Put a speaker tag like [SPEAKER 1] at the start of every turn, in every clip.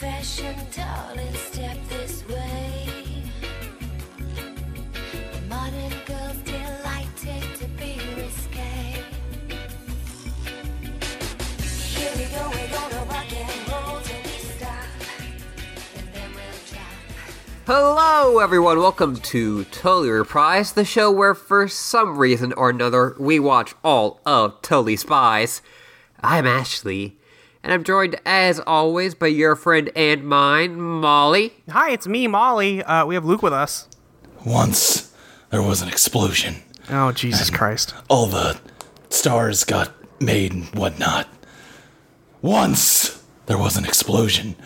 [SPEAKER 1] Passion, darling, step this way. The modern girls delighted to be risque. Here we go, we're gonna rock and roll till we stop, and then we'll drop.
[SPEAKER 2] Hello, everyone. Welcome to Totally Reprise, the show where, for some reason or another, we watch all of Totally Spies. I'm Ashley, and I'm joined, as always, by your friend and mine, Molly.
[SPEAKER 3] Hi, it's me, Molly. Uh, we have Luke with us.
[SPEAKER 4] Once there was an explosion.
[SPEAKER 3] Oh, Jesus Christ.
[SPEAKER 4] All the stars got made and whatnot. Once there was an explosion.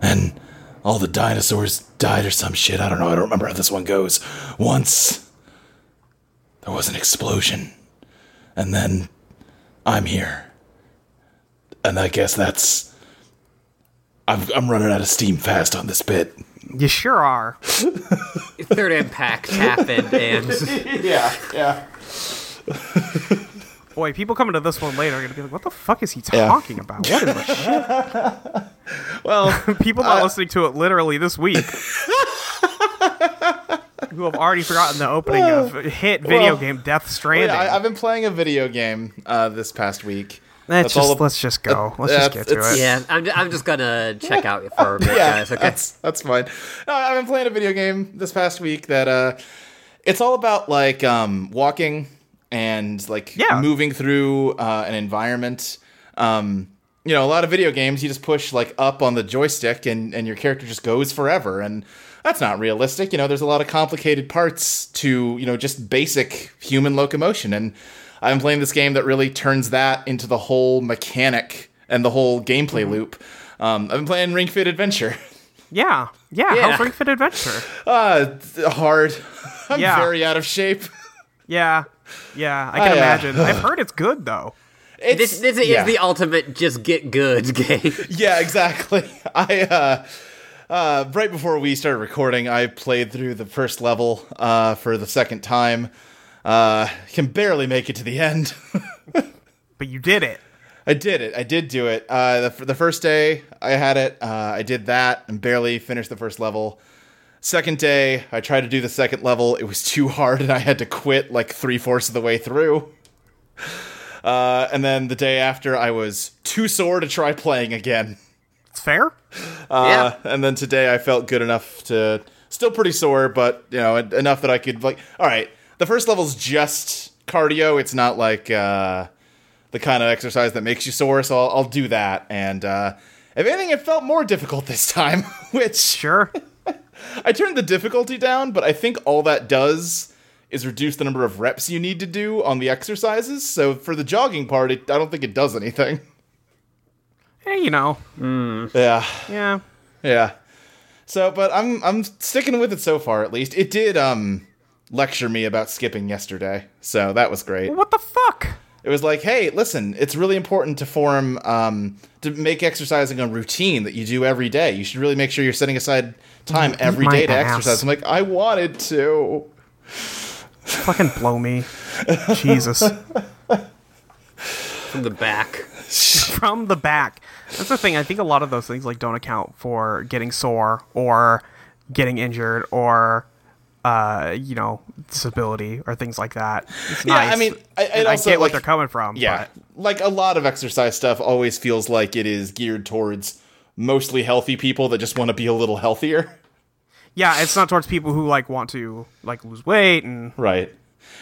[SPEAKER 4] And all the dinosaurs died or some shit. I don't know. I don't remember how this one goes. Once there was an explosion. And then I'm here. And I guess that's. I'm, I'm running out of steam fast on this bit.
[SPEAKER 3] You sure are.
[SPEAKER 2] Third impact happened, and
[SPEAKER 3] Boy, people coming to this one later are going to be like, what the fuck is he talking about? What is this shit? well, people not
[SPEAKER 5] uh,
[SPEAKER 3] listening to it literally this week who have already forgotten the opening of hit video
[SPEAKER 5] Well,
[SPEAKER 3] game Death Stranding.
[SPEAKER 5] Yeah, I, I've been playing a video game uh, this past week.
[SPEAKER 3] let's,
[SPEAKER 5] that's all
[SPEAKER 3] just,
[SPEAKER 5] the-
[SPEAKER 3] let's just go. let's just get
[SPEAKER 5] that's-
[SPEAKER 3] to
[SPEAKER 5] it's-
[SPEAKER 3] it.
[SPEAKER 2] yeah, I'm, I'm just gonna check out for a bit, guys. Okay.
[SPEAKER 5] that's that's fine. No, I've been playing a video game this past week that uh, it's all about like um, walking and like
[SPEAKER 3] Yeah.
[SPEAKER 5] moving through uh, an environment. Um, you know, a lot of video games you just push like up on the joystick and and your character just goes forever and. That's not realistic. You know, there's a lot of complicated parts to, you know, just basic human locomotion. And I've been playing this game that really turns that into the whole mechanic and the whole
[SPEAKER 2] Mm-hmm.
[SPEAKER 5] gameplay loop. Um, I've been playing Ring Fit Adventure.
[SPEAKER 3] Yeah. Yeah.
[SPEAKER 2] Yeah.
[SPEAKER 3] How's Ring Fit Adventure?
[SPEAKER 5] Uh, th- hard. I'm
[SPEAKER 3] Yeah.
[SPEAKER 5] very out of shape.
[SPEAKER 3] Yeah. Yeah. I can
[SPEAKER 5] I, uh,
[SPEAKER 3] imagine. I've heard it's good, though.
[SPEAKER 5] It's,
[SPEAKER 2] This, this
[SPEAKER 5] yeah.
[SPEAKER 2] is the ultimate just get good game.
[SPEAKER 5] yeah, exactly. I uh, uh, right before we started recording, I played through the first level uh, for the second time. Uh, can barely make it to the end.
[SPEAKER 3] But you did it.
[SPEAKER 5] I did it. I did do it. Uh, the, f- the first day I had it, uh, I did that and barely finished the first level. Second day, I tried to do the second level. It was too hard, and I had to quit like three fourths of the way through. Uh, and then the day after, I was too sore to try playing again.
[SPEAKER 3] It's fair.
[SPEAKER 5] Uh, and then today, I felt good enough to still pretty sore, but you know en- enough that I could like. All right, the first level's just cardio. It's not like uh, the kind of exercise that makes you sore, so I'll, I'll do that. And uh, if anything, it felt more difficult this time, which
[SPEAKER 3] Sure.
[SPEAKER 5] I turned the difficulty down, but I think all that does is reduce the number of reps you need to do on the exercises. So for the jogging part, it, I don't think it does anything.
[SPEAKER 3] Eh, you know.
[SPEAKER 5] Yeah,
[SPEAKER 3] Yeah.
[SPEAKER 5] yeah. So, but I'm I'm sticking with it so far at least. It did um lecture me about skipping yesterday, so that was great.
[SPEAKER 3] What the fuck?
[SPEAKER 5] It was like, hey, listen, it's really important to form um to make exercising a routine that you do every day. You should really make sure you're setting aside time every
[SPEAKER 3] my
[SPEAKER 5] day to
[SPEAKER 3] ass.
[SPEAKER 5] exercise. I'm like, I wanted to.
[SPEAKER 3] Fucking blow me. Jesus.
[SPEAKER 2] From the back.
[SPEAKER 3] From the back. That's the thing. I think a lot of those things like don't account for getting sore or getting injured or uh, you know, disability or things like that. It's
[SPEAKER 5] Yeah, I
[SPEAKER 3] nice.
[SPEAKER 5] mean, I- it
[SPEAKER 3] And
[SPEAKER 5] also,
[SPEAKER 3] get what
[SPEAKER 5] like-
[SPEAKER 3] they're coming from.
[SPEAKER 5] Yeah. Like a lot of exercise stuff always feels like it is geared towards mostly healthy people that just want to be a little healthier.
[SPEAKER 3] but- yeah, it's not towards people who like want to like lose weight and
[SPEAKER 5] Right.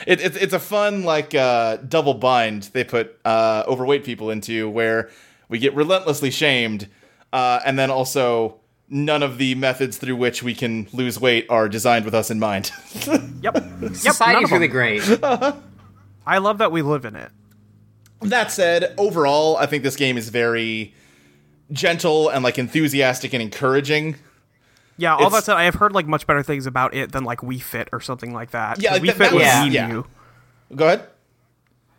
[SPEAKER 5] It, it, it's a fun, like, uh, double bind they put uh, overweight people into where we get relentlessly shamed uh, and then also none of the methods through which we can lose weight are designed with us in mind.
[SPEAKER 3] yep. yep. none of
[SPEAKER 2] Society's
[SPEAKER 3] them.
[SPEAKER 2] really great.
[SPEAKER 3] I love that we live in it.
[SPEAKER 5] That said, overall, I think this game is very gentle and, like, enthusiastic and encouraging.
[SPEAKER 3] Yeah, all that
[SPEAKER 5] It's-
[SPEAKER 3] said, I have heard like much better things about it than like We Fit or something like that.
[SPEAKER 5] Yeah,
[SPEAKER 3] 'Cause
[SPEAKER 5] like,
[SPEAKER 3] We
[SPEAKER 5] that-
[SPEAKER 3] Fit
[SPEAKER 5] that
[SPEAKER 3] was
[SPEAKER 2] was-
[SPEAKER 3] mean to
[SPEAKER 5] yeah.
[SPEAKER 3] you.
[SPEAKER 5] Go ahead.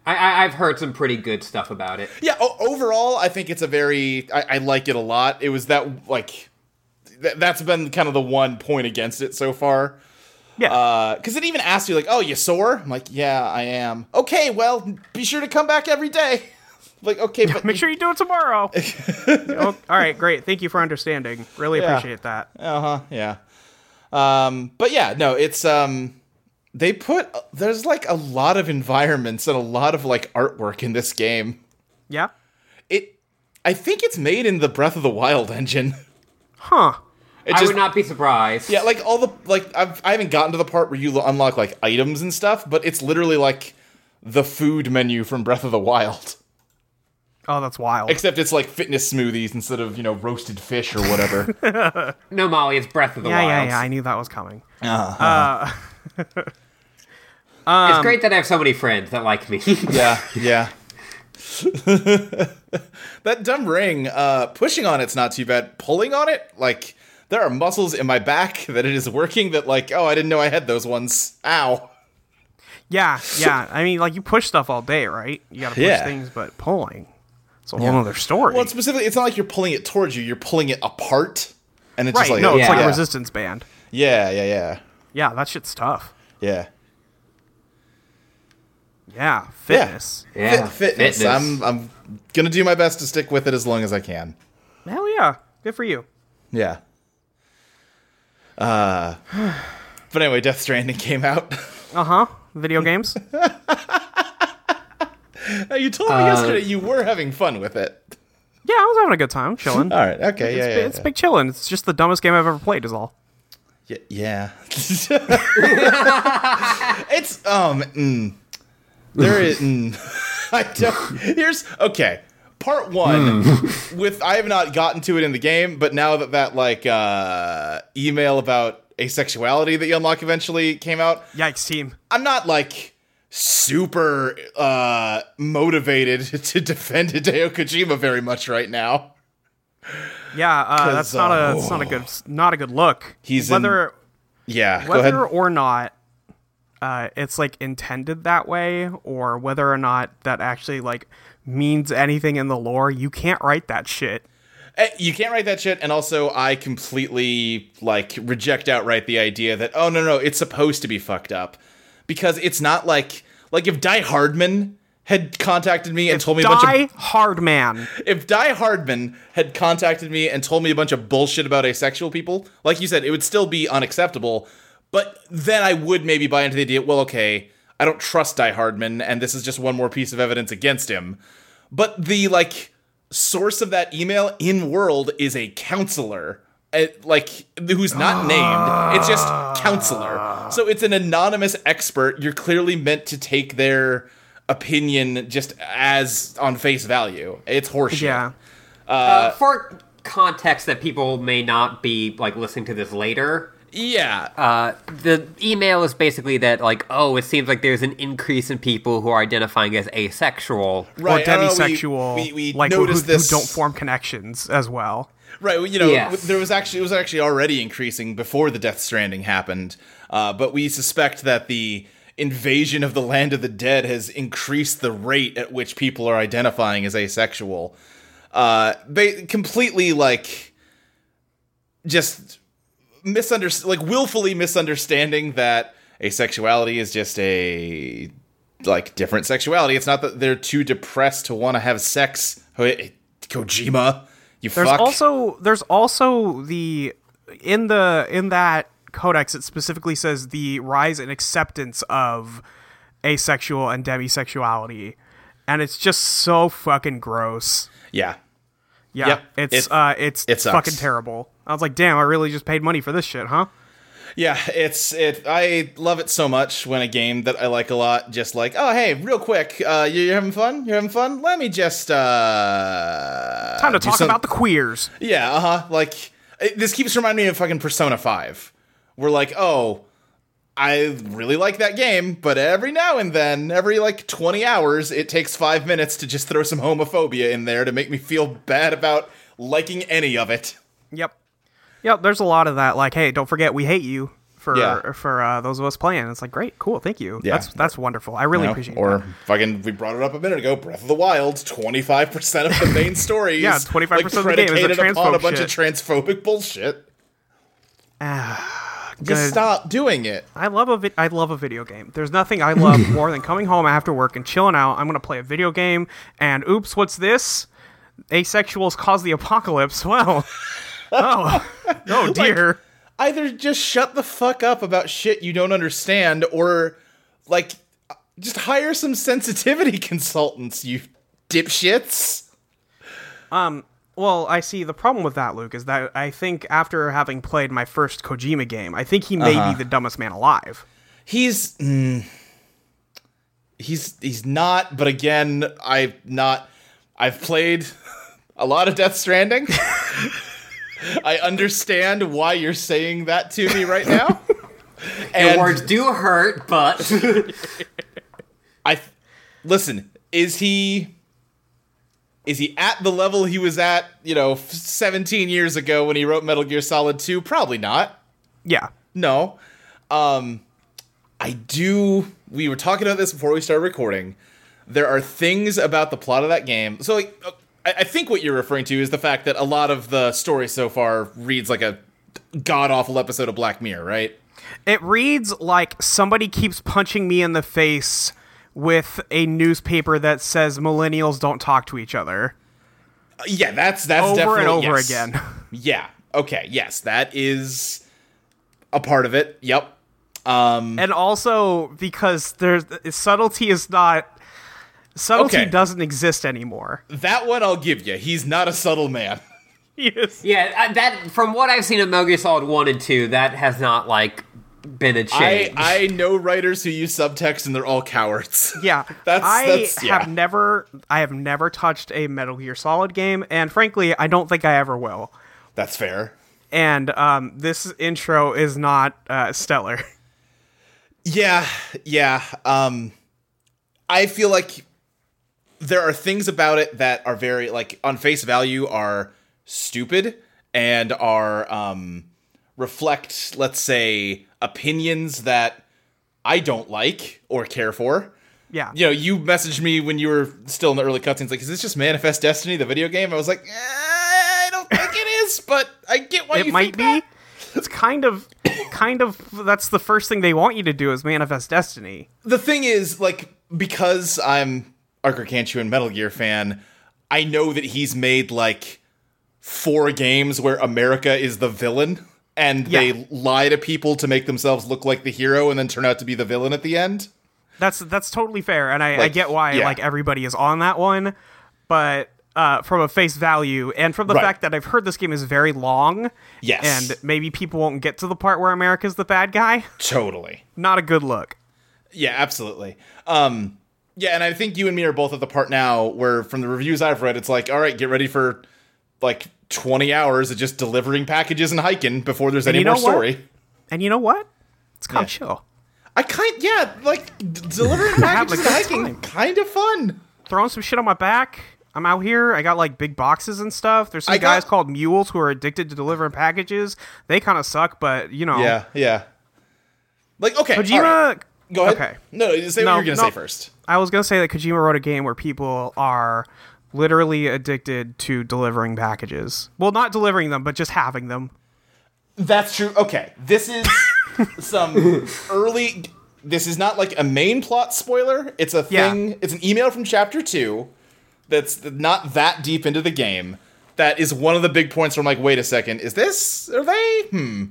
[SPEAKER 2] I, I, I've heard some pretty good stuff about it.
[SPEAKER 5] yeah o- overall i think it's a very I, I like it a lot it was that like th- that's been kind of the one point against it so far
[SPEAKER 3] Yeah.
[SPEAKER 5] Uh, because it even asks you like oh you sore i'm like yeah i am okay well be sure to come back every day Like, okay, but
[SPEAKER 3] Make sure you do it tomorrow. oh, all right, great. Thank you for understanding. Really
[SPEAKER 5] Yeah.
[SPEAKER 3] appreciate that.
[SPEAKER 5] Uh-huh. Yeah. Um, but yeah, no, it's um they put there's like a lot of environments and a lot of like artwork in this game.
[SPEAKER 3] Yeah.
[SPEAKER 5] It I think it's made in the Breath of the Wild engine.
[SPEAKER 3] Huh.
[SPEAKER 5] It
[SPEAKER 2] I
[SPEAKER 5] just
[SPEAKER 2] would not be surprised.
[SPEAKER 5] yeah, like all the like I've I haven't gotten to the part where you lo- unlock like items and stuff, but it's literally like the food menu from Breath of the Wild.
[SPEAKER 3] Oh, that's wild.
[SPEAKER 5] Except it's like fitness smoothies instead of, you know, roasted fish or whatever.
[SPEAKER 2] No, Molly, it's Breath of the
[SPEAKER 3] yeah,
[SPEAKER 2] Wild.
[SPEAKER 3] yeah, yeah. I knew that was coming. Uh-huh.
[SPEAKER 2] It's great that I have so many friends that like me.
[SPEAKER 5] Yeah, yeah. that dumb ring, uh, pushing on it's not too bad. Pulling on it, like there are muscles in my back that it is working. That like, oh, I didn't know I had those ones. Ow.
[SPEAKER 3] Yeah, yeah. I mean, like you push stuff all day, right? You gotta push
[SPEAKER 5] Yeah.
[SPEAKER 3] things, but pulling. It's a whole other story.
[SPEAKER 5] Well, specifically, it's not like you're pulling it towards you. You're pulling it apart, and it's
[SPEAKER 3] right?
[SPEAKER 5] just like,
[SPEAKER 3] no, it's
[SPEAKER 2] yeah.
[SPEAKER 3] like a
[SPEAKER 5] yeah.
[SPEAKER 3] resistance band.
[SPEAKER 5] Yeah, yeah, yeah,
[SPEAKER 3] Yeah, that shit's tough.
[SPEAKER 5] yeah.
[SPEAKER 3] Yeah, fitness.
[SPEAKER 2] yeah.
[SPEAKER 5] Fit- fitness.
[SPEAKER 2] Fitness.
[SPEAKER 5] I'm I'm gonna do my best to stick with it as long as I can.
[SPEAKER 3] Hell yeah, good for you.
[SPEAKER 5] Yeah. Uh, but anyway, Death Stranding came out.
[SPEAKER 3] Uh huh. Video games.
[SPEAKER 5] Now, you told me yesterday you were having fun with it.
[SPEAKER 3] yeah, I was having a good time chilling.
[SPEAKER 5] All right. Okay. Uh, yeah.
[SPEAKER 3] It's,
[SPEAKER 5] yeah.
[SPEAKER 3] it's big chilling. It's just the dumbest game I've ever played. Is all.
[SPEAKER 5] yeah. yeah. it's um. Mm, there is. Mm, I don't, here's okay. Part one with I have not gotten to it in the game, but now that that like uh, email about asexuality that you unlock eventually came out,
[SPEAKER 3] Yikes, team.
[SPEAKER 5] I'm not like super uh motivated to defend Hideo Kojima very much right now.
[SPEAKER 3] Yeah, uh, that's
[SPEAKER 5] 'Cause,
[SPEAKER 3] not
[SPEAKER 5] uh,
[SPEAKER 3] a. That's not a good. Not a good look.
[SPEAKER 5] He's in-
[SPEAKER 3] whether
[SPEAKER 5] Yeah, go ahead.
[SPEAKER 3] whether or not uh, it's like intended that way, or whether or not that actually like means anything in the lore. You can't write that shit.
[SPEAKER 5] Eh, You can't write that shit, and also I completely like reject outright the idea that oh no no it's supposed to be fucked up because it's not like like if Die Hardman had contacted me and told me a bunch
[SPEAKER 3] Die
[SPEAKER 5] of
[SPEAKER 3] hard man.
[SPEAKER 5] if Die Hardman had contacted me and told me a bunch of bullshit about asexual people like you said it would still be unacceptable but then I would maybe buy into the idea well okay I don't trust Die Hardman and this is just one more piece of evidence against him but the like source of that email in world is a counselor uh, like who's not named it's just counselor so it's an anonymous expert you're clearly meant to take their opinion just as on face value it's horseshit
[SPEAKER 3] Yeah.
[SPEAKER 2] Uh, for context that people may not be like listening to this later,
[SPEAKER 5] yeah
[SPEAKER 2] uh, the email is basically that like, oh, it seems like there's an increase in people who are identifying as asexual.
[SPEAKER 5] right
[SPEAKER 3] or
[SPEAKER 5] I don't know, we-
[SPEAKER 3] demisexual,
[SPEAKER 5] we, we,
[SPEAKER 3] like who,
[SPEAKER 5] noticed
[SPEAKER 3] who
[SPEAKER 5] this
[SPEAKER 3] don't form connections as well.
[SPEAKER 5] Right, well, you know,
[SPEAKER 2] Yeah.
[SPEAKER 5] w there was actually it was actually already increasing before the Death Stranding happened, uh, but we suspect that the invasion of the land of the dead has increased the rate at which people are identifying as asexual. Uh, they completely like just misunderstand, like willfully misunderstanding that asexuality is just a like different sexuality. It's not that they're too depressed to want to have sex. Ho- Kojima, you
[SPEAKER 3] There's
[SPEAKER 5] fuck.
[SPEAKER 3] also there's also the in the in that codex it specifically says the rise and acceptance of asexual and demisexuality. And it's just so fucking gross.
[SPEAKER 5] Yeah.
[SPEAKER 3] Yeah.
[SPEAKER 5] Yep.
[SPEAKER 3] It's
[SPEAKER 5] It-
[SPEAKER 3] uh it's
[SPEAKER 5] it sucks.
[SPEAKER 3] fucking terrible. I was like, damn, I really just paid money for this shit, huh?
[SPEAKER 5] Yeah, it's it I love it so much when a game that I like a lot just like, "Oh, hey, real quick, uh you- you're having fun? You're having fun? Let me just uh
[SPEAKER 3] Time to
[SPEAKER 5] do
[SPEAKER 3] talk
[SPEAKER 5] some-
[SPEAKER 3] about the queers.
[SPEAKER 5] Yeah, uh-huh. Like it, this keeps reminding me of fucking Persona 5. We're like, "Oh, I really like that game, but every now and then, every like 20 hours, it takes 5 minutes to just throw some homophobia in there to make me feel bad about liking any of it."
[SPEAKER 3] Yep. Yep, there's a lot of that. Like, hey, don't forget we hate you for
[SPEAKER 5] Yeah.
[SPEAKER 3] for uh, those of us playing. It's like, great, cool, thank you.
[SPEAKER 5] Yeah.
[SPEAKER 3] That's that's wonderful. I really
[SPEAKER 5] know,
[SPEAKER 3] appreciate
[SPEAKER 5] or
[SPEAKER 3] that.
[SPEAKER 5] fucking we brought it up a minute ago breath of the wild 25% of the main story
[SPEAKER 3] Yeah,
[SPEAKER 5] is,
[SPEAKER 3] 25% of the game is a
[SPEAKER 5] predicated upon
[SPEAKER 3] transphobe
[SPEAKER 5] a bunch
[SPEAKER 3] shit.
[SPEAKER 5] of transphobic bullshit
[SPEAKER 3] gonna-
[SPEAKER 5] Just stop doing it.
[SPEAKER 3] I love a vi- I love a video game. There's nothing I love more than coming home after work and chilling out. I'm gonna play a video game, and oops, what's this? Asexuals cause the apocalypse. Well, oh, oh dear.
[SPEAKER 5] Either just shut the fuck up about shit you don't understand, or like just hire some sensitivity consultants. You dipshits.
[SPEAKER 3] well, I see. The problem with that, Luke, is that I think after having played my first Kojima game, I think he may
[SPEAKER 5] Uh-huh.
[SPEAKER 3] be the dumbest man alive.
[SPEAKER 5] He's mm, he's he's not. But again, I've not. I've played a lot of Death Stranding. I understand why you're saying that to me right now.
[SPEAKER 2] The
[SPEAKER 5] And-
[SPEAKER 2] words do hurt, but
[SPEAKER 5] I th- listen. Is he is he at the level he was at? You know, f- 17 years ago when he wrote Metal Gear Solid 2? Probably not.
[SPEAKER 3] Yeah,
[SPEAKER 5] No. Um, I do. We were talking about this before we started recording. There are things about the plot of that game. So, like, uh, I, I think what you're referring to is the fact that a lot of the story so far reads like a god awful episode of Black Mirror, right?
[SPEAKER 3] it reads like somebody keeps punching me in the face with a newspaper that says millennials don't talk to each other
[SPEAKER 5] Yeah, that's that's
[SPEAKER 3] over
[SPEAKER 5] definitely,
[SPEAKER 3] and over
[SPEAKER 5] yes.
[SPEAKER 3] again.
[SPEAKER 5] Yeah. Okay. Yes, that is a part of it. Yep. Um,
[SPEAKER 3] and also because there's subtlety is not subtlety
[SPEAKER 5] Okay.
[SPEAKER 3] doesn't exist anymore.
[SPEAKER 5] that one I'll give you. He's not a subtle man.
[SPEAKER 3] Yes.
[SPEAKER 2] yeah, I- that from what I've seen of Metal Gear Solid One and Two, that has not like been a
[SPEAKER 5] I
[SPEAKER 2] change.
[SPEAKER 5] I know writers who use subtext and they're all cowards.
[SPEAKER 3] Yeah,
[SPEAKER 5] That's-
[SPEAKER 3] I
[SPEAKER 5] that's- yeah.
[SPEAKER 3] have never, I have never touched a Metal Gear Solid game, and frankly, I don't think I ever will.
[SPEAKER 5] That's fair.
[SPEAKER 3] And um, this intro is not uh, stellar.
[SPEAKER 5] Yeah, yeah. Um I feel like there are things about it that are very like on face value are stupid and are um reflect, let's say, opinions that I don't like or care for.
[SPEAKER 3] Yeah,
[SPEAKER 5] You know, you messaged me when you were still in the early cutscenes, like, is this just Manifest Destiny, the video game? I was like, eh, I don't think it is, but I get why
[SPEAKER 3] it
[SPEAKER 5] Oh, you
[SPEAKER 3] might
[SPEAKER 5] think
[SPEAKER 3] be.
[SPEAKER 5] that.
[SPEAKER 3] It's kind of, kind of. That's the first thing they want you to do is manifest destiny.
[SPEAKER 5] the thing is, like, because I'm Arker Kanchuan Metal Gear fan, I know that he's made like four games where America is the villain and
[SPEAKER 3] Yeah.
[SPEAKER 5] they lie to people to make themselves look like the hero and then turn out to be the villain at the end.
[SPEAKER 3] That's that's totally fair, and I, I
[SPEAKER 5] Like,
[SPEAKER 3] get why
[SPEAKER 5] yeah.
[SPEAKER 3] like everybody is on that one, but uh, from a face value and from the
[SPEAKER 5] Right.
[SPEAKER 3] fact that I've heard this game is very long,
[SPEAKER 5] Yes.
[SPEAKER 3] and maybe people won't get to the part where America's the bad guy.
[SPEAKER 5] Totally.
[SPEAKER 3] Not a good look.
[SPEAKER 5] Yeah, absolutely. Um yeah, and I think you and me are both at the part now where from the reviews I've read it's like, all right, get ready for like 20 hours of just delivering packages and hiking before there's any
[SPEAKER 3] you
[SPEAKER 5] more
[SPEAKER 3] know what?
[SPEAKER 5] story.
[SPEAKER 3] And you know what? It's kind of chill.
[SPEAKER 5] I kind yeah, like d- delivering packages
[SPEAKER 3] a
[SPEAKER 5] and
[SPEAKER 3] good
[SPEAKER 5] hiking,
[SPEAKER 3] time.
[SPEAKER 5] kind of fun.
[SPEAKER 3] Throwing some shit on my back. I'm out here. I got like big boxes and stuff. There's some
[SPEAKER 5] I got-
[SPEAKER 3] guys called mules who are addicted to delivering packages. They kind of suck, but you know,
[SPEAKER 5] Yeah, yeah. Like okay, all
[SPEAKER 3] Kojima.
[SPEAKER 5] right. Go ahead.
[SPEAKER 3] Okay.
[SPEAKER 5] No, no, say
[SPEAKER 3] No,
[SPEAKER 5] what you're gonna
[SPEAKER 3] no.
[SPEAKER 5] say first.
[SPEAKER 3] I was gonna say that Kojima wrote a game where people are literally addicted to delivering packages. Well, not delivering them, but just having them.
[SPEAKER 5] That's true. Okay, this is some early. This is not like a main plot spoiler. It's a
[SPEAKER 3] Yeah.
[SPEAKER 5] thing. It's an email from chapter two. That's not that deep into the game. That is one of the big points where I'm like, wait a second, is this? Are they? Hmm.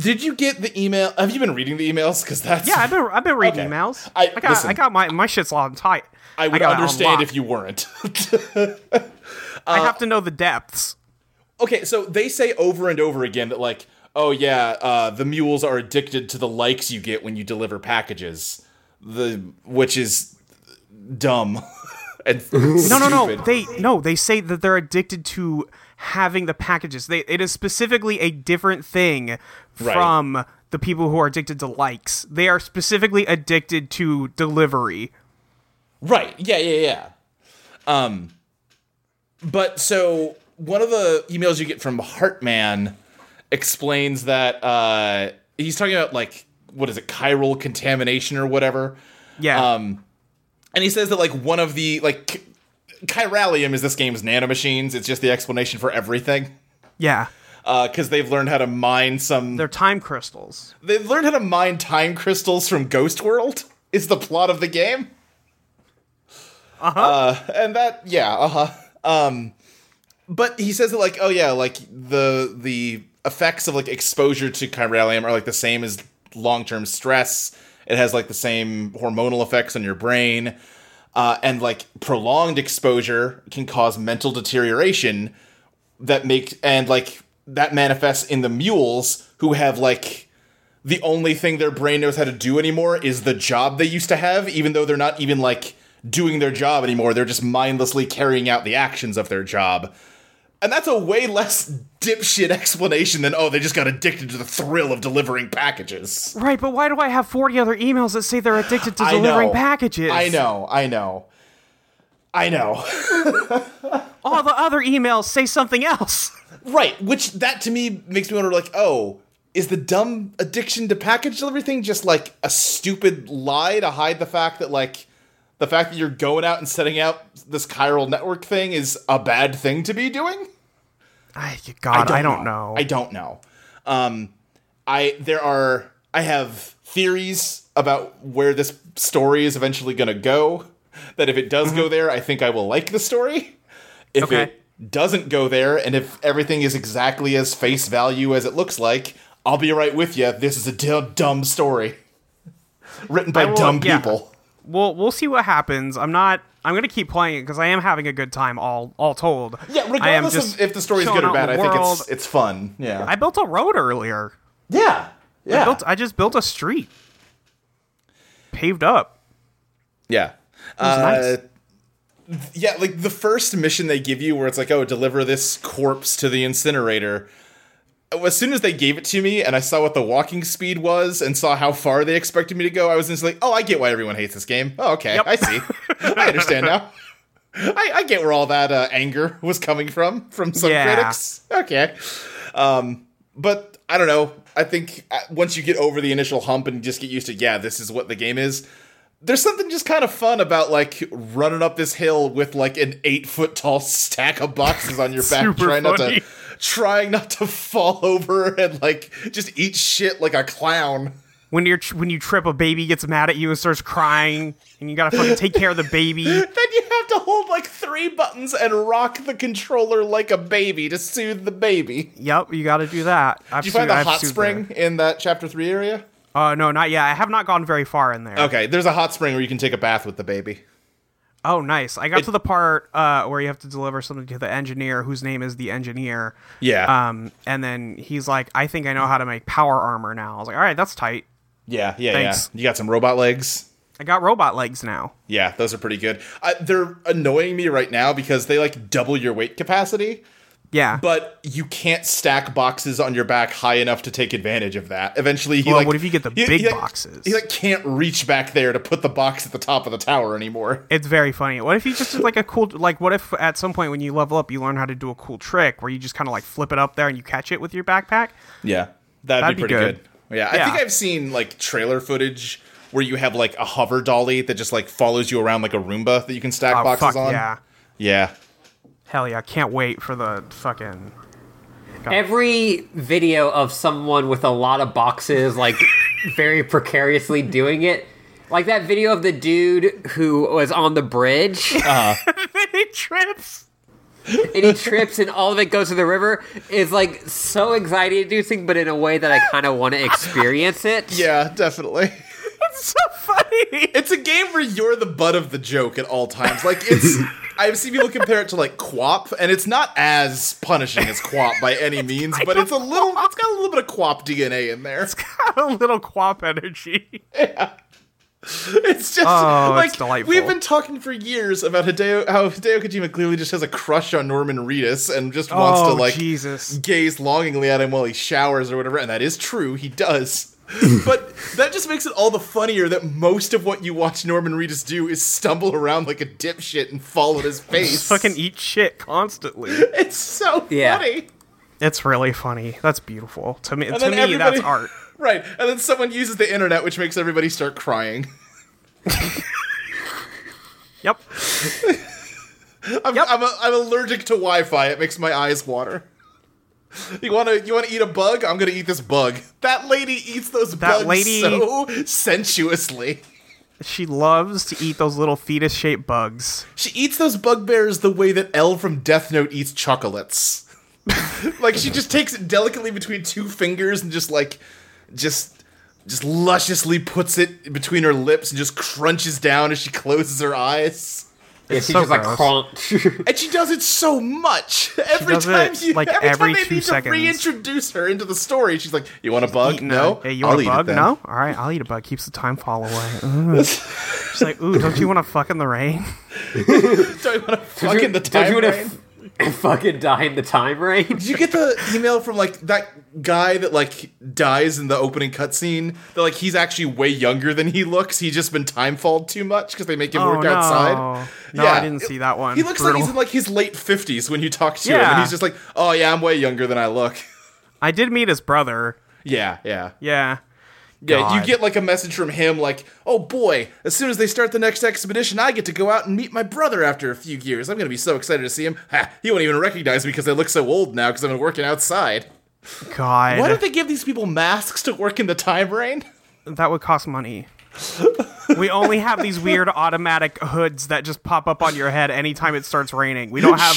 [SPEAKER 5] Did you get the email? Have you been reading the emails? Because that's
[SPEAKER 3] Yeah, I've been I've been reading
[SPEAKER 5] Okay.
[SPEAKER 3] emails.
[SPEAKER 5] I-
[SPEAKER 3] got
[SPEAKER 5] listen.
[SPEAKER 3] I got my my shit's on tight.
[SPEAKER 5] I would
[SPEAKER 3] got it on
[SPEAKER 5] understand
[SPEAKER 3] lock.
[SPEAKER 5] if you Uh, weren't.
[SPEAKER 3] I have to know the depths.
[SPEAKER 5] okay, so they say over and over again that like, oh yeah, uh, the mules are addicted to the likes you get when you deliver packages, the which is dumb. and
[SPEAKER 3] No, no, no. They no. They say that they're addicted to having the packages. They it is specifically a different thing from the people who are addicted to likes. They are specifically addicted to delivery.
[SPEAKER 5] Right. Yeah, yeah, yeah. Um but so one of the emails you get from Heartman explains that uh he's talking about like what is it, chiral contamination or whatever.
[SPEAKER 3] Yeah.
[SPEAKER 5] Um, and he says that like one of the like ch- chiralium is this game's nanomachines. It's just the explanation for everything.
[SPEAKER 3] yeah.
[SPEAKER 5] because they've learned how to mine some.
[SPEAKER 3] They're time crystals.
[SPEAKER 5] They've learned how to mine time crystals from Ghost World. Is the plot of the game? Uh-huh. and that, yeah, uh huh. Um, but he says that like, oh yeah, like the the effects of like exposure to chiralium are like the same as long term stress. It has like the same hormonal effects on your brain, uh, and like prolonged exposure can cause mental deterioration that make and like that manifests in the mules who have like the only thing their brain knows how to do anymore is the job they used to have, even though they're not even like doing their job anymore. They're just mindlessly carrying out the actions of their job. And that's a way less dipshit explanation than, oh, they just got addicted to the thrill of delivering packages.
[SPEAKER 3] Right, but why do I have 40 other emails that say they're addicted to delivering packages?
[SPEAKER 5] I know, I know. I know.
[SPEAKER 3] All the other emails say something else.
[SPEAKER 5] Right, which that to me makes me wonder like, oh, is the dumb addiction to package delivery thing just like a stupid lie to hide the fact that like the fact that you're going out and setting out this chiral network thing is a bad thing to be doing?
[SPEAKER 3] I, God, I don't, know.
[SPEAKER 5] I don't know. Um, I there are I have theories about where this story is eventually going to go. That if it does go there, I think I will like the story. If
[SPEAKER 3] Okay.
[SPEAKER 5] it doesn't go there, and if everything is exactly as face value as it looks like, I'll be right with you. This is a d- dumb story written by
[SPEAKER 3] will-
[SPEAKER 5] dumb
[SPEAKER 3] yeah.
[SPEAKER 5] people.
[SPEAKER 3] we'll we'll see what happens. I'm not. I'm gonna keep playing it because I am having a good time. All all told.
[SPEAKER 5] Yeah,
[SPEAKER 3] I am
[SPEAKER 5] regardless
[SPEAKER 3] just
[SPEAKER 5] of if the story's good
[SPEAKER 3] showing
[SPEAKER 5] or
[SPEAKER 3] out
[SPEAKER 5] bad,
[SPEAKER 3] the
[SPEAKER 5] I think
[SPEAKER 3] world.
[SPEAKER 5] it's it's fun. Yeah,
[SPEAKER 3] I built a road earlier.
[SPEAKER 5] yeah, yeah.
[SPEAKER 3] I built. I just built a street, paved up.
[SPEAKER 5] Yeah.
[SPEAKER 3] was
[SPEAKER 5] Uh, th- Yeah, like the first mission they give you where it's like, oh, deliver this corpse to the incinerator. As soon as they gave it to me and I saw what the walking speed was and saw how far they expected me to go, I was instantly like, oh, I get why everyone hates this game. Oh, okay. I see. I understand now. I, I get where all that uh, anger was coming from, from some
[SPEAKER 3] Yeah.
[SPEAKER 5] critics. Okay. Um, but I don't know. I think uh, once you get over the initial hump and just get used to, yeah, this is what the game is, there's something just kind of fun about like running up this hill with like an eight foot tall stack of boxes on your back,
[SPEAKER 3] Super
[SPEAKER 5] trying not
[SPEAKER 3] funny.
[SPEAKER 5] to trying not to fall over and like just eat shit like a clown.
[SPEAKER 3] When you're tr- when you trip, a baby gets mad at you and starts crying, and you gotta fucking take care of the baby.
[SPEAKER 5] Then you have to hold like three buttons and rock the controller like a baby to soothe the baby.
[SPEAKER 3] Yep, you gotta do that. I've
[SPEAKER 5] Did you find the
[SPEAKER 3] I've
[SPEAKER 5] hot
[SPEAKER 3] sued
[SPEAKER 5] spring in that chapter three area?
[SPEAKER 3] there. Uh, no, not yet. I have not gone very far in there.
[SPEAKER 5] Okay, there's a hot spring where you can take a bath with the baby.
[SPEAKER 3] Oh, nice. I got to the part uh, where you have to deliver something to the engineer, whose name is the engineer.
[SPEAKER 5] Yeah.
[SPEAKER 3] Um, and then he's like, "I think I know how to make power armor now." I was like, "All right, that's tight.
[SPEAKER 5] yeah, yeah,
[SPEAKER 3] thanks.
[SPEAKER 5] yeah. You got some robot legs.
[SPEAKER 3] I got robot legs now."
[SPEAKER 5] Yeah, those are pretty good. I, they're annoying me right now because they like double your weight capacity,
[SPEAKER 3] Yeah.
[SPEAKER 5] but you can't stack boxes on your back high enough to take advantage of that. Eventually, he
[SPEAKER 3] Well,
[SPEAKER 5] like
[SPEAKER 3] what if you get the
[SPEAKER 5] he-
[SPEAKER 3] big
[SPEAKER 5] he, like-
[SPEAKER 3] boxes?
[SPEAKER 5] He like can't reach back there to put the box at the top of the tower anymore.
[SPEAKER 3] It's very funny. What if you just did like a cool like what if at some point when you level up you learn how to do a cool trick where you just kind of like flip it up there and you catch it with your backpack?
[SPEAKER 5] Yeah, that'd,
[SPEAKER 3] That'd
[SPEAKER 5] be
[SPEAKER 3] be
[SPEAKER 5] pretty good.
[SPEAKER 3] good.
[SPEAKER 5] Yeah, I
[SPEAKER 3] Yeah.
[SPEAKER 5] think I've seen like trailer footage where you have like a hover dolly that just like follows you around like a Roomba that you can stack
[SPEAKER 3] Oh
[SPEAKER 5] boxes
[SPEAKER 3] fuck
[SPEAKER 5] on.
[SPEAKER 3] yeah.
[SPEAKER 5] yeah,
[SPEAKER 3] Hell yeah, can't wait for the fucking
[SPEAKER 2] Every video of someone with a lot of boxes, like very precariously doing it, like that video of the dude who was on the bridge
[SPEAKER 3] mini trips.
[SPEAKER 2] and he trips and all of it goes to the river is like so anxiety inducing, but in a way that I kind of want to experience it.
[SPEAKER 5] yeah, definitely.
[SPEAKER 3] It's so funny.
[SPEAKER 5] It's a game where you're the butt of the joke at all times. Like it's I've seen people compare it to like Quap, and it's not as punishing as Quap by any means, but it's a little it's got a little bit of Quap DNA in there.
[SPEAKER 3] a little quap energy.
[SPEAKER 5] It's just
[SPEAKER 3] Oh,
[SPEAKER 5] like
[SPEAKER 3] it's delightful.
[SPEAKER 5] we've been talking for years about Hideo how Hideo Kojima clearly just has a crush on Norman Reedus and just wants
[SPEAKER 3] oh
[SPEAKER 5] to like
[SPEAKER 3] Jesus.
[SPEAKER 5] gaze longingly at him while he showers or whatever, and that is true, he does. but that just makes it all the funnier that most of what you watch Norman Reedus do is stumble around like a dipshit and fall on his face.
[SPEAKER 3] Just fucking eat shit constantly.
[SPEAKER 5] it's so
[SPEAKER 2] Yeah.
[SPEAKER 5] funny.
[SPEAKER 3] It's really funny. That's beautiful. To me, to
[SPEAKER 5] then
[SPEAKER 3] me
[SPEAKER 5] everybody-
[SPEAKER 3] that's art.
[SPEAKER 5] Right. And then someone uses the internet, which makes everybody start crying.
[SPEAKER 3] Yep.
[SPEAKER 5] I'm, I'm, a, I'm allergic to Wi Fi. It makes my eyes water. You want to you want to eat a bug? I'm gonna eat this bug. That lady eats those bugs
[SPEAKER 3] lady-
[SPEAKER 5] so sensuously.
[SPEAKER 3] She loves to eat those little fetus shaped bugs.
[SPEAKER 5] She eats those bugbears the way that Elle from Death Note eats chocolates. like she just takes it delicately between two fingers and just like just just lusciously puts it between her lips and just crunches down as she closes her eyes.
[SPEAKER 2] Yeah, she's
[SPEAKER 3] so
[SPEAKER 2] just like
[SPEAKER 3] gross.
[SPEAKER 2] crunch.
[SPEAKER 5] And she does it so much. Every
[SPEAKER 3] does
[SPEAKER 5] time
[SPEAKER 3] it,
[SPEAKER 5] you
[SPEAKER 3] like,
[SPEAKER 5] every,
[SPEAKER 3] every
[SPEAKER 5] time they
[SPEAKER 3] two
[SPEAKER 5] need
[SPEAKER 3] seconds.
[SPEAKER 5] to reintroduce her into the story, she's like, "You want a bug?
[SPEAKER 3] Eating
[SPEAKER 5] No.
[SPEAKER 3] a, hey, you
[SPEAKER 5] I'll
[SPEAKER 3] want a
[SPEAKER 5] eat it
[SPEAKER 3] bug?
[SPEAKER 5] then."
[SPEAKER 3] No? All right, I'll eat a bug. Keeps the time fall away. Ugh. She's like, ooh, don't you want to fuck in the rain?
[SPEAKER 5] Don't you want to fuck in the
[SPEAKER 2] Don't
[SPEAKER 5] time
[SPEAKER 2] you wanna
[SPEAKER 5] frame?
[SPEAKER 2] f- fucking die in the time range?
[SPEAKER 5] Did you get the email from like that guy that like dies in the opening cutscene? That like he's actually way younger than he looks. He's just been timefalled too much because they make him
[SPEAKER 3] Oh,
[SPEAKER 5] work
[SPEAKER 3] no.
[SPEAKER 5] outside.
[SPEAKER 3] No, I didn't see that one.
[SPEAKER 5] He looks
[SPEAKER 3] Brutal.
[SPEAKER 5] like he's in like his late fifties when you talk to him, and
[SPEAKER 3] Yeah.
[SPEAKER 5] he's just like, "Oh yeah, I'm way younger than I look."
[SPEAKER 3] I did meet his brother.
[SPEAKER 5] yeah, yeah,
[SPEAKER 3] Yeah.
[SPEAKER 5] yeah. You
[SPEAKER 3] God.
[SPEAKER 5] get like a message from him, like, "Oh boy, as soon as they start the next expedition, I get to go out and meet my brother after a few years. I'm gonna be so excited to see him. Ha, he won't even recognize me because I look so old now because I've been working outside."
[SPEAKER 3] God.
[SPEAKER 5] Why don't they give these people masks to work in the time rain?
[SPEAKER 3] That would cost money. we only have these weird automatic hoods that just pop up on your head anytime it starts raining. We don't have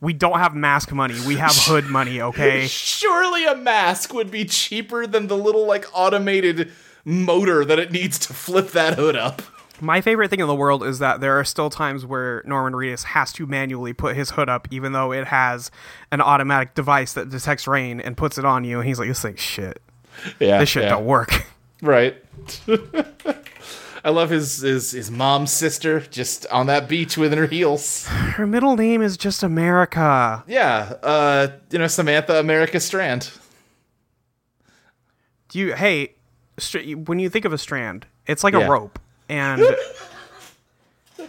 [SPEAKER 3] we don't have mask money. We have hood money, okay?
[SPEAKER 5] Surely a mask would be cheaper than the little like automated motor that it needs to flip that hood up.
[SPEAKER 3] My favorite thing in the world is that there are still times where Norman Reedus has to manually put his hood up even though it has an automatic device that detects rain and puts it on you and he's like this thing's shit.
[SPEAKER 5] Yeah,
[SPEAKER 3] This shit don't work.
[SPEAKER 5] Right. I love his his his mom's sister just on that beach within her heels.
[SPEAKER 3] Her middle name is just America.
[SPEAKER 5] Yeah, uh, you know Samantha America Strand.
[SPEAKER 3] Do you hey, str- when you think of a strand, it's like
[SPEAKER 5] Yeah.
[SPEAKER 3] a rope and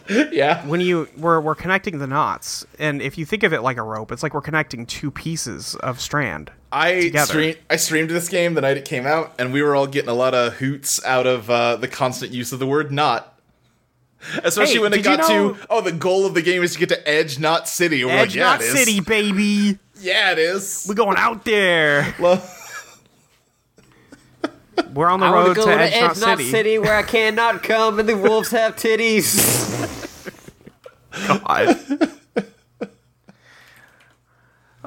[SPEAKER 5] Yeah,
[SPEAKER 3] when you we're, we're connecting the knots and if you think of it like a rope it's like we're connecting two pieces of strand
[SPEAKER 5] I
[SPEAKER 3] Together.
[SPEAKER 5] stream, I streamed this game the night it came out, and we were all getting a lot of hoots out of uh, the constant use of the word "not," especially
[SPEAKER 3] Hey,
[SPEAKER 5] when it
[SPEAKER 3] did you
[SPEAKER 5] got
[SPEAKER 3] know-
[SPEAKER 5] to oh, the goal of the game is to get to Edge Not City. We're
[SPEAKER 3] edge
[SPEAKER 5] like, yeah,
[SPEAKER 3] knot
[SPEAKER 5] it is.
[SPEAKER 3] city baby
[SPEAKER 5] Yeah, it is.
[SPEAKER 3] we're going out there
[SPEAKER 5] Lo-
[SPEAKER 3] we're on the
[SPEAKER 2] I want to
[SPEAKER 3] road
[SPEAKER 2] go
[SPEAKER 3] to,
[SPEAKER 2] to
[SPEAKER 3] edge knot
[SPEAKER 2] Edgenot
[SPEAKER 3] city,
[SPEAKER 2] City. where I cannot come and the wolves have titties.
[SPEAKER 3] God.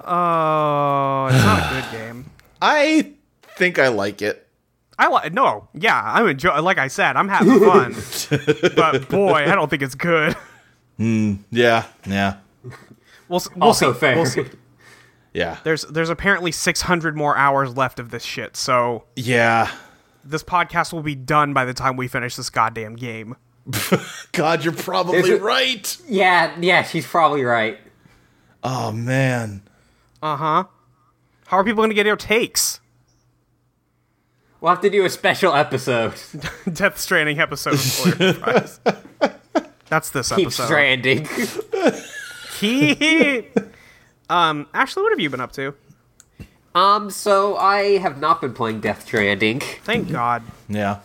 [SPEAKER 3] oh it's not a good game
[SPEAKER 5] I think I like it.
[SPEAKER 3] i like no yeah i'm enjoying like i said i'm having fun but boy i don't think it's good
[SPEAKER 5] Yeah, yeah,
[SPEAKER 3] we'll, s- we'll see
[SPEAKER 2] fair.
[SPEAKER 3] we'll see
[SPEAKER 5] yeah,
[SPEAKER 3] there's there's apparently 600 more hours left of this shit so
[SPEAKER 5] yeah.
[SPEAKER 3] this podcast will be done by the time we finish this goddamn game.
[SPEAKER 5] God, you're probably
[SPEAKER 2] it-
[SPEAKER 5] right.
[SPEAKER 2] Yeah, yeah, she's probably right.
[SPEAKER 5] Oh man,
[SPEAKER 3] How are people going to get their takes?
[SPEAKER 2] We'll have to do a special episode.
[SPEAKER 3] Death Stranding episode. of Spoiler Prize. That's this
[SPEAKER 2] Keep
[SPEAKER 3] episode.
[SPEAKER 2] stranding.
[SPEAKER 3] Keep. um, Ashley, what have you been up to?
[SPEAKER 2] um, so I have not been playing Death Stranding.
[SPEAKER 3] Thank God.
[SPEAKER 5] yeah.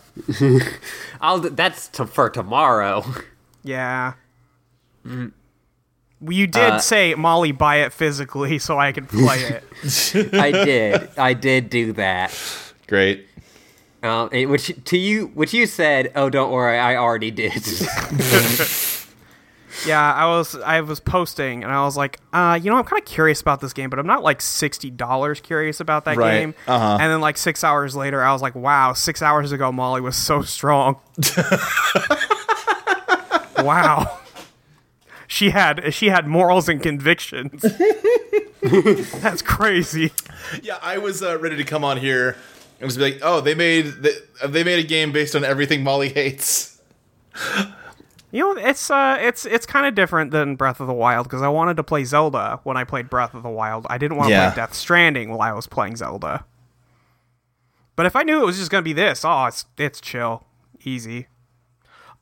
[SPEAKER 2] I'll that's to, for tomorrow.
[SPEAKER 3] Yeah. Well, You did say Molly buy it physically so I can play it.
[SPEAKER 2] I did, I did do that.
[SPEAKER 5] Great.
[SPEAKER 2] Um, and which to you, which you said, oh, don't worry, I already did.
[SPEAKER 3] yeah, I was I was posting and I was like, uh, you know, I'm kind of curious about this game, but I'm not like sixty dollars curious about that
[SPEAKER 5] Right,
[SPEAKER 3] game.
[SPEAKER 5] uh-huh.
[SPEAKER 3] And then like six hours later, I was like, wow, six hours ago, Molly was so strong. wow, she had she had morals and convictions. That's crazy.
[SPEAKER 5] Yeah, I was uh, ready to come on here and just be like, "Oh, they made they, they made a game based on everything Molly hates."
[SPEAKER 3] You know, it's uh, it's it's kind of different than Breath of the Wild because I wanted to play Zelda when I played Breath of the Wild. I didn't want to
[SPEAKER 5] Yeah.
[SPEAKER 3] play Death Stranding while I was playing Zelda. But if I knew it was just gonna be this, oh, it's it's chill, easy.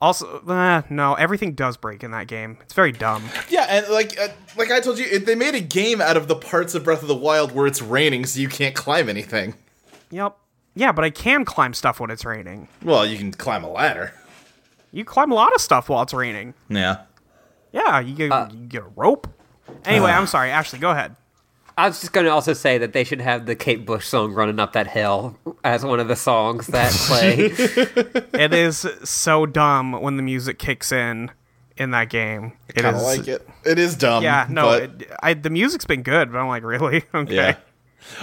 [SPEAKER 3] Also, uh, no, everything does break in that game. It's very dumb.
[SPEAKER 5] Yeah, and like uh, like I told you, it, they made a game out of the parts of Breath of the Wild where it's raining, so you can't climb anything.
[SPEAKER 3] Yep. Yeah, but I can climb stuff when it's raining.
[SPEAKER 5] Well, you can climb a ladder.
[SPEAKER 3] You climb a lot of stuff while it's raining.
[SPEAKER 5] Yeah.
[SPEAKER 3] Yeah, you get, you get a rope. Anyway, I'm sorry, Ashley. Go ahead.
[SPEAKER 2] I was just going to also say that they should have the Kate Bush song "Running Up That Hill" as one of the songs that play.
[SPEAKER 3] it is so dumb when the music kicks in in that game. It
[SPEAKER 5] I
[SPEAKER 3] is-
[SPEAKER 5] like it. It is dumb.
[SPEAKER 3] Yeah, no,
[SPEAKER 5] but-
[SPEAKER 3] it, I, the music's been good, but I'm like, really? Okay.
[SPEAKER 5] yeah.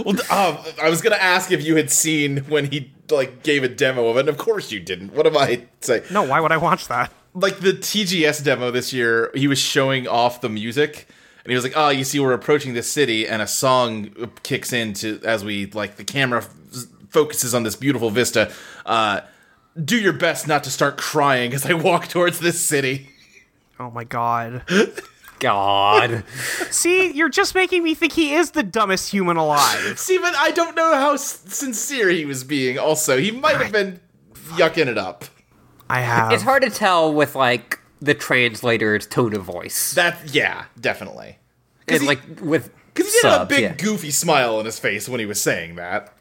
[SPEAKER 5] Well, th- um, I was gonna ask if you had seen when he like gave a demo of it, and of course you didn't. What am I saying?
[SPEAKER 3] No, why would I watch that?
[SPEAKER 5] like the TGS demo this year, he was showing off the music, and he was like, "Oh, you see, we're approaching this city, and a song kicks in to as we like the camera f- focuses on this beautiful vista. Uh, do your best not to start crying as I walk towards this city."
[SPEAKER 3] Oh my god.
[SPEAKER 2] God,
[SPEAKER 3] See, you're just making me think he is the dumbest human alive.
[SPEAKER 5] Steven, I don't know how s- sincere he was being. Also, he might have been yucking it up.
[SPEAKER 3] I have.
[SPEAKER 2] it's hard to tell with like the translator's tone of voice.
[SPEAKER 5] That yeah, definitely.
[SPEAKER 2] And,
[SPEAKER 5] he-
[SPEAKER 2] like with
[SPEAKER 5] Because he did have a
[SPEAKER 2] subs,
[SPEAKER 5] big
[SPEAKER 2] yeah.
[SPEAKER 5] goofy smile on his face when he was saying that.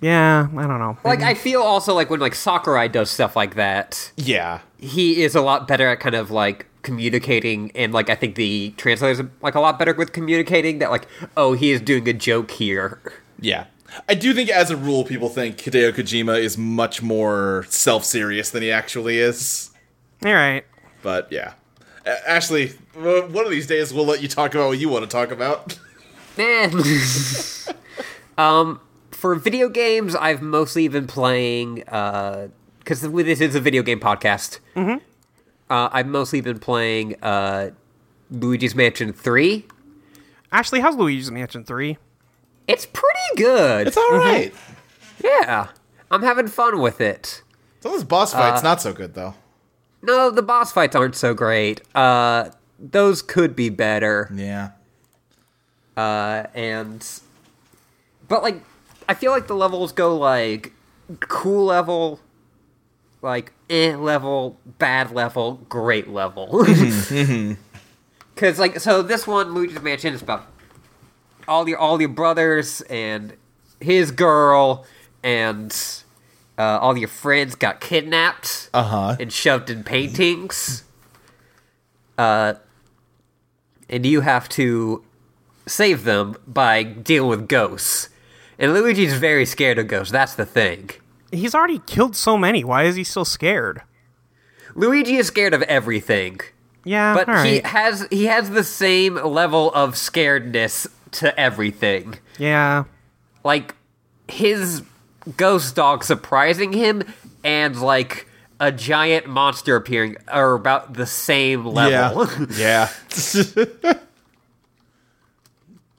[SPEAKER 3] Yeah, I don't know.
[SPEAKER 2] Like I feel also like when like Sakurai does stuff like that,
[SPEAKER 5] Yeah.
[SPEAKER 2] he is a lot better at kind of like communicating and like I think the translators are, like a lot better with communicating that like oh he is doing a joke here.
[SPEAKER 5] Yeah. I do think, as a rule, people think Hideo Kojima is much more self serious than he actually is.
[SPEAKER 3] All right.
[SPEAKER 5] But yeah. A- Ashley, w- one of these days we'll let you talk about what you want to talk about.
[SPEAKER 2] Man. um for video games I've mostly been playing uh cuz this is a video game podcast. Mhm. Uh I've mostly been playing uh Luigi's Mansion 3.
[SPEAKER 3] Ashley, how's Luigi's Mansion 3?
[SPEAKER 2] It's pretty good.
[SPEAKER 5] It's all right.
[SPEAKER 2] yeah. I'm having fun with it.
[SPEAKER 5] Some of those boss fights not so good though.
[SPEAKER 2] No, the boss fights aren't so great. Uh, those could be better.
[SPEAKER 5] Yeah.
[SPEAKER 2] Uh, and but like, I feel like the levels go like cool level, like eh level, bad level, great level. Because like, so this one, Luigi's Mansion, is about all your all your brothers and his girl and uh, all your friends got kidnapped
[SPEAKER 5] huh.
[SPEAKER 2] and shoved in paintings. Uh, and you have to save them by dealing with ghosts. And Luigi's very scared of ghosts. That's the thing.
[SPEAKER 3] He's already killed so many. Why is he still scared?
[SPEAKER 2] Luigi is scared of everything,
[SPEAKER 3] Yeah,
[SPEAKER 2] but
[SPEAKER 3] all
[SPEAKER 2] he
[SPEAKER 3] right.
[SPEAKER 2] has he has the same level of scaredness to everything.
[SPEAKER 3] yeah.
[SPEAKER 2] like his ghost dog surprising him and like a giant monster appearing are about the same level.
[SPEAKER 5] Yeah.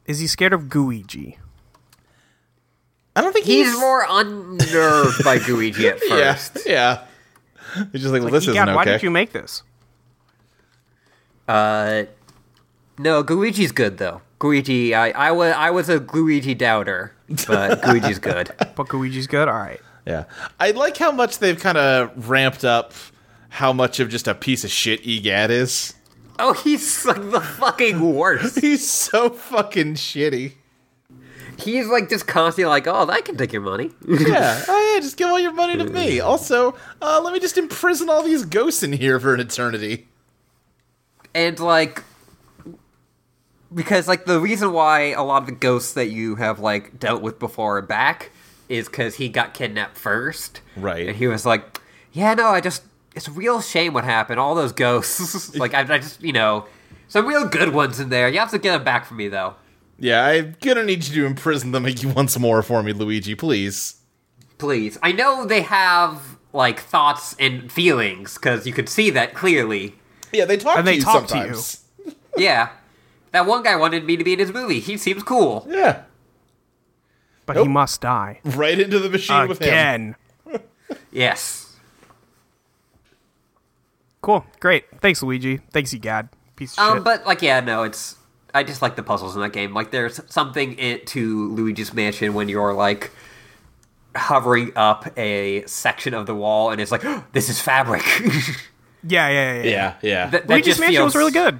[SPEAKER 3] Is he scared of Guigi?
[SPEAKER 5] I don't think
[SPEAKER 2] He's more unnerved by Guigi at
[SPEAKER 5] Yeah.
[SPEAKER 2] first.
[SPEAKER 5] Yeah. He's just like, well, this
[SPEAKER 3] Egad,
[SPEAKER 5] isn't
[SPEAKER 3] why
[SPEAKER 5] okay.
[SPEAKER 3] did you make this?
[SPEAKER 2] Uh, no, Guigi's good though. Guigi, I, I was I was a Guigi doubter, but Guigi's good.
[SPEAKER 3] But Guigi's good? All right.
[SPEAKER 5] Yeah. I like how much they've kind of ramped up how much of just a piece of shit Egad is.
[SPEAKER 2] Oh, he's like the fucking worst.
[SPEAKER 5] He's so fucking shitty.
[SPEAKER 2] He's like just constantly like, oh, I can take your money.
[SPEAKER 5] Yeah. Oh, yeah, just give all your money to me. Also, uh, let me just imprison all these ghosts in here for an eternity.
[SPEAKER 2] and like because like the reason why a lot of the ghosts that you have like dealt with before are back is because he got kidnapped first
[SPEAKER 5] Right.
[SPEAKER 2] and he was like yeah no i just it's a real shame what happened all those ghosts like I, I just you know some real good ones in there you have to get them back for me though
[SPEAKER 5] Yeah, I'm gonna need you to imprison them once more for me, Luigi, please.
[SPEAKER 2] please i know they have like thoughts and feelings because you could see that clearly
[SPEAKER 5] Yeah, they talk
[SPEAKER 3] And
[SPEAKER 5] to
[SPEAKER 3] they
[SPEAKER 5] you
[SPEAKER 3] talk to you.
[SPEAKER 5] sometimes.
[SPEAKER 2] yeah that one guy wanted me to be in his movie he seems cool
[SPEAKER 5] Yeah.
[SPEAKER 3] But
[SPEAKER 5] Nope.
[SPEAKER 3] he must die.
[SPEAKER 5] Right into the machine with him.
[SPEAKER 3] Again.
[SPEAKER 2] yes
[SPEAKER 3] Cool. Great. Thanks, Luigi. Thanks, Egad. Piece of
[SPEAKER 2] Um,
[SPEAKER 3] shit.
[SPEAKER 2] but like, yeah, no, it's. I just like the puzzles in that game. Like, there's something in, to Luigi's Mansion when you're like hovering up a section of the wall, and it's like, "Oh, this is fabric.
[SPEAKER 3] yeah, yeah, yeah, yeah.
[SPEAKER 5] Yeah, yeah.
[SPEAKER 2] That- that
[SPEAKER 3] Luigi's
[SPEAKER 2] just
[SPEAKER 3] Mansion
[SPEAKER 2] feels-
[SPEAKER 3] was really good.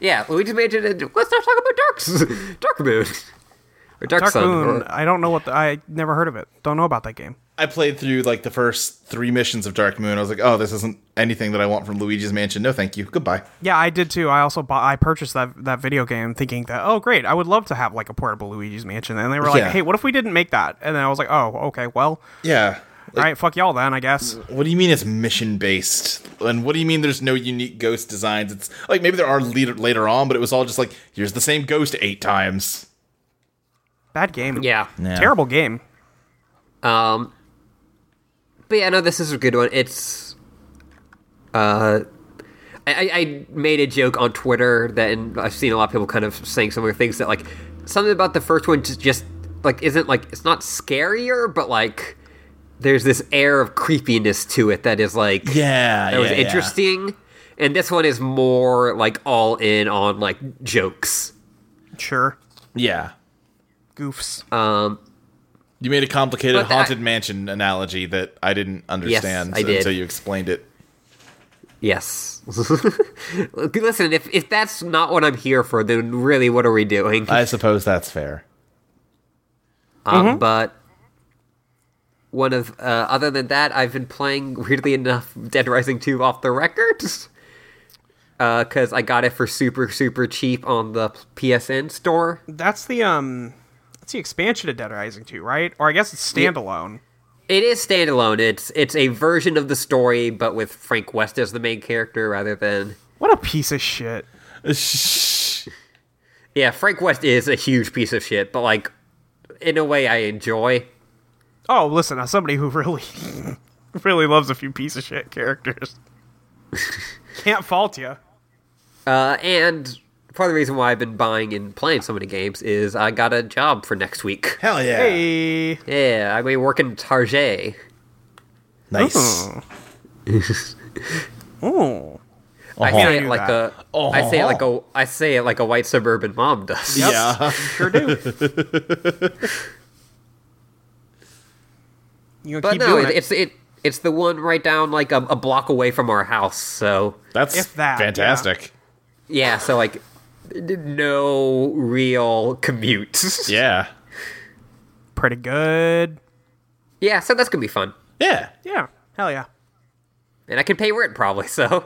[SPEAKER 2] Yeah, Luigi's Mansion. And, let's not talk about Dark's Dark Moon or Dark,
[SPEAKER 3] Dark
[SPEAKER 2] Sun.
[SPEAKER 3] Moon.
[SPEAKER 2] or-
[SPEAKER 3] I don't know what the, I never heard of it. Don't know about that game.
[SPEAKER 5] I played through like the first three missions of Dark Moon. I was like, oh, this isn't anything that I want from Luigi's Mansion. No, thank you. Goodbye.
[SPEAKER 3] Yeah, I did too. I also bought, I purchased that that video game thinking that oh great, I would love to have like a portable Luigi's Mansion. And they were like,
[SPEAKER 5] Yeah.
[SPEAKER 3] hey, what if we didn't make that? And then I was like, oh okay, well,
[SPEAKER 5] Yeah.
[SPEAKER 3] all right, fuck y'all then, I guess.
[SPEAKER 5] What do you mean it's mission based? And what do you mean there's no unique ghost designs? It's like maybe there are later, later on, but it was all just like here's the same ghost eight times.
[SPEAKER 3] Bad game.
[SPEAKER 2] Yeah.
[SPEAKER 5] Yeah.
[SPEAKER 3] terrible game.
[SPEAKER 2] Um, but yeah, no, this is a good one. It's, uh, I, I- I made a joke on Twitter that, and I've seen a lot of people kind of saying similar things that like something about the first one just, just like isn't like it's not scarier, but like there's this air of creepiness to it that is like
[SPEAKER 4] Yeah,
[SPEAKER 2] that was
[SPEAKER 4] yeah, yeah.
[SPEAKER 2] interesting. And this one is more like all in on like jokes.
[SPEAKER 3] Sure,
[SPEAKER 4] Yeah.
[SPEAKER 3] goofs.
[SPEAKER 2] Uh.
[SPEAKER 5] You made a complicated
[SPEAKER 2] But that-
[SPEAKER 5] haunted mansion analogy that I didn't understand
[SPEAKER 2] I did.
[SPEAKER 5] until you explained it.
[SPEAKER 2] Yes. Listen, if if that's not what I'm here for, then really, what are we doing?
[SPEAKER 5] I suppose that's fair.
[SPEAKER 2] Um, But one of uh, other than that, I've been playing weirdly enough Dead Rising two off the record because I got it for super super cheap on the PSN store.
[SPEAKER 3] that's the um, that's the expansion of Dead Rising two, right? Or I guess it's standalone.
[SPEAKER 2] It is standalone. It's it's a version of the story, but with Frank West as the main character rather than
[SPEAKER 3] What a piece of shit.
[SPEAKER 2] yeah. Frank West is a huge piece of shit, but like in a way, I enjoy.
[SPEAKER 3] Oh, listen, as somebody who really, really loves a few piece of shit characters, can't fault you.
[SPEAKER 2] Uh, and part of the reason why I've been buying and playing so many games is I got a job for next week.
[SPEAKER 5] Hell yeah.
[SPEAKER 3] Hey,
[SPEAKER 2] Yeah, I'm gonna be working Target.
[SPEAKER 4] Nice.
[SPEAKER 3] oh,
[SPEAKER 2] I
[SPEAKER 3] Yeah, I
[SPEAKER 2] say it
[SPEAKER 3] knew
[SPEAKER 2] like
[SPEAKER 3] that.
[SPEAKER 2] a I say it like a I say it like a white suburban mom does.
[SPEAKER 5] Yeah.
[SPEAKER 3] sure do. you gonna
[SPEAKER 2] But
[SPEAKER 3] keep
[SPEAKER 2] no,
[SPEAKER 3] doing
[SPEAKER 2] it,
[SPEAKER 3] it,
[SPEAKER 2] it's it it's the one right down like a, a block away from our house. So
[SPEAKER 5] That's
[SPEAKER 3] If that,
[SPEAKER 5] fantastic.
[SPEAKER 2] yeah, so like d- no real commute.
[SPEAKER 5] Yeah.
[SPEAKER 3] pretty good.
[SPEAKER 2] yeah, so that's gonna be fun,
[SPEAKER 5] yeah.
[SPEAKER 3] Yeah, hell yeah.
[SPEAKER 2] and I can pay rent probably. So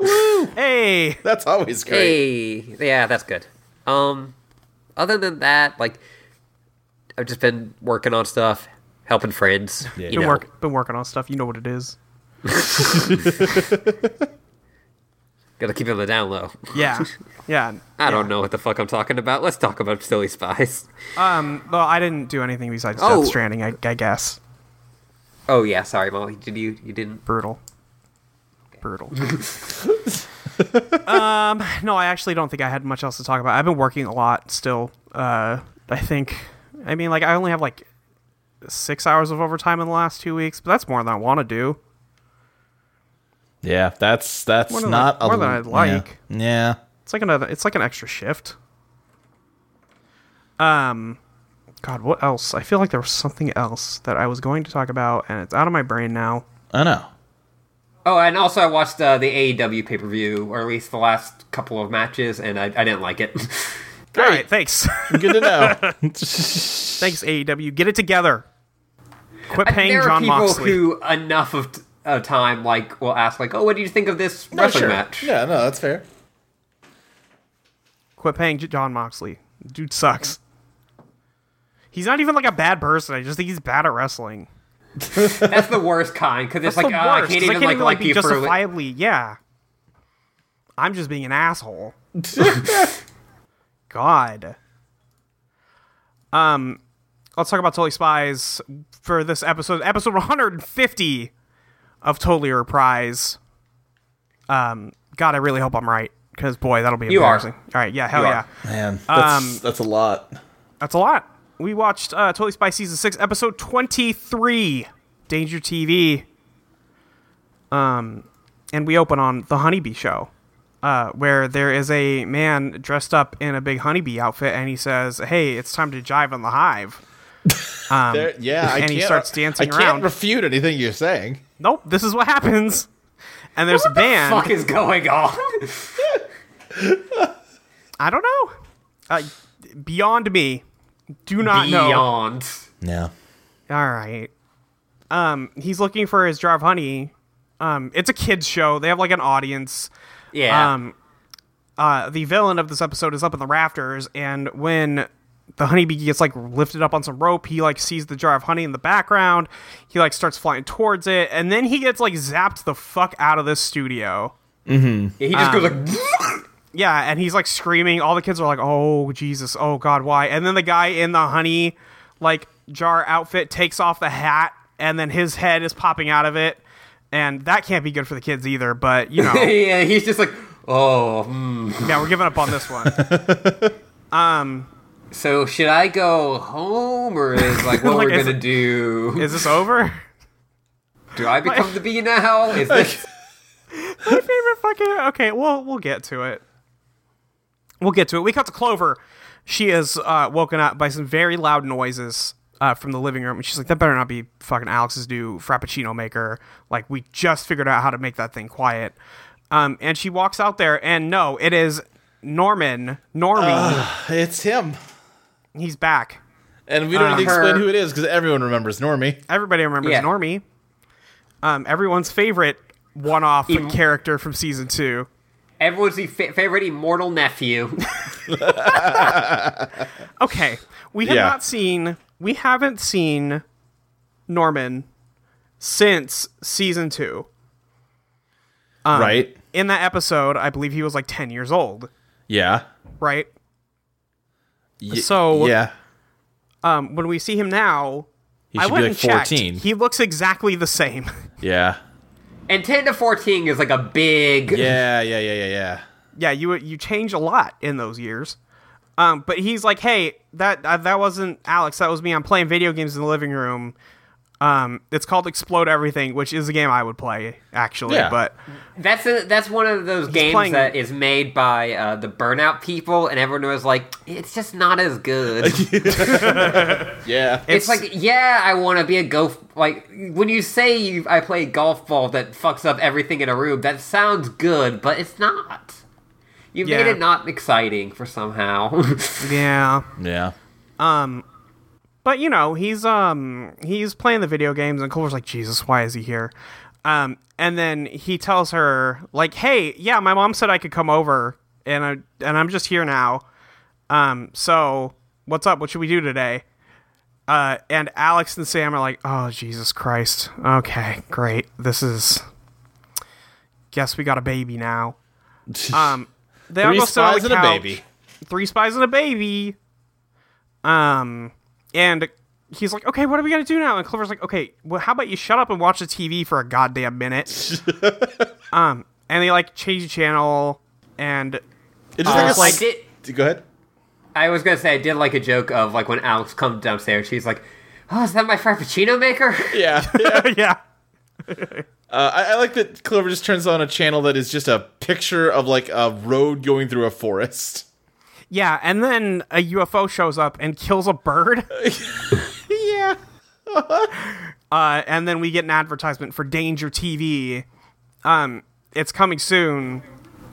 [SPEAKER 3] Hey,
[SPEAKER 5] That's always great.
[SPEAKER 2] hey, yeah, that's good. Um, other than that, like I've just been working on stuff, helping friends. Yeah, you
[SPEAKER 3] been
[SPEAKER 2] know.
[SPEAKER 3] work, been working on stuff. You know what it is.
[SPEAKER 2] Gotta keep it on the down low.
[SPEAKER 3] Yeah, yeah.
[SPEAKER 2] I don't know what the fuck I'm talking about. Let's talk about Silly Spies.
[SPEAKER 3] Um, well, I didn't do anything besides
[SPEAKER 2] Oh.
[SPEAKER 3] Death Stranding. I, I guess
[SPEAKER 2] Oh yeah, sorry, Molly. Did you you didn't?
[SPEAKER 3] brutal, brutal. um, no, I actually don't think I had much else to talk about. I've been working a lot still. Uh, I think, I mean, like I only have like six hours of overtime in the last two weeks, but that's more than I want to do.
[SPEAKER 4] Yeah, that's that's
[SPEAKER 3] More than
[SPEAKER 4] not
[SPEAKER 3] I- more
[SPEAKER 4] a,
[SPEAKER 3] than I'd like.
[SPEAKER 4] Yeah. yeah.
[SPEAKER 3] It's like another. It's like an extra shift. Um, God, what else? I feel like there was something else that I was going to talk about, and it's out of my brain now.
[SPEAKER 4] I know.
[SPEAKER 2] Oh, and also I watched uh, the AEW pay per view, or at least the last couple of matches, and I, I didn't like it.
[SPEAKER 3] All right, thanks.
[SPEAKER 4] Good to know.
[SPEAKER 3] Thanks, AEW. Get it together. Quit paying
[SPEAKER 2] there are
[SPEAKER 3] John
[SPEAKER 2] people
[SPEAKER 3] Moxley.
[SPEAKER 2] who enough of t- uh, time like will ask like, oh, what do you think of this
[SPEAKER 5] No,
[SPEAKER 2] wrestling
[SPEAKER 5] Oh, sure.
[SPEAKER 2] match?
[SPEAKER 5] Yeah, no, that's fair.
[SPEAKER 3] Quit paying J- John Moxley. Dude sucks. He's not even like a bad person. I just think he's bad at wrestling.
[SPEAKER 2] That's the worst kind because it's
[SPEAKER 3] That's
[SPEAKER 2] like
[SPEAKER 3] the
[SPEAKER 2] oh, I
[SPEAKER 3] worst.
[SPEAKER 2] can't
[SPEAKER 3] 'cause
[SPEAKER 2] even like like
[SPEAKER 3] be
[SPEAKER 2] you for
[SPEAKER 3] justifiably. Yeah, I'm just being an asshole. God. Um, let's talk about Totally Spies for this episode, episode 150 of Totally Reprise. Um, God, I really hope I'm right because boy, that'll be
[SPEAKER 2] You are.
[SPEAKER 3] embarrassing. All right, yeah, hell
[SPEAKER 2] You are.
[SPEAKER 3] Oh, yeah.
[SPEAKER 4] Man, that's
[SPEAKER 3] Um,
[SPEAKER 4] that's a lot.
[SPEAKER 3] That's a lot. We watched uh, Totally Spies season six, episode twenty-three, Danger TV. Um, and we open on the honeybee show, uh, where there is a man dressed up in a big honeybee outfit, and he says, "Hey, it's time to jive on the hive."
[SPEAKER 5] There- yeah, I
[SPEAKER 3] um, and
[SPEAKER 5] can't,
[SPEAKER 3] he starts dancing
[SPEAKER 5] I can't
[SPEAKER 3] around.
[SPEAKER 5] refute anything you're saying.
[SPEAKER 3] Nope, this is what happens. And there's a band.
[SPEAKER 2] fuck is going on?
[SPEAKER 3] I don't know. Uh, beyond me, do not know.
[SPEAKER 2] Beyond.
[SPEAKER 4] Yeah.
[SPEAKER 3] All right. um, he's looking for his jar of honey. Um, it's a kids show. They have like an audience.
[SPEAKER 2] Yeah.
[SPEAKER 3] Um, uh, the villain of this episode is up in the rafters, and when the honeybee gets like lifted up on some rope, he like sees the jar of honey in the background. He like starts flying towards it, and then he gets like zapped the fuck out of this studio.
[SPEAKER 2] he just goes
[SPEAKER 3] um,
[SPEAKER 2] like,
[SPEAKER 3] Yeah, and he's like screaming. All the kids are like, "Oh Jesus! Oh God! Why?" And then the guy in the honey like jar outfit takes off the hat, and then his head is popping out of it, and that can't be good for the kids either. But you know,
[SPEAKER 2] yeah, he's just like, oh. hmm.
[SPEAKER 3] yeah, we're giving up on this one.
[SPEAKER 2] So should I go home, or is like what
[SPEAKER 3] Like,
[SPEAKER 2] we're
[SPEAKER 3] is
[SPEAKER 2] gonna
[SPEAKER 3] it-
[SPEAKER 2] do?
[SPEAKER 3] Is this over?
[SPEAKER 2] do I become the bee now? Is this?
[SPEAKER 3] My favorite fucking. Okay, well, we'll get to it. We'll get to it. We cut to Clover. She is uh, woken up by some very loud noises uh, from the living room, and she's like, "That better not be fucking Alex's new frappuccino maker. Like, we just figured out how to make that thing quiet." Um, and she walks out there, and no, it is Norman. Normie.
[SPEAKER 5] It's him.
[SPEAKER 3] He's back.
[SPEAKER 5] And we don't
[SPEAKER 3] Uh,
[SPEAKER 5] need to
[SPEAKER 2] her.
[SPEAKER 5] explain who it is because everyone remembers Normie.
[SPEAKER 3] Everybody remembers
[SPEAKER 2] Yeah.
[SPEAKER 3] Normie. Um, everyone's favorite one-off
[SPEAKER 2] Even-
[SPEAKER 3] character from season two.
[SPEAKER 2] Everyone's the fa- favorite immortal nephew.
[SPEAKER 3] okay we have
[SPEAKER 5] Yeah.
[SPEAKER 3] not seen we haven't seen norman since season two Um,
[SPEAKER 5] right?
[SPEAKER 3] in that episode i believe he was like 10 years old
[SPEAKER 5] Yeah.
[SPEAKER 3] right
[SPEAKER 5] Y-
[SPEAKER 3] So-
[SPEAKER 5] yeah,
[SPEAKER 3] um when we see him now
[SPEAKER 5] he
[SPEAKER 3] i
[SPEAKER 5] should
[SPEAKER 3] went
[SPEAKER 5] be like
[SPEAKER 3] and checked.
[SPEAKER 5] fourteen.
[SPEAKER 3] he looks exactly the same
[SPEAKER 5] yeah,
[SPEAKER 2] and ten to fourteen is like a big.
[SPEAKER 5] yeah, yeah, yeah, yeah, yeah.
[SPEAKER 3] yeah you you change a lot in those years um but he's like hey that uh, that wasn't alex that was me i'm playing video games in the living room um it's called explode everything which is a game i would play actually
[SPEAKER 5] Yeah.
[SPEAKER 3] but
[SPEAKER 2] That's a, that's one of those games
[SPEAKER 3] playing-
[SPEAKER 2] that is made by uh, the Burnout people, and everyone was like, "It's just not as good." it's,
[SPEAKER 5] Yeah.
[SPEAKER 2] like, yeah, I want to be a golf. Like when you say you, I play golf ball that fucks up everything in a room, that sounds good, but it's not. You made
[SPEAKER 3] Yeah.
[SPEAKER 2] it not exciting for somehow.
[SPEAKER 3] yeah
[SPEAKER 5] yeah.
[SPEAKER 3] but you know he's um he's playing the video games and Clover's like Jesus why is he here um and then he tells her like hey yeah my mom said I could come over and I and I'm just here now um so what's up what should we do today uh and Alex and Sam are like oh Jesus Christ okay great this is guess we got a baby now um they all
[SPEAKER 5] Three
[SPEAKER 3] go sit on
[SPEAKER 5] spies
[SPEAKER 3] the
[SPEAKER 5] and a
[SPEAKER 3] couch.
[SPEAKER 5] baby.
[SPEAKER 3] three spies and a baby um and he's like, okay, what are we gonna do now? And Clover's like, okay, well, how about you shut up and watch the TV for a goddamn minute? um, and they like change the channel, and
[SPEAKER 5] It just
[SPEAKER 2] Uh,
[SPEAKER 5] like, a
[SPEAKER 2] I
[SPEAKER 5] s-
[SPEAKER 2] did.
[SPEAKER 5] Go ahead.
[SPEAKER 2] I was gonna say I did like a joke of like when Alex comes downstairs, she's like, "Oh, is that my frappuccino maker?"
[SPEAKER 5] Yeah. yeah.
[SPEAKER 3] yeah,
[SPEAKER 5] Uh, I, I like that Clover just turns on a channel that is just a picture of like a road going through a forest.
[SPEAKER 3] yeah, and then a UFO shows up and kills a bird,
[SPEAKER 5] Yeah.
[SPEAKER 3] uh, and then we get an advertisement for Danger TV. Um, it's coming soon.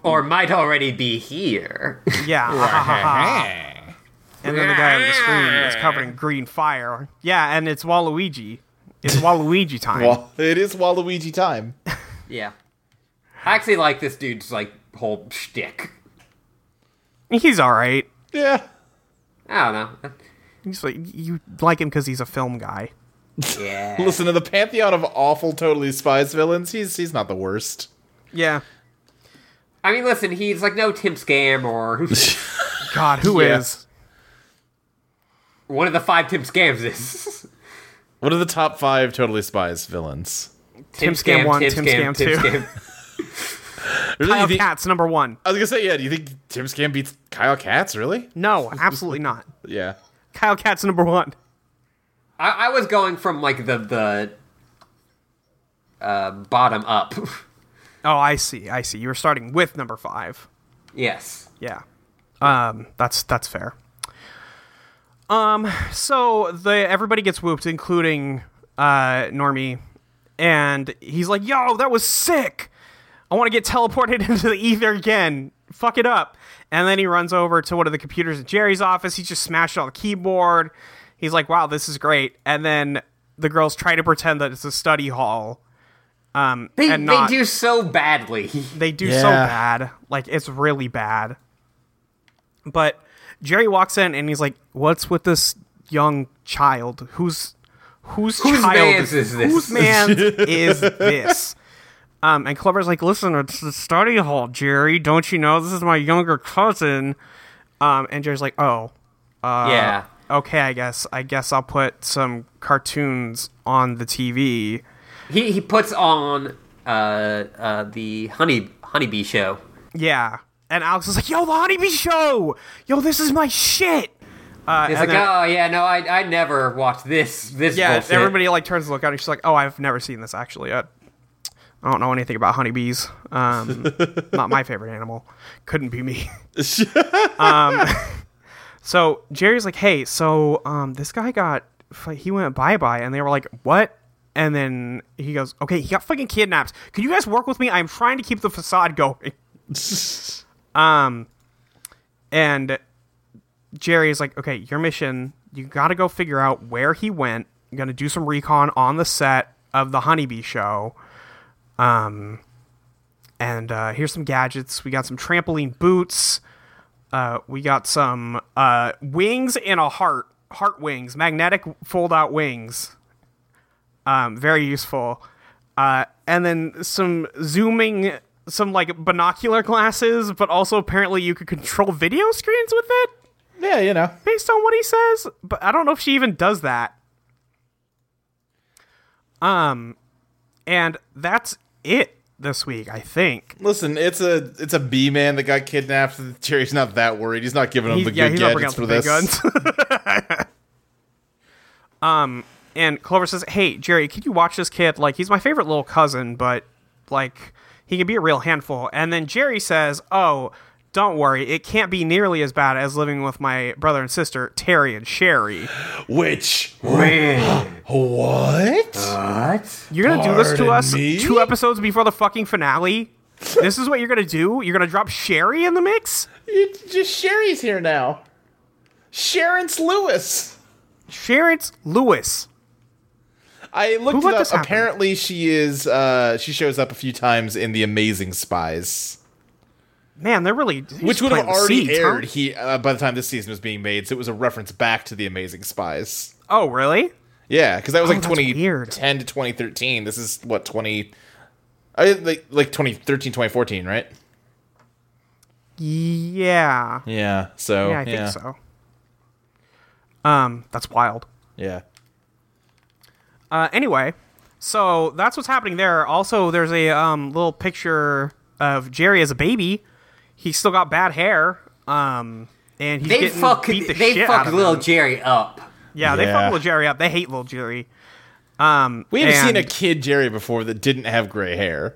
[SPEAKER 2] or might already be here.
[SPEAKER 3] Yeah. ah, ha, ha, ha, ha. and then the guy on the screen is covered in green fire. Yeah, and it's Waluigi. It's Waluigi time.
[SPEAKER 5] Well, it is Waluigi time.
[SPEAKER 2] yeah, I actually like this dude's like whole shtick.
[SPEAKER 3] He's all right.
[SPEAKER 5] Yeah.
[SPEAKER 2] I don't know.
[SPEAKER 3] He's like you like him because he's a film guy.
[SPEAKER 2] Yeah.
[SPEAKER 5] Listen to the pantheon of awful, totally spies villains. He's he's not the worst.
[SPEAKER 3] Yeah.
[SPEAKER 2] I mean, listen, he's like no Tim Scam or
[SPEAKER 3] God, who is?
[SPEAKER 5] Yeah.
[SPEAKER 2] one of the five Tim Scams is.
[SPEAKER 5] What are the top five totally spies villains?
[SPEAKER 3] Tim Scam one, Tim Scam two.
[SPEAKER 2] Scam.
[SPEAKER 5] Really,
[SPEAKER 3] Kyle
[SPEAKER 5] you think-
[SPEAKER 3] Katz number one?
[SPEAKER 5] I was gonna say, yeah. Do you think Tim Scam beats Kyle Katz? Really?
[SPEAKER 3] No, absolutely not.
[SPEAKER 5] Yeah.
[SPEAKER 3] Kyle Katz number one.
[SPEAKER 2] I, I was going from like the the uh, bottom up.
[SPEAKER 3] Oh, I see. I see. You were starting with number five.
[SPEAKER 2] yes.
[SPEAKER 3] Yeah. Um, that's that's fair. Um, so the everybody gets whooped, including uh Normie, and he's like, "Yo, that was sick! I want to get teleported into the ether again. Fuck it up!" And then he runs over to one of the computers at Jerry's office. He just smashed all the keyboard. He's like, "Wow, this is great!" And then the girls try to pretend that it's a study hall. Um,
[SPEAKER 2] They,
[SPEAKER 3] and not,
[SPEAKER 2] they do so badly.
[SPEAKER 3] they do so
[SPEAKER 4] Yeah.
[SPEAKER 3] bad. Like it's really bad. But Jerry walks in and he's like, "What's with this young child? Who's whose
[SPEAKER 2] Whose
[SPEAKER 3] child
[SPEAKER 2] man's is this?"
[SPEAKER 3] Whose man's is this?" Um, and Clever's like, "Listen, it's the study hall, Jerry. Don't you know this is my younger cousin?" Um, and Jerry's like, "Oh,
[SPEAKER 2] yeah.
[SPEAKER 3] okay, I guess. I guess I'll put some cartoons on the TV."
[SPEAKER 2] He he puts on uh uh the honey honeybee show.
[SPEAKER 3] Yeah. And Alex is like, yo, the Honeybee Show! Yo, this is my shit! Uh,
[SPEAKER 2] It's like,
[SPEAKER 3] and then-
[SPEAKER 2] oh yeah, no, I I never watched this this
[SPEAKER 3] yeah,
[SPEAKER 2] bullshit.
[SPEAKER 3] everybody like turns to look out and she's like, oh, I've never seen this actually. I, I don't know anything about honeybees. Um, not my favorite animal. Couldn't be me. um, so Jerry's like, hey, so um, this guy got, fi- he went bye bye. And they were like, what? And then he goes, okay, he got fucking kidnapped. Can you guys work with me? I'm trying to keep the facade going. um, and Jerry is like, okay, your mission, you got to go figure out where he went. I'm going to do some recon on the set of the Honeybee Show. Um, and uh, here's some gadgets. We got some trampoline boots. Uh, we got some uh, wings and a heart, heart wings, magnetic fold out wings. Um, very useful. Uh, and then some zooming, some like binocular glasses, but also apparently you could control video screens with it
[SPEAKER 5] Yeah, you know.
[SPEAKER 3] based on what he says, but I don't know if she even does that. Um, and that's it this week, I think.
[SPEAKER 5] Listen, it's a it's a B man that got kidnapped. Jerry's not that worried. He's not giving him
[SPEAKER 3] He's,
[SPEAKER 5] the
[SPEAKER 3] yeah,
[SPEAKER 5] good
[SPEAKER 3] he's not bringing
[SPEAKER 5] gadgets
[SPEAKER 3] out
[SPEAKER 5] for
[SPEAKER 3] the big guns.
[SPEAKER 5] this.
[SPEAKER 3] um, and Clover says, "Hey, Jerry, could you watch this kid? Like, he's my favorite little cousin, but like, he can be a real handful." And then Jerry says, "Oh." Don't worry, it can't be nearly as bad as living with my brother and sister, Terry and Sherry.
[SPEAKER 4] Which
[SPEAKER 2] Wait,
[SPEAKER 4] what?
[SPEAKER 2] what?
[SPEAKER 3] You're gonna do this to
[SPEAKER 4] Pardon
[SPEAKER 3] us
[SPEAKER 4] me?
[SPEAKER 3] two episodes before the fucking finale. this is what you're gonna do. You're gonna drop Sherry in the mix.
[SPEAKER 5] You- just Sherry's here now. Sharon's Lewis.
[SPEAKER 3] Sherrance Lewis.
[SPEAKER 5] I looked
[SPEAKER 3] Who let
[SPEAKER 5] it
[SPEAKER 3] this
[SPEAKER 5] up.
[SPEAKER 3] happen?
[SPEAKER 5] Apparently, she is. Uh, she shows up a few times in The Amazing Spies,
[SPEAKER 3] Man, they're really they're
[SPEAKER 5] which
[SPEAKER 3] just
[SPEAKER 5] would have
[SPEAKER 3] planting the
[SPEAKER 5] already
[SPEAKER 3] seeds, huh?
[SPEAKER 5] aired. He uh, by the time this season was being made, so it was a reference back to The Amazing Spies.
[SPEAKER 3] Oh, really?
[SPEAKER 5] Yeah, because that was like
[SPEAKER 3] Oh, that's weird.
[SPEAKER 5] 2010 to 2013. This is what 20. I like like 2013, 2014, right?
[SPEAKER 3] Yeah.
[SPEAKER 5] Oh, Yeah. So
[SPEAKER 3] Yeah, I think so. Um, that's wild.
[SPEAKER 5] Yeah.
[SPEAKER 3] Uh, anyway, so that's what's happening there. Also, there's a um, little picture of Jerry as a baby. He's still got bad hair. Um, and he's
[SPEAKER 2] They
[SPEAKER 3] getting
[SPEAKER 2] fuck
[SPEAKER 3] beat the
[SPEAKER 2] they
[SPEAKER 3] shit out
[SPEAKER 2] fuck
[SPEAKER 3] of
[SPEAKER 2] little
[SPEAKER 3] him.
[SPEAKER 2] Jerry up.
[SPEAKER 3] Yeah, they
[SPEAKER 5] Yeah.
[SPEAKER 3] fuck little Jerry up. They hate little Jerry. Um,
[SPEAKER 5] We haven't seen a
[SPEAKER 3] and-
[SPEAKER 5] kid Jerry before that didn't have gray hair.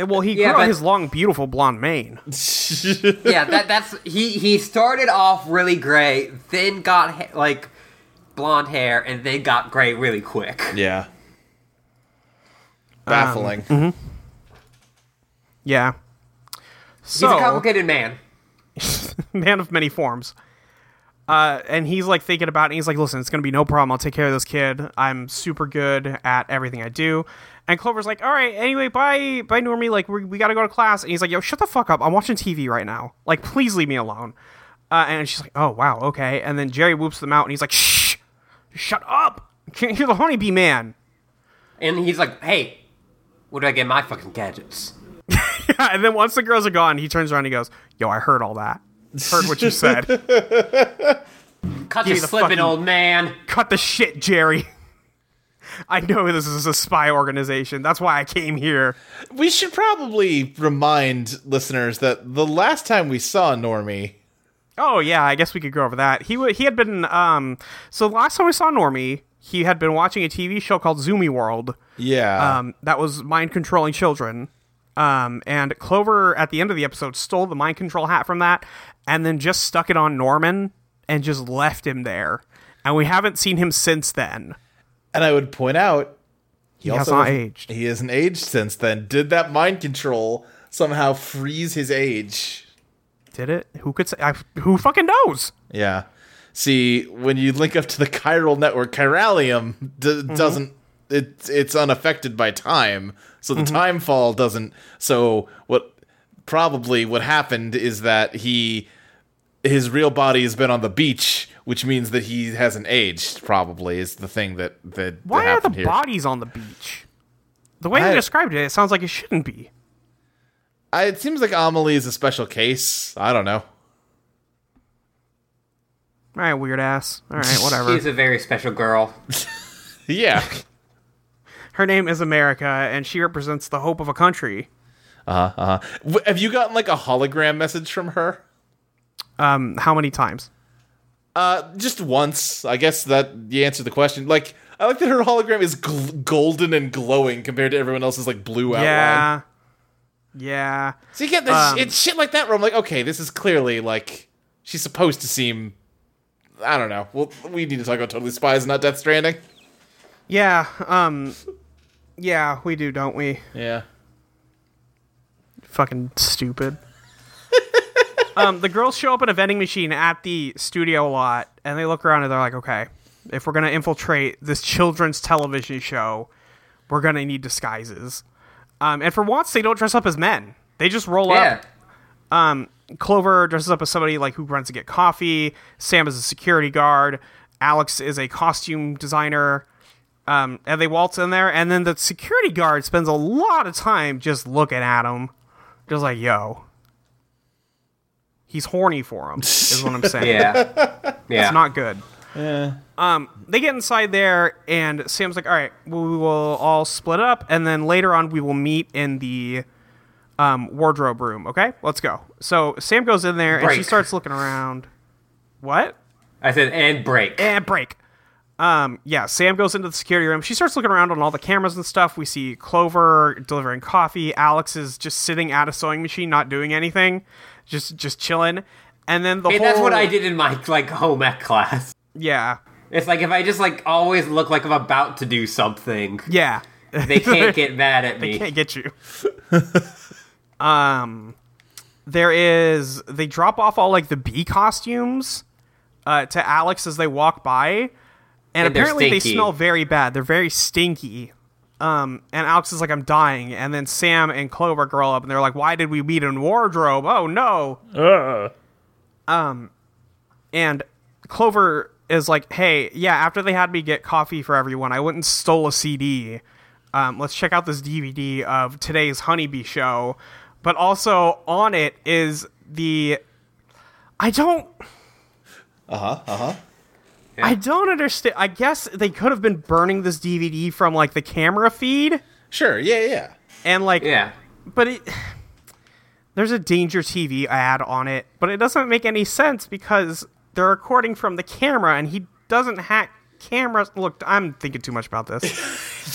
[SPEAKER 3] Uh, Well, he
[SPEAKER 2] Yeah,
[SPEAKER 3] grew out
[SPEAKER 2] but-
[SPEAKER 3] his long, beautiful blonde mane.
[SPEAKER 2] yeah, that that's he he started off really gray, then got ha- like blonde hair, and then got gray really quick.
[SPEAKER 5] Yeah. Baffling.
[SPEAKER 3] Um, Yeah.
[SPEAKER 2] He's
[SPEAKER 3] So,
[SPEAKER 2] a complicated man.
[SPEAKER 3] man of many forms. Uh, and he's like thinking about it. And he's like, listen, it's going to be no problem. I'll take care of this kid. I'm super good at everything I do. And Clover's like, all right, anyway, bye, bye, Normie. Like, we, we got to go to class. And he's like, yo, shut the fuck up. I'm watching TV right now. Like, please leave me alone. Uh, and she's like, oh, wow, okay. And then Jerry whoops them out and he's like, shh, shut up. Can't hear the honeybee man.
[SPEAKER 2] And he's like, hey, where do I get my fucking gadgets?
[SPEAKER 3] and then once the girls are gone, he turns around and he goes, "Yo, I heard all that. Heard what you said.
[SPEAKER 2] Cut
[SPEAKER 3] Give
[SPEAKER 2] your
[SPEAKER 3] me the
[SPEAKER 2] slipping,
[SPEAKER 3] fucking-
[SPEAKER 2] old man.
[SPEAKER 3] Cut the shit, Jerry. I know this is a spy organization. That's why I came here.
[SPEAKER 5] We should probably remind listeners that the last time we saw Normie,
[SPEAKER 3] Oh yeah, I guess we could go over that. He wa he had been um. So last time we saw Normie, he had been watching a TV show called Zoomy World.
[SPEAKER 5] yeah,
[SPEAKER 3] um, that was mind controlling children. Um, and Clover at the end of the episode stole the mind control hat from that, and then just stuck it on Norman and just left him there. And we haven't seen him since then.
[SPEAKER 5] and I would point out
[SPEAKER 3] He, has
[SPEAKER 5] also
[SPEAKER 3] not
[SPEAKER 5] hasn't-
[SPEAKER 3] aged.
[SPEAKER 5] He isn't aged since then. Did that mind control somehow freeze his age?
[SPEAKER 3] Did it? Who could say? I, who fucking knows?
[SPEAKER 5] Yeah. See, when you link up to the chiral network, chiralium d-
[SPEAKER 3] Mm-hmm.
[SPEAKER 5] doesn't it, it's unaffected by time, so the
[SPEAKER 3] Mm-hmm.
[SPEAKER 5] time fall doesn't. So what probably what happened is that he his real body has been on the beach, which means that he hasn't aged. Probably is the thing that that, that
[SPEAKER 3] Why are the
[SPEAKER 5] happened here.
[SPEAKER 3] bodies on the beach? The way
[SPEAKER 5] I-
[SPEAKER 3] they described it, it sounds like it shouldn't be.
[SPEAKER 5] I, it seems like Amelie is a special case. I don't know.
[SPEAKER 3] All right, weird ass. All right, whatever.
[SPEAKER 2] She's a very special girl.
[SPEAKER 5] Yeah.
[SPEAKER 3] Her name is America, and she represents the hope of a country.
[SPEAKER 5] Uh-huh. W- Have you gotten like a hologram message from her?
[SPEAKER 3] Um, how many times?
[SPEAKER 5] Uh, just once. I guess that you answered the question. Like, I like that her hologram is gl- golden and glowing compared to everyone else's like blue outline.
[SPEAKER 3] Yeah, yeah.
[SPEAKER 5] So you get this. it's shit like that where I'm like, okay, this is clearly like she's supposed to seem. I don't know. Well, we need to talk about Totally Spies, not Death Stranding.
[SPEAKER 3] Yeah, um, yeah, we do, don't we?
[SPEAKER 5] Yeah.
[SPEAKER 3] Fucking stupid. um, the girls show up at a vending machine at the studio lot, and they look around and they're like, okay, if we're gonna infiltrate this children's television show, we're gonna need disguises. Um, and for once, they don't dress up as men. They just roll
[SPEAKER 2] Yeah.
[SPEAKER 3] up. Um, Clover dresses up as somebody like who runs to get coffee. Sam is a security guard. Alex is a costume designer. Um, and they waltz in there, and then the security guard spends a lot of time just looking at him, just like yo. He's horny for him, is what I'm saying.
[SPEAKER 2] Yeah. Yeah.
[SPEAKER 3] It's not good. Um, they get inside there, and Sam's like, "All right, we will all split up, and then later on we will meet in the um, wardrobe room. Okay, let's go." So Sam goes in there, and she
[SPEAKER 2] Break.
[SPEAKER 3] starts looking around. What?
[SPEAKER 2] I said, and break.
[SPEAKER 3] And break. Um, yeah, Sam goes into the security room. She starts looking around on all the cameras and stuff. We see Clover delivering coffee. Alex is just sitting at a sewing machine, not doing anything, just just chilling. And then the
[SPEAKER 2] Hey,
[SPEAKER 3] whole
[SPEAKER 2] that's what I did in my like home ec class.
[SPEAKER 3] Yeah,
[SPEAKER 2] It's like if I just like always look like I'm about to do something,
[SPEAKER 3] yeah.
[SPEAKER 2] they can't get mad at me.
[SPEAKER 3] can't get you. um, there is they drop off all like the bee costumes uh, to Alex as they walk by, and,
[SPEAKER 2] And they're
[SPEAKER 3] apparently they
[SPEAKER 2] stinky.
[SPEAKER 3] smell very bad. They're very stinky. Um, and Alex is like, "I'm dying," and then Sam and Clover grow up, and they're like, "Why did we meet in wardrobe? Oh no!" Um, and Clover is like, "Hey, yeah. After they had me get coffee for everyone, I went and stole a CD." um, let's check out this DVD of today's Honeybee Show. But also on it is the. I don't. Uh huh. Uh huh. I don't understand. I guess they could have been burning this DVD from like the camera feed
[SPEAKER 5] Sure. Yeah. Yeah.
[SPEAKER 3] and like.
[SPEAKER 2] Yeah.
[SPEAKER 3] But it. There's a Danger TV ad on it, but it doesn't make any sense because they're recording from the camera and he doesn't hack cameras. Look, I'm thinking too much about this.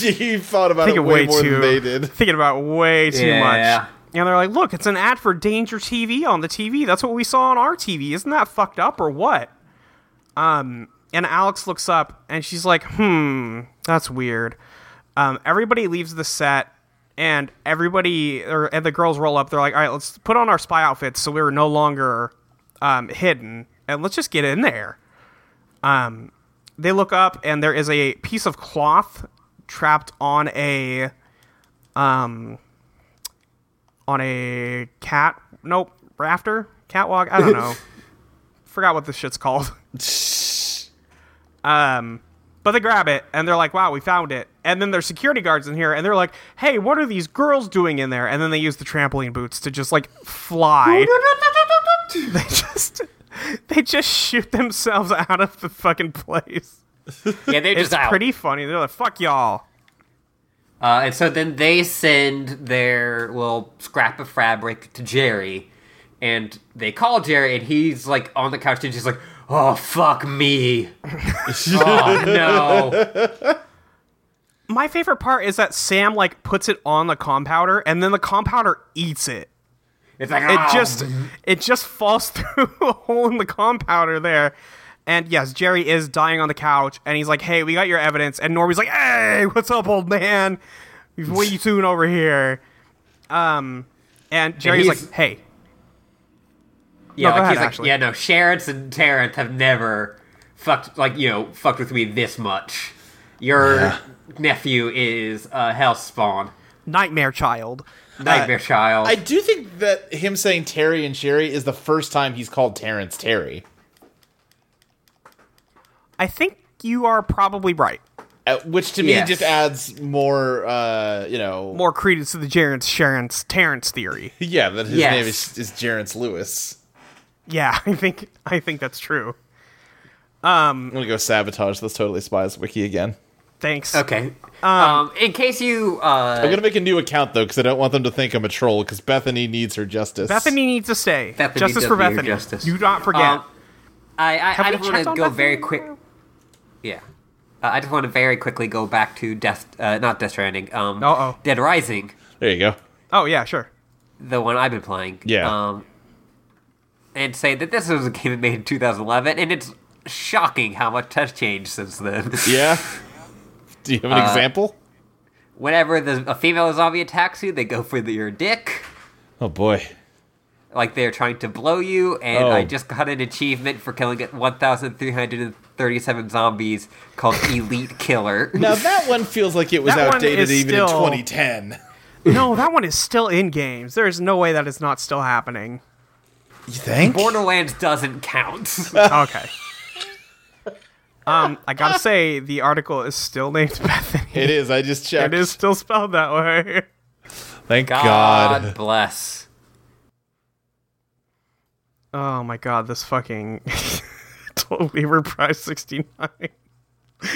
[SPEAKER 5] you thought about it
[SPEAKER 3] thinking
[SPEAKER 5] way,
[SPEAKER 3] way,
[SPEAKER 5] more
[SPEAKER 3] too
[SPEAKER 5] than they did.
[SPEAKER 3] thinking about way too
[SPEAKER 2] Yeah.
[SPEAKER 3] much. And they're like, "Look, it's an ad for Danger TV on the TV. That's what we saw on our TV. Isn't that fucked up or what?" Um, and Alex looks up and she's like, "Hmm, that's weird." Um, everybody leaves the set and everybody or and the girls roll up. They're like, "All right, let's put on our spy outfits so we were no longer um, hidden and let's just get in there." Um, they look up and there is a piece of cloth trapped on a um on a cat nope rafter catwalk i don't know forgot what this shit's called um but they grab it and they're like wow we found it and then there's security guards in here and they're like hey what are these girls doing in there and then they use the trampoline boots to just like fly they just they just shoot themselves out of the fucking place
[SPEAKER 2] Yeah, they're just
[SPEAKER 3] it's
[SPEAKER 2] out.
[SPEAKER 3] pretty funny. They're like, "Fuck y'all."
[SPEAKER 2] Uh, and so then they send their little scrap of fabric to Jerry, and they call Jerry, and he's like on the couch, and he's like, "Oh fuck me, oh no,
[SPEAKER 3] My favorite part is that Sam like puts it on the compounder, and then the compounder eats it.
[SPEAKER 2] it's like
[SPEAKER 3] It
[SPEAKER 2] "Oh."
[SPEAKER 3] just it just falls through a hole in the compounder there. And yes, Jerry is dying on the couch, and he's like, "Hey, we got your evidence." And Norby's like, "Hey, what's up, old man? What are you doing over here?" Um, and Jerry's
[SPEAKER 2] he's-
[SPEAKER 3] like, "Hey,
[SPEAKER 2] yeah,
[SPEAKER 3] no, go
[SPEAKER 2] like,
[SPEAKER 3] ahead,
[SPEAKER 2] he's like,
[SPEAKER 3] Ashley.
[SPEAKER 2] yeah, no, Sherrits and Terrence have never fucked like you know fucked with me this much. Your
[SPEAKER 4] Yeah.
[SPEAKER 2] nephew is a house spawn,
[SPEAKER 3] Nightmare Child. Uh,
[SPEAKER 2] nightmare child.
[SPEAKER 5] I do think that him saying Terry and Sherry is the first time he's called Terrence Terry.
[SPEAKER 3] I think you are probably right.
[SPEAKER 5] Uh, which to me
[SPEAKER 2] Yes.
[SPEAKER 5] just adds more, uh, you know,
[SPEAKER 3] More credence to the Jarence Sharon's Terrence theory.
[SPEAKER 5] yeah, that his
[SPEAKER 2] Yes.
[SPEAKER 5] name is is Jarence Lewis.
[SPEAKER 3] Yeah, I think I think that's true.
[SPEAKER 5] I'm gonna go sabotage this Totally Spies wiki again.
[SPEAKER 3] Thanks.
[SPEAKER 2] okay. Um, in case you uh,
[SPEAKER 5] I'm gonna make a new account though because I don't want them to think I'm a troll because Bethany needs her justice.
[SPEAKER 3] Bethany needs to stay.
[SPEAKER 2] Bethany
[SPEAKER 3] justice
[SPEAKER 2] does
[SPEAKER 3] for
[SPEAKER 2] need your
[SPEAKER 3] Bethany.
[SPEAKER 2] justice.
[SPEAKER 3] Do not forget.
[SPEAKER 2] Um, I, I, I
[SPEAKER 3] we
[SPEAKER 2] just want
[SPEAKER 3] checked
[SPEAKER 2] to
[SPEAKER 3] on
[SPEAKER 2] go
[SPEAKER 3] Bethany?
[SPEAKER 2] very quick. Yeah, uh, I just want to very quickly go back to Death, uh, not Death Stranding. Um,
[SPEAKER 3] Uh-oh.
[SPEAKER 2] Dead Rising,
[SPEAKER 5] there you go.
[SPEAKER 3] oh yeah, sure.
[SPEAKER 2] the one I've been playing.
[SPEAKER 5] Yeah.
[SPEAKER 2] Um, and say that this was a game made in 2011, and it's shocking how much has changed since then.
[SPEAKER 5] Yeah. Do you have an example?
[SPEAKER 2] Whenever the, a female zombie attacks you, they go for the, your dick.
[SPEAKER 5] Oh boy.
[SPEAKER 2] Like they're trying to blow you, and
[SPEAKER 5] Oh.
[SPEAKER 2] I just got an achievement for killing at 1,337 zombies called Elite Killer.
[SPEAKER 5] Now that one feels like it was
[SPEAKER 3] That one
[SPEAKER 5] outdated
[SPEAKER 3] is
[SPEAKER 5] even
[SPEAKER 3] still-
[SPEAKER 5] in 2010.
[SPEAKER 3] no, that one is still in games. There is no way that is not still happening.
[SPEAKER 5] You think?
[SPEAKER 2] Borderlands doesn't count.
[SPEAKER 3] Okay. Um, I gotta say the article is still named Bethany.
[SPEAKER 5] It is. I just checked.
[SPEAKER 3] It is still spelled that way.
[SPEAKER 5] Thank
[SPEAKER 2] God,
[SPEAKER 5] God.
[SPEAKER 2] bless.
[SPEAKER 3] Oh my god, this fucking totally reprised 69.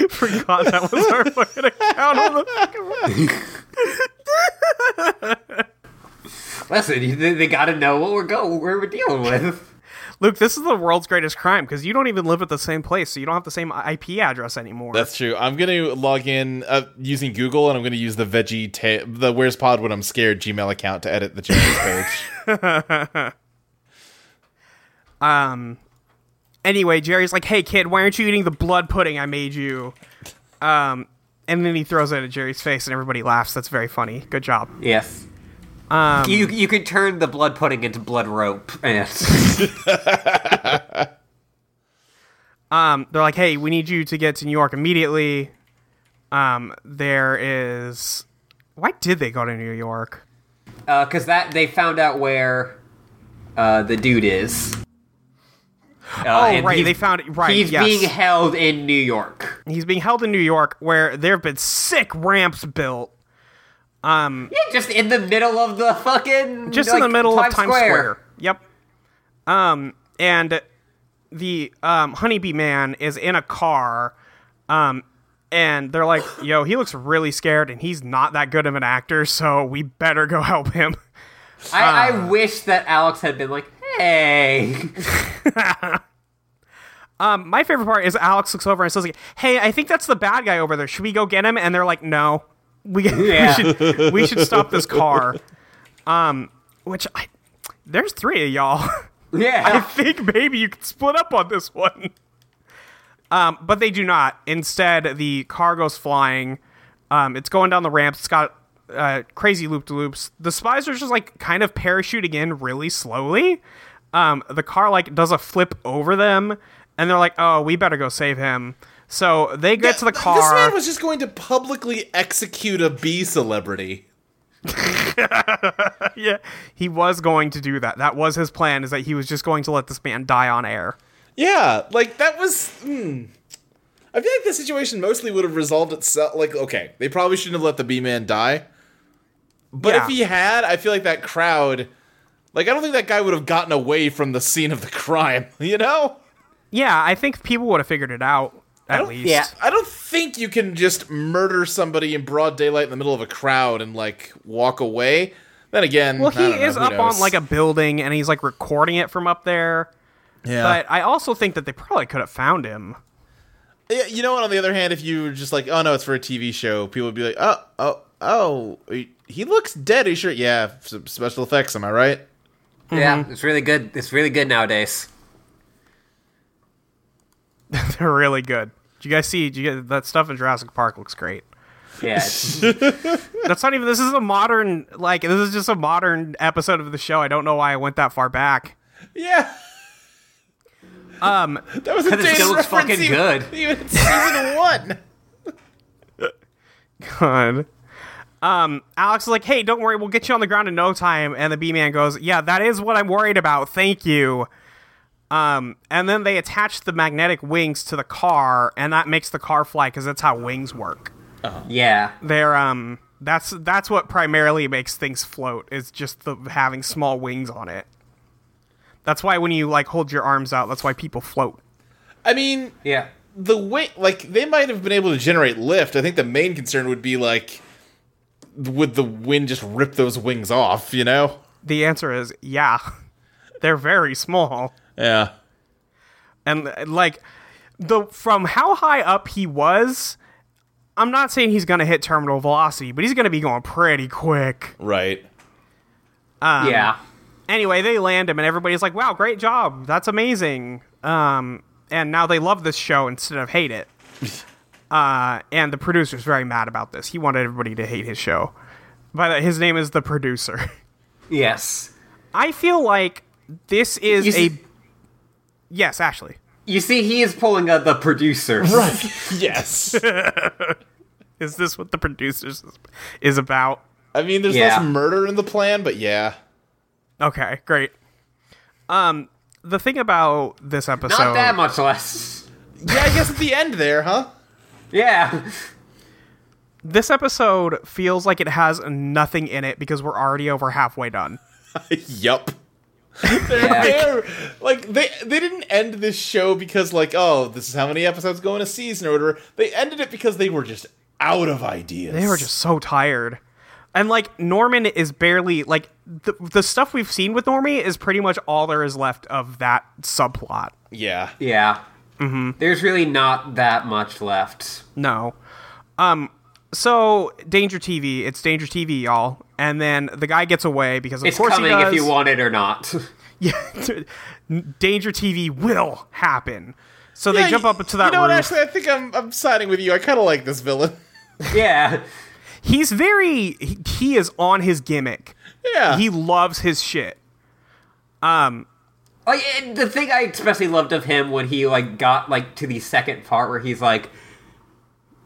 [SPEAKER 3] Forgot that was our fucking account on the
[SPEAKER 2] Listen, you- they, they gotta know what we're go where we're dealing with.
[SPEAKER 3] Luke, this is the world's greatest crime because you don't even live at the same place, so you don't have the same IP address anymore.
[SPEAKER 5] That's true. I'm gonna log in uh, using Google, and I'm gonna use the veggie ta- the Where's Pod When I'm Scared Gmail account to edit the changes page.
[SPEAKER 3] anyway, Jerry's like, "Hey kid, why aren't you eating the blood pudding I made you?" Um, and then he throws it at Jerry's face, and everybody laughs. That's very funny. Good job.
[SPEAKER 2] Yes. Um, you you can turn the blood pudding into blood rope. Yes.
[SPEAKER 3] Um, they're like, "Hey, we need you to get to New York immediately." Um, there is. Why did they go to New York?
[SPEAKER 2] Because that they found out where uh, the dude is. Uh,
[SPEAKER 3] Oh,
[SPEAKER 2] and
[SPEAKER 3] right.
[SPEAKER 2] he's-
[SPEAKER 3] They found it. Right.
[SPEAKER 2] He's
[SPEAKER 3] yes.
[SPEAKER 2] being held in New York.
[SPEAKER 3] he's being held in New York, where there have been sick ramps built.
[SPEAKER 2] Yeah, just in the middle of the fucking.
[SPEAKER 3] just in
[SPEAKER 2] like,
[SPEAKER 3] the middle of Times Square. Yep. Um, and the um, honeybee man is in a car, um, and they're like, "Yo, he looks really scared, and he's not that good of an actor, so we better go help him."
[SPEAKER 2] I,
[SPEAKER 3] Ah.
[SPEAKER 2] I wish that Alex had been like, "Hey,
[SPEAKER 3] Um, my favorite part is Alex looks over and says, like, "Hey, I think that's the bad guy over there. Should we go get him?" And they're like, "No, we,
[SPEAKER 2] Yeah.
[SPEAKER 3] we should we should stop this car." Um, which I, there's three of y'all. I
[SPEAKER 2] yeah."
[SPEAKER 3] think maybe you can split up on this one. Um, but they do not. Instead, the car goes flying. Um, it's going down the ramps. It's got uh, crazy loop de loops. The spies are just like kind of parachuting in really slowly. Um, the car like does a flip over them, and they're like, "Oh, we better go save him." So they get to the car.
[SPEAKER 5] This man was just going to publicly execute a B celebrity.
[SPEAKER 3] yeah, he was going to do that. That was his plan. Is that he was just going to let this man die on air.
[SPEAKER 5] Yeah, like that was. Hmm. I feel like the situation mostly would have resolved itself. Like, okay, they probably shouldn't have let the B man die. But
[SPEAKER 3] Yeah.
[SPEAKER 5] if he had, I feel like that crowd. Like, I don't think that guy would have gotten away from the scene of the crime. You know.
[SPEAKER 3] Yeah, I think people would have figured it out at
[SPEAKER 5] don't-
[SPEAKER 3] least.
[SPEAKER 2] Yeah.
[SPEAKER 5] I don't think you can just murder somebody in broad daylight in the middle of a crowd and like walk away. Then again,
[SPEAKER 3] Well,
[SPEAKER 5] I don't
[SPEAKER 3] he
[SPEAKER 5] know,
[SPEAKER 3] is
[SPEAKER 5] who
[SPEAKER 3] up on
[SPEAKER 5] knows?
[SPEAKER 3] like a building and he's like recording it from up there.
[SPEAKER 5] yeah.
[SPEAKER 3] But I also think that they probably could have found him.
[SPEAKER 5] Yeah, you know what? On the other hand, if you were just like, oh no, it's for a TV show, people would be like, oh, oh, oh, he looks dead. Are you sure? Yeah, s- special effects. Am I right?
[SPEAKER 2] Yeah,
[SPEAKER 3] mm-hmm.
[SPEAKER 2] it's really good. It's really good nowadays.
[SPEAKER 3] They're really good. Did you guys see? Did you get that stuff in Jurassic Park? Looks great.
[SPEAKER 2] Yeah, it's-
[SPEAKER 3] That's not even. This is a modern like. This is just a modern episode of the show. I don't know why I went that far back.
[SPEAKER 5] Yeah. That was a
[SPEAKER 2] Um, 'Cause it
[SPEAKER 5] dated
[SPEAKER 2] still looks
[SPEAKER 5] reference
[SPEAKER 2] fucking
[SPEAKER 5] even-
[SPEAKER 2] good.
[SPEAKER 5] Even in season one.
[SPEAKER 3] God. Um, Alex is like, hey, don't worry, we'll get you on the ground in no time. And the B Man goes, yeah, that is what I'm worried about. Thank you. Um, and then they attach the magnetic wings to the car, and that makes the car fly because that's how wings work.
[SPEAKER 2] Yeah.
[SPEAKER 3] They're um, that's that's what primarily makes things float is just the having small wings on it. That's why when you like hold your arms out, that's why people float.
[SPEAKER 5] I mean,
[SPEAKER 2] Yeah.
[SPEAKER 5] the way like they might have been able to generate lift. I think the main concern would be like, would the wind just rip those wings off? You know?
[SPEAKER 3] The answer is yeah, they're very small.
[SPEAKER 4] Yeah.
[SPEAKER 3] and like the from how high up he was i'm not saying he's going to hit terminal velocity but he's going to be going pretty quick
[SPEAKER 5] Right.
[SPEAKER 3] Um,
[SPEAKER 2] yeah.
[SPEAKER 3] anyway they land him and everybody's like wow great job that's amazing um, and now they love this show instead of hate it uh, and the producer's very mad about this he wanted everybody to hate his show but his name is the producer
[SPEAKER 2] Yes.
[SPEAKER 3] i feel like this is
[SPEAKER 2] You see-
[SPEAKER 3] a yes ashley
[SPEAKER 2] You see, he is pulling out the producers.
[SPEAKER 5] Yes.
[SPEAKER 3] is this what the producers is- is about
[SPEAKER 5] I mean, there's
[SPEAKER 2] Yeah.
[SPEAKER 5] less murder in the plan, but yeah.
[SPEAKER 3] Okay, great. Um, the thing about this episode,
[SPEAKER 2] Not that much less.
[SPEAKER 5] Yeah, I guess at the end there, huh?
[SPEAKER 2] Yeah.
[SPEAKER 3] this episode feels like it has nothing in it because we're already over halfway done.
[SPEAKER 5] yup.
[SPEAKER 2] yeah.
[SPEAKER 5] They're, like they they didn't end this show because like oh this is how many episodes go in a season or whatever. They ended it because they were just out of ideas.
[SPEAKER 3] They were just so tired, and like Norman is barely like the the stuff we've seen with Normie is pretty much all there is left of that subplot.
[SPEAKER 5] yeah.
[SPEAKER 2] Yeah.
[SPEAKER 3] Mm-hmm.
[SPEAKER 2] There's really not that much left.
[SPEAKER 3] No. Um. So Danger TV, it's Danger TV, y'all. And then the guy gets away because of
[SPEAKER 2] It's
[SPEAKER 3] course
[SPEAKER 2] coming
[SPEAKER 3] he
[SPEAKER 2] if
[SPEAKER 3] does.
[SPEAKER 2] you want it or not.
[SPEAKER 3] yeah, dude, Danger TV will happen. So they
[SPEAKER 5] Yeah,
[SPEAKER 3] jump
[SPEAKER 5] you-
[SPEAKER 3] up to that
[SPEAKER 5] You know what?
[SPEAKER 3] roof.
[SPEAKER 5] Actually, I think I'm I'm siding with you. I kind of like this villain.
[SPEAKER 2] yeah.
[SPEAKER 3] He's very he, he is on his gimmick.
[SPEAKER 5] Yeah.
[SPEAKER 3] He loves his shit.
[SPEAKER 2] Like Oh, and the thing I especially loved of him when he like got like to the second part where he's like,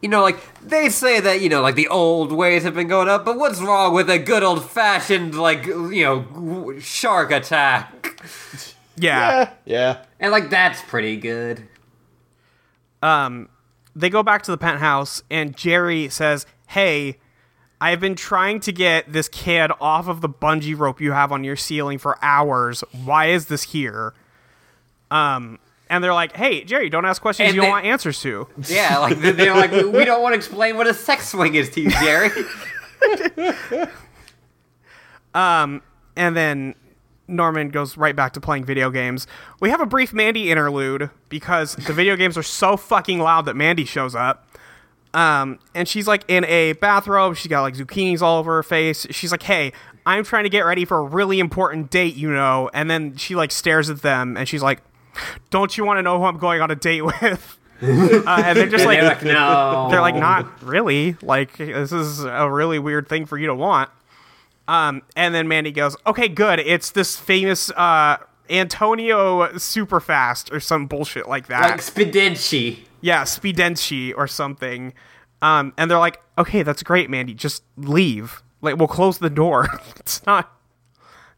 [SPEAKER 2] you know, like they say that you know like the old ways have been going up, but what's wrong with a good old fashioned like you know w- shark attack?
[SPEAKER 3] Yeah.
[SPEAKER 5] Eh, yeah. Yeah.
[SPEAKER 2] And like that's pretty good.
[SPEAKER 3] They go back to the penthouse and Jerry says, "Hey, I've been trying to get this kid off of the bungee rope you have on your ceiling for hours. Why is this here?" Um and they're like, "Hey, Jerry, don't ask questions
[SPEAKER 2] And
[SPEAKER 3] you
[SPEAKER 2] they-
[SPEAKER 3] don't want answers to."
[SPEAKER 2] Yeah, like they- they're like we don't want to explain what a sex swing is to you, Jerry.
[SPEAKER 3] And then Norman goes right back to playing video games. We have a brief Mandy interlude because the video games are so fucking loud that Mandy shows up. Um, and she's like in a bathrobe. She's got like zucchinis all over her face. She's like, hey, I'm trying to get ready for a really important date, you know. And then she like stares at them and she's like, don't you want to know who I'm going on a date with? uh, and they're just
[SPEAKER 2] They're
[SPEAKER 3] like,
[SPEAKER 2] like no,
[SPEAKER 3] they're like not really like this is a really weird thing for you to want um and then mandy goes okay good it's this famous uh antonio superfast or some bullshit like that
[SPEAKER 2] like Spidenchi.
[SPEAKER 3] yeah speedenci or something um and they're like okay that's great mandy just leave like we'll close the door it's not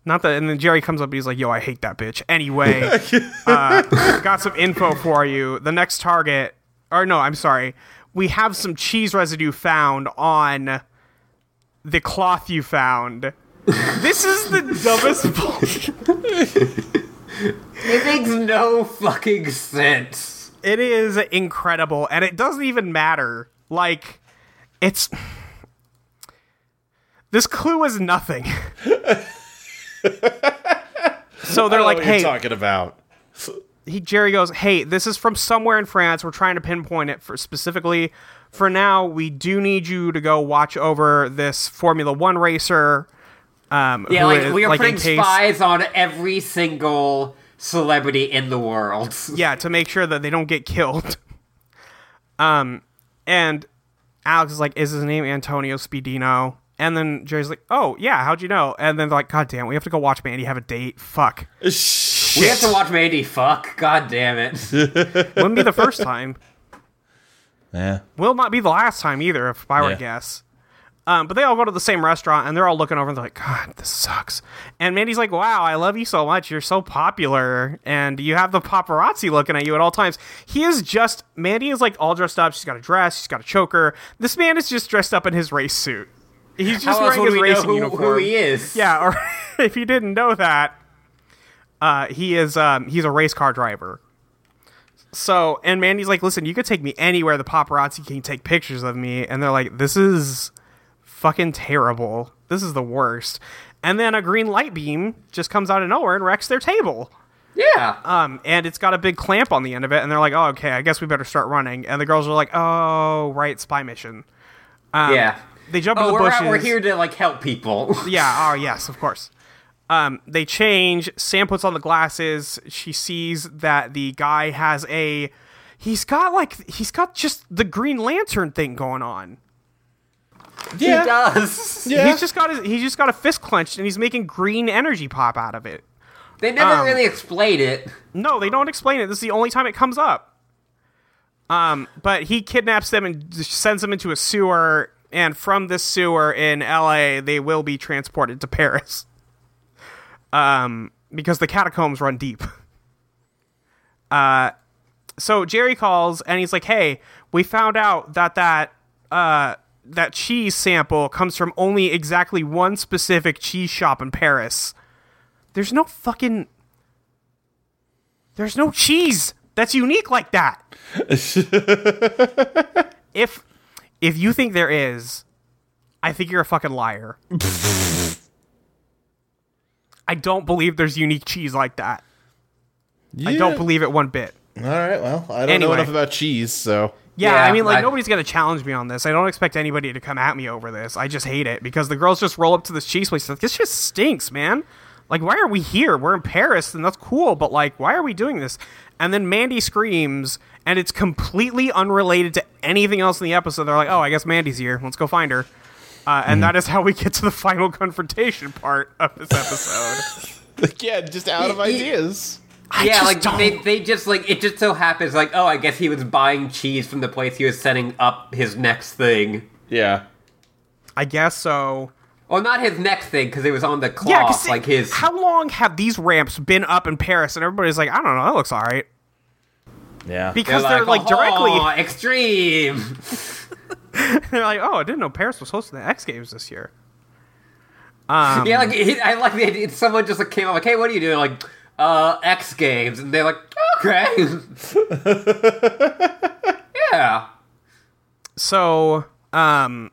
[SPEAKER 3] not that and then jerry comes up and he's like yo i hate that bitch anyway uh, got some info for you. The next target, or no, I'm sorry, we have some cheese residue found on the cloth you found. this is the dumbest. bull-
[SPEAKER 2] It makes no fucking sense.
[SPEAKER 3] it is incredible, and it doesn't even matter. Like, it's this clue is nothing. so they're
[SPEAKER 5] I know
[SPEAKER 3] like,
[SPEAKER 5] what
[SPEAKER 3] "Hey,
[SPEAKER 5] you're talking about.
[SPEAKER 3] he Jerry goes, "Hey, this is from somewhere in France. We're trying to pinpoint it for specifically. For now, we do need you to go watch over this Formula One racer. Um,
[SPEAKER 2] Yeah,
[SPEAKER 3] who
[SPEAKER 2] like
[SPEAKER 3] is-
[SPEAKER 2] we are
[SPEAKER 3] in
[SPEAKER 2] putting
[SPEAKER 3] case-
[SPEAKER 2] spies on every single celebrity in the world.
[SPEAKER 3] yeah, to make sure that they don't get killed. Um, and Alex is like, "Is his name Antonio Speedino?" And then Jerry's like, "Oh yeah, how'd you know?" And then they're like, "God damn, we have to go watch Mandy have a date. Fuck." shit.
[SPEAKER 2] We have to watch Mandy fuck. God damn it.
[SPEAKER 3] Wouldn't be the first time.
[SPEAKER 4] Yeah.
[SPEAKER 3] Will not be the last time either, if I were
[SPEAKER 4] Yeah.
[SPEAKER 3] to guess. Um, but they all go to the same restaurant and they're all looking over and they're like, God, this sucks. And Mandy's like, Wow, I love you so much. You're so popular. And you have the paparazzi looking at you at all times. He is just, Mandy is like all dressed up. She's got a dress, she's got a choker. This man is just dressed up in his race suit. He's just
[SPEAKER 2] How else
[SPEAKER 3] wearing
[SPEAKER 2] would
[SPEAKER 3] his
[SPEAKER 2] we know
[SPEAKER 3] racing
[SPEAKER 2] who,
[SPEAKER 3] uniform.
[SPEAKER 2] who he is?
[SPEAKER 3] Yeah, or if you didn't know that, uh, he is um, he's a race car driver. So, and Mandy's like, "Listen, you could take me anywhere. The paparazzi can take pictures of me." And they're like, "This is fucking terrible. This is the worst." And then a green light beam just comes out of nowhere and wrecks their table.
[SPEAKER 2] Yeah.
[SPEAKER 3] Um, and it's got a big clamp on the end of it, and they're like, "Oh, okay, I guess we better start running." And the girls are like, "Oh, right, spy mission."
[SPEAKER 2] yeah.
[SPEAKER 3] They jump in
[SPEAKER 2] Oh,
[SPEAKER 3] Um, the
[SPEAKER 2] we're,
[SPEAKER 3] bushes.
[SPEAKER 2] out, we're here to like help people.
[SPEAKER 3] Yeah. Oh, yes, of course. Um, they change. Sam puts on the glasses. She sees that the guy has a. He's got like he's got just the Green Lantern thing going on.
[SPEAKER 2] He
[SPEAKER 5] Yeah.
[SPEAKER 2] does.
[SPEAKER 5] Yeah.
[SPEAKER 3] He's just got his he's just got a fist clenched and he's making green energy pop out of it.
[SPEAKER 2] They never
[SPEAKER 3] Um,
[SPEAKER 2] really explain it.
[SPEAKER 3] No, they don't explain it. This is the only time it comes up. Um, but he kidnaps them and d- sends them into a sewer, and from this sewer in L.A., they will be transported to Paris. Um, because the catacombs run deep. Uh, so Jerry calls and he's like, "Hey, we found out that that uh that cheese sample comes from only exactly one specific cheese shop in Paris. There's no fucking." There's no cheese that's unique like that. if if you think there is, I think you're a fucking liar. I don't believe there's unique cheese like that. I don't believe it one bit.
[SPEAKER 5] All right. Well, I don't know
[SPEAKER 3] Anyway.
[SPEAKER 5] enough about cheese, so
[SPEAKER 3] Yeah,
[SPEAKER 2] Yeah,
[SPEAKER 3] I mean, like,
[SPEAKER 2] I-
[SPEAKER 3] nobody's going to challenge me on this. I don't expect anybody to come at me over this. I just hate it because the girls just roll up to this cheese place. Like, this just stinks, man. Like, why are we here? We're in Paris, and that's cool, but, like, why are we doing this? And then Mandy screams, and it's completely unrelated to anything else in the episode. They're like, oh, I guess Mandy's here. Let's go find her. Uh,
[SPEAKER 2] Mm-hmm.
[SPEAKER 3] and that is how we get to the final confrontation part of this episode.
[SPEAKER 5] yeah, just out of
[SPEAKER 2] Y- y-
[SPEAKER 5] ideas.
[SPEAKER 2] yeah,
[SPEAKER 3] just
[SPEAKER 2] like
[SPEAKER 3] don't-
[SPEAKER 2] they they just like it just so happens like oh I guess he was buying cheese from the place he was setting up his next thing.
[SPEAKER 5] Yeah.
[SPEAKER 3] I guess so.
[SPEAKER 2] Well, not his next thing because it was on the cloth,
[SPEAKER 3] Yeah, 'cause see,
[SPEAKER 2] like his.
[SPEAKER 3] How long have these ramps been up in Paris? And everybody's like, I don't know. That looks all right.
[SPEAKER 4] Yeah.
[SPEAKER 3] Because they're like, directly.
[SPEAKER 2] "Oh, extreme.
[SPEAKER 3] They're like, oh, I didn't know Paris was hosting the X Games this year.
[SPEAKER 2] yeah, like he, I like the idea. Someone just like came up like, hey, what are you doing? Like, uh, X Games, and they're like, okay, yeah.
[SPEAKER 3] So, um,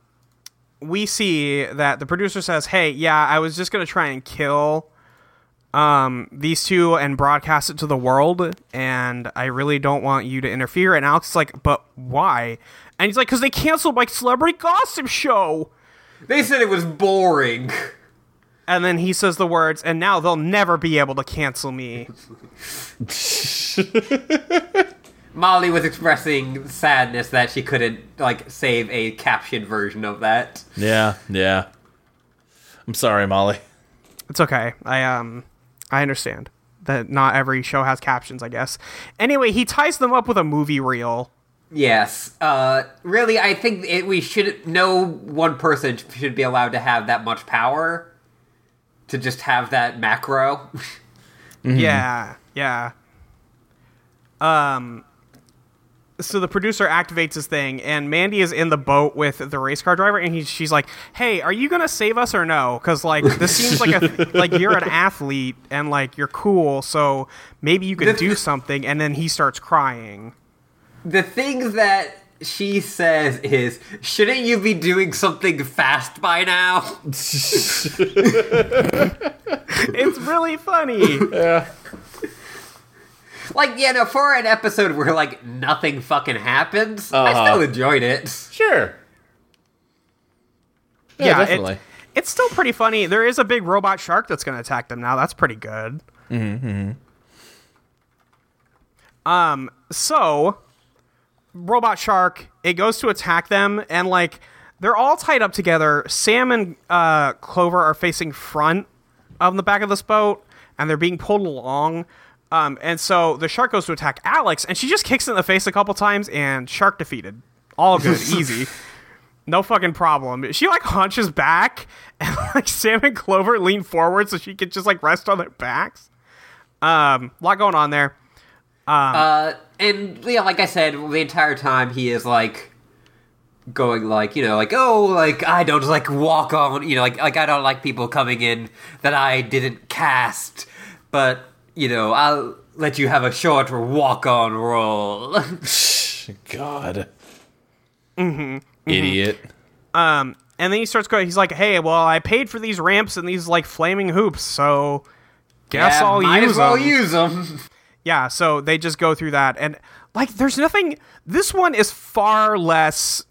[SPEAKER 3] we see that the producer says, hey, yeah, I was just going to try and kill um, these two and broadcast it to the world, and I really don't want you to interfere. And Alex is like, but why? And he's like, because they canceled my celebrity gossip show.
[SPEAKER 2] They said it was boring.
[SPEAKER 3] And then he says the words, and now they'll never be able to cancel me.
[SPEAKER 2] Molly was expressing sadness that she couldn't like save a captioned version of that.
[SPEAKER 4] Yeah. Yeah. I'm sorry, Molly.
[SPEAKER 3] It's okay. I um I understand that not every show has captions, I guess. Anyway, he ties them up with a movie reel.
[SPEAKER 2] Yes. Uh, really, I think it, we should. No one person should be allowed to have that much power to just have that macro.
[SPEAKER 5] Mm-hmm.
[SPEAKER 3] Yeah. Yeah. Um so the producer activates his thing and Mandy is in the boat with the race car driver and he, she's like, "Hey, are you going to save us or no? Cuz like this seems like a like you're an athlete and like you're cool, so maybe you could do something." And then he starts crying.
[SPEAKER 2] the thing that she says is, "Shouldn't you be doing something fast by now?"
[SPEAKER 3] It's really funny.
[SPEAKER 2] like, yeah, no. For an episode where like nothing fucking happens,
[SPEAKER 3] Uh-huh.
[SPEAKER 2] I still enjoyed it.
[SPEAKER 5] Sure. Yeah,
[SPEAKER 3] it-
[SPEAKER 5] definitely.
[SPEAKER 3] it's still pretty funny. There is a big robot shark that's going to attack them now. That's pretty good. Mm-hmm. Um. Um, So, robot shark it goes to attack them, and like they're all tied up together. Sam and uh, Clover are facing front of the back of this boat, and they're being pulled along. Um, and so the shark goes to attack Alex, and she just kicks it in the face a couple times, and shark defeated. All good, easy, no fucking problem. She like hunches back, and like Sam and Clover lean forward so she can just like rest on their backs. Um, lot going on there.
[SPEAKER 2] Uh, And yeah, like I said, the entire time he is like going like you know like oh like I don't like walk on you know like like I don't like people coming in that I didn't cast, but you know I'll let you have a short walk on roll.
[SPEAKER 4] God.
[SPEAKER 3] Mm-hmm.
[SPEAKER 4] Idiot.
[SPEAKER 3] And then he starts going. He's like, "Hey, well, I paid for these ramps and these like flaming hoops, so guess
[SPEAKER 2] Yeah,
[SPEAKER 3] I'll
[SPEAKER 2] might
[SPEAKER 3] use
[SPEAKER 2] as well
[SPEAKER 3] them."
[SPEAKER 2] use them.
[SPEAKER 3] yeah so they just go through that and like there's nothing this one is far less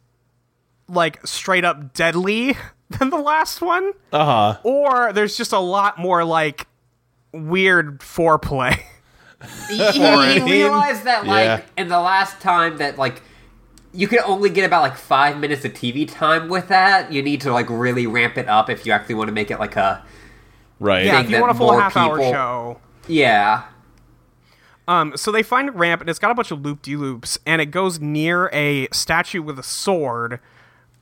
[SPEAKER 3] like straight up deadly than the last one
[SPEAKER 4] Uh
[SPEAKER 2] Uh-huh.
[SPEAKER 4] huh.
[SPEAKER 3] or there's just a lot more like weird foreplay
[SPEAKER 2] you,
[SPEAKER 4] Alright.
[SPEAKER 2] you realize that like
[SPEAKER 4] Yeah.
[SPEAKER 2] in the last time that like you can only get about like five minutes of TV time with that. You need to like really ramp it up if you actually want to make it like a
[SPEAKER 4] Right.
[SPEAKER 3] yeah
[SPEAKER 2] think
[SPEAKER 3] if you
[SPEAKER 2] that
[SPEAKER 3] want a full
[SPEAKER 2] more
[SPEAKER 3] half hour
[SPEAKER 2] people-
[SPEAKER 3] show
[SPEAKER 2] yeah.
[SPEAKER 3] um so they find a ramp and it's got a bunch of loop de loops and it goes near a statue with a sword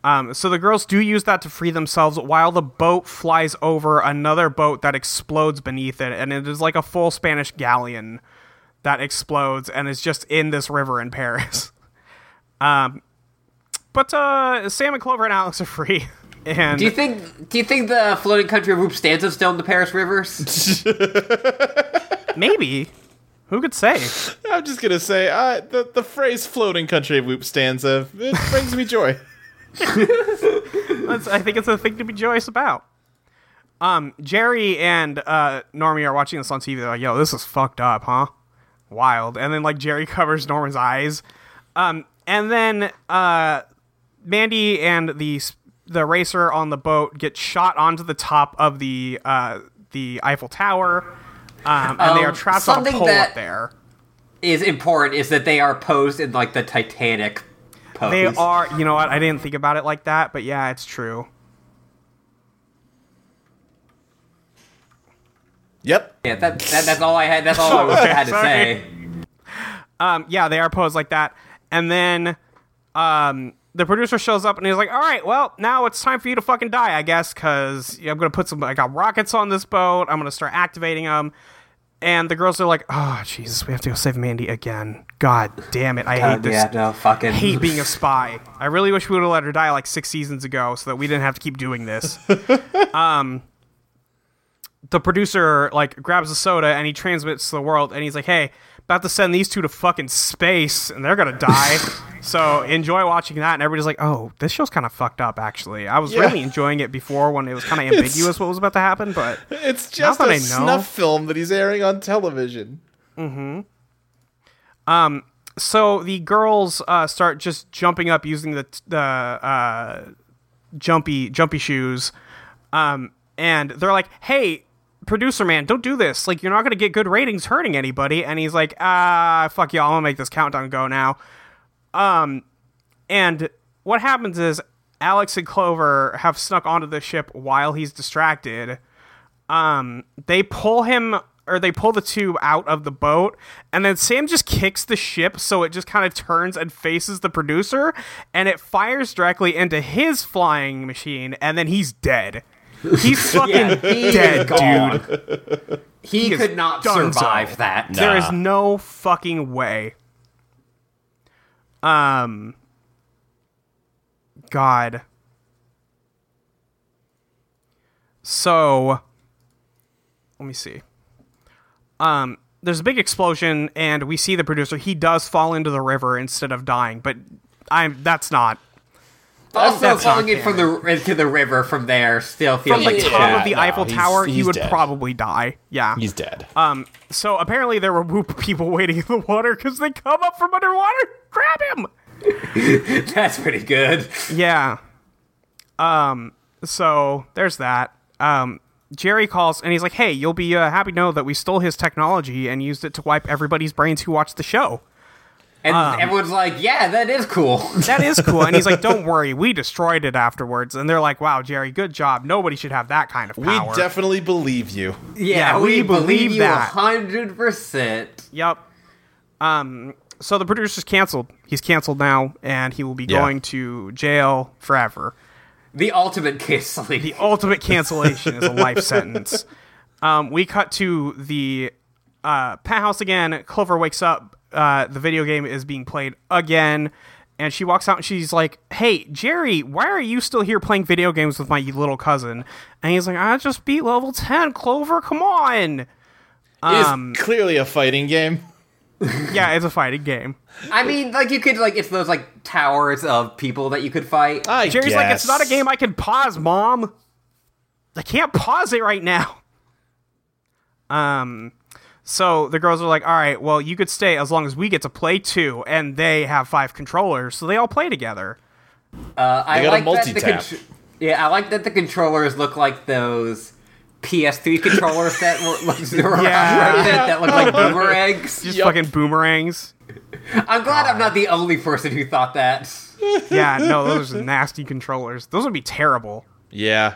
[SPEAKER 3] um, so the girls do use that to free themselves while the boat flies over another boat that explodes beneath it and it is like a full spanish galleon that explodes and is just in this river in paris um, but uh, sam and clover and alex are free and
[SPEAKER 2] Do you think do you think the floating country of Whoop stands up still in the Paris rivers?
[SPEAKER 3] maybe who could say
[SPEAKER 5] I'm just gonna say uh, the the phrase "floating country of whoop" stanza it brings me joy.
[SPEAKER 3] That's, I think it's a thing to be joyous about. Um, Jerry and uh, Normie are watching this on TV. They're like, "Yo, this is fucked up, huh? Wild." And then like Jerry covers Norman's eyes. Um, and then uh, Mandy and the s- the racer on the boat get shot onto the top of the uh, the Eiffel Tower, um, and they are
[SPEAKER 2] Um,
[SPEAKER 3] trapped on a
[SPEAKER 2] something
[SPEAKER 3] pole
[SPEAKER 2] that-
[SPEAKER 3] up there.
[SPEAKER 2] Is important is that they are posed in like the Titanic pose.
[SPEAKER 3] They are, you know what? I didn't think about it like that, but yeah, it's true.
[SPEAKER 5] Yep.
[SPEAKER 2] Yeah, that, that, that's all I had. That's all I was, had to say.
[SPEAKER 3] um, yeah, they are posed like that. And then um, the producer shows up and he's like, "All right, well, now it's time for you to fucking die, I guess, because I'm gonna put some. I got rockets on this boat. I'm gonna start activating them." And the girls are like, "Oh Jesus, we have to go save Mandy again. God damn it, I hate Uh, this.
[SPEAKER 2] yeah, no fucking.
[SPEAKER 3] I hate being a spy. I really wish we would have let her die like six seasons ago, so that we didn't have to keep doing this." um. The producer like grabs a soda and he transmits to the world and he's like, "Hey, about to send these two to fucking space and they're gonna die." so enjoy watching that. And everybody's like, "Oh, this show's kind of fucked up." Actually, I was really enjoying it before when it was kind of ambiguous what was about to happen, but
[SPEAKER 5] It's just
[SPEAKER 3] that I
[SPEAKER 5] a
[SPEAKER 3] know.
[SPEAKER 5] snuff film that he's airing on television.
[SPEAKER 3] so the girls uh, start just jumping up using the the uh, jumpy jumpy shoes, um, and they're like, "Hey, producer man, don't do this. Like, you're not gonna get good ratings hurting anybody." And he's like, "Ah, fuck y'all. I'm gonna make this countdown go now." Um, and what happens is Alex and Clover have snuck onto the ship while he's distracted um, they pull him or they pull the two out of the boat and then sam just kicks the ship so it just kind of turns and faces the producer and it fires directly into his flying machine and then he's dead he's fucking
[SPEAKER 2] Yeah, he
[SPEAKER 3] dead
[SPEAKER 2] is gone.
[SPEAKER 3] dude
[SPEAKER 2] He,
[SPEAKER 3] is
[SPEAKER 2] could not
[SPEAKER 3] done so.
[SPEAKER 2] survive that.
[SPEAKER 3] There is no fucking way. Um. God. So. Let me see. Um. There's a big explosion, and we see the producer. He does fall into the river instead of dying, but I'm. That's not
[SPEAKER 2] Also,
[SPEAKER 3] That's not
[SPEAKER 2] falling in from the into the river from there still feels
[SPEAKER 3] from
[SPEAKER 2] like
[SPEAKER 3] the
[SPEAKER 2] shit.
[SPEAKER 3] top of the
[SPEAKER 4] no,
[SPEAKER 3] Eiffel
[SPEAKER 4] he's-
[SPEAKER 3] Tower. he
[SPEAKER 4] he's
[SPEAKER 3] would
[SPEAKER 4] dead.
[SPEAKER 3] probably die. Yeah.
[SPEAKER 4] He's dead.
[SPEAKER 3] Um, so apparently there were whoop people waiting in the water because they come up from underwater, grab him.
[SPEAKER 2] That's pretty good.
[SPEAKER 3] Yeah. Um. So there's that. Um. Jerry calls and he's like, "Hey, you'll be uh, happy to know that we stole his technology and used it to wipe everybody's brains who watched the show."
[SPEAKER 2] And everyone's like, yeah, that is cool.
[SPEAKER 3] That is cool. And he's like, don't worry, we destroyed it afterwards. And they're like, wow, Jerry, good job. Nobody should have that kind of
[SPEAKER 5] We
[SPEAKER 3] power.
[SPEAKER 5] definitely believe you.
[SPEAKER 2] yeah,
[SPEAKER 3] we
[SPEAKER 2] we, believe
[SPEAKER 3] believe
[SPEAKER 2] you
[SPEAKER 3] that.
[SPEAKER 2] 100%.
[SPEAKER 3] Yep. Um. So the producer's canceled. He's canceled now, and he will be
[SPEAKER 5] Yeah.
[SPEAKER 3] going to jail forever.
[SPEAKER 2] The ultimate canceling.
[SPEAKER 3] The ultimate cancellation is a life sentence. Um, we cut to the uh, Pat House again. Clover wakes up. Uh, the video game is being played again, and she walks out and she's like, "Hey, Jerry, why are you still here playing video games with my little cousin?" And he's like, "I just beat level ten, Clover. Come on." Um,
[SPEAKER 5] it is clearly a fighting game.
[SPEAKER 3] Yeah, it's a fighting game.
[SPEAKER 2] I mean, like, you could, like, it's those, like, towers of people that you could fight.
[SPEAKER 5] I
[SPEAKER 3] Jerry's like, it's not a
[SPEAKER 5] guess.
[SPEAKER 3] game I can pause, Mom. I can't pause it right now. Um, so the girls are like, all right, well, you could stay as long as we get to play too, and they have five controllers, so they all play together.
[SPEAKER 2] Uh, I
[SPEAKER 5] got a
[SPEAKER 2] like that the
[SPEAKER 5] multi-tap.
[SPEAKER 2] contr- yeah, I like that the controllers look like those PS3 controllers that were, like, they were
[SPEAKER 3] Yeah.
[SPEAKER 2] around that, that look like boomerangs.
[SPEAKER 3] Just fucking boomerangs.
[SPEAKER 2] I'm glad I'm not the only person who thought that.
[SPEAKER 3] yeah, no, those are nasty controllers. Those would be terrible.
[SPEAKER 5] Yeah.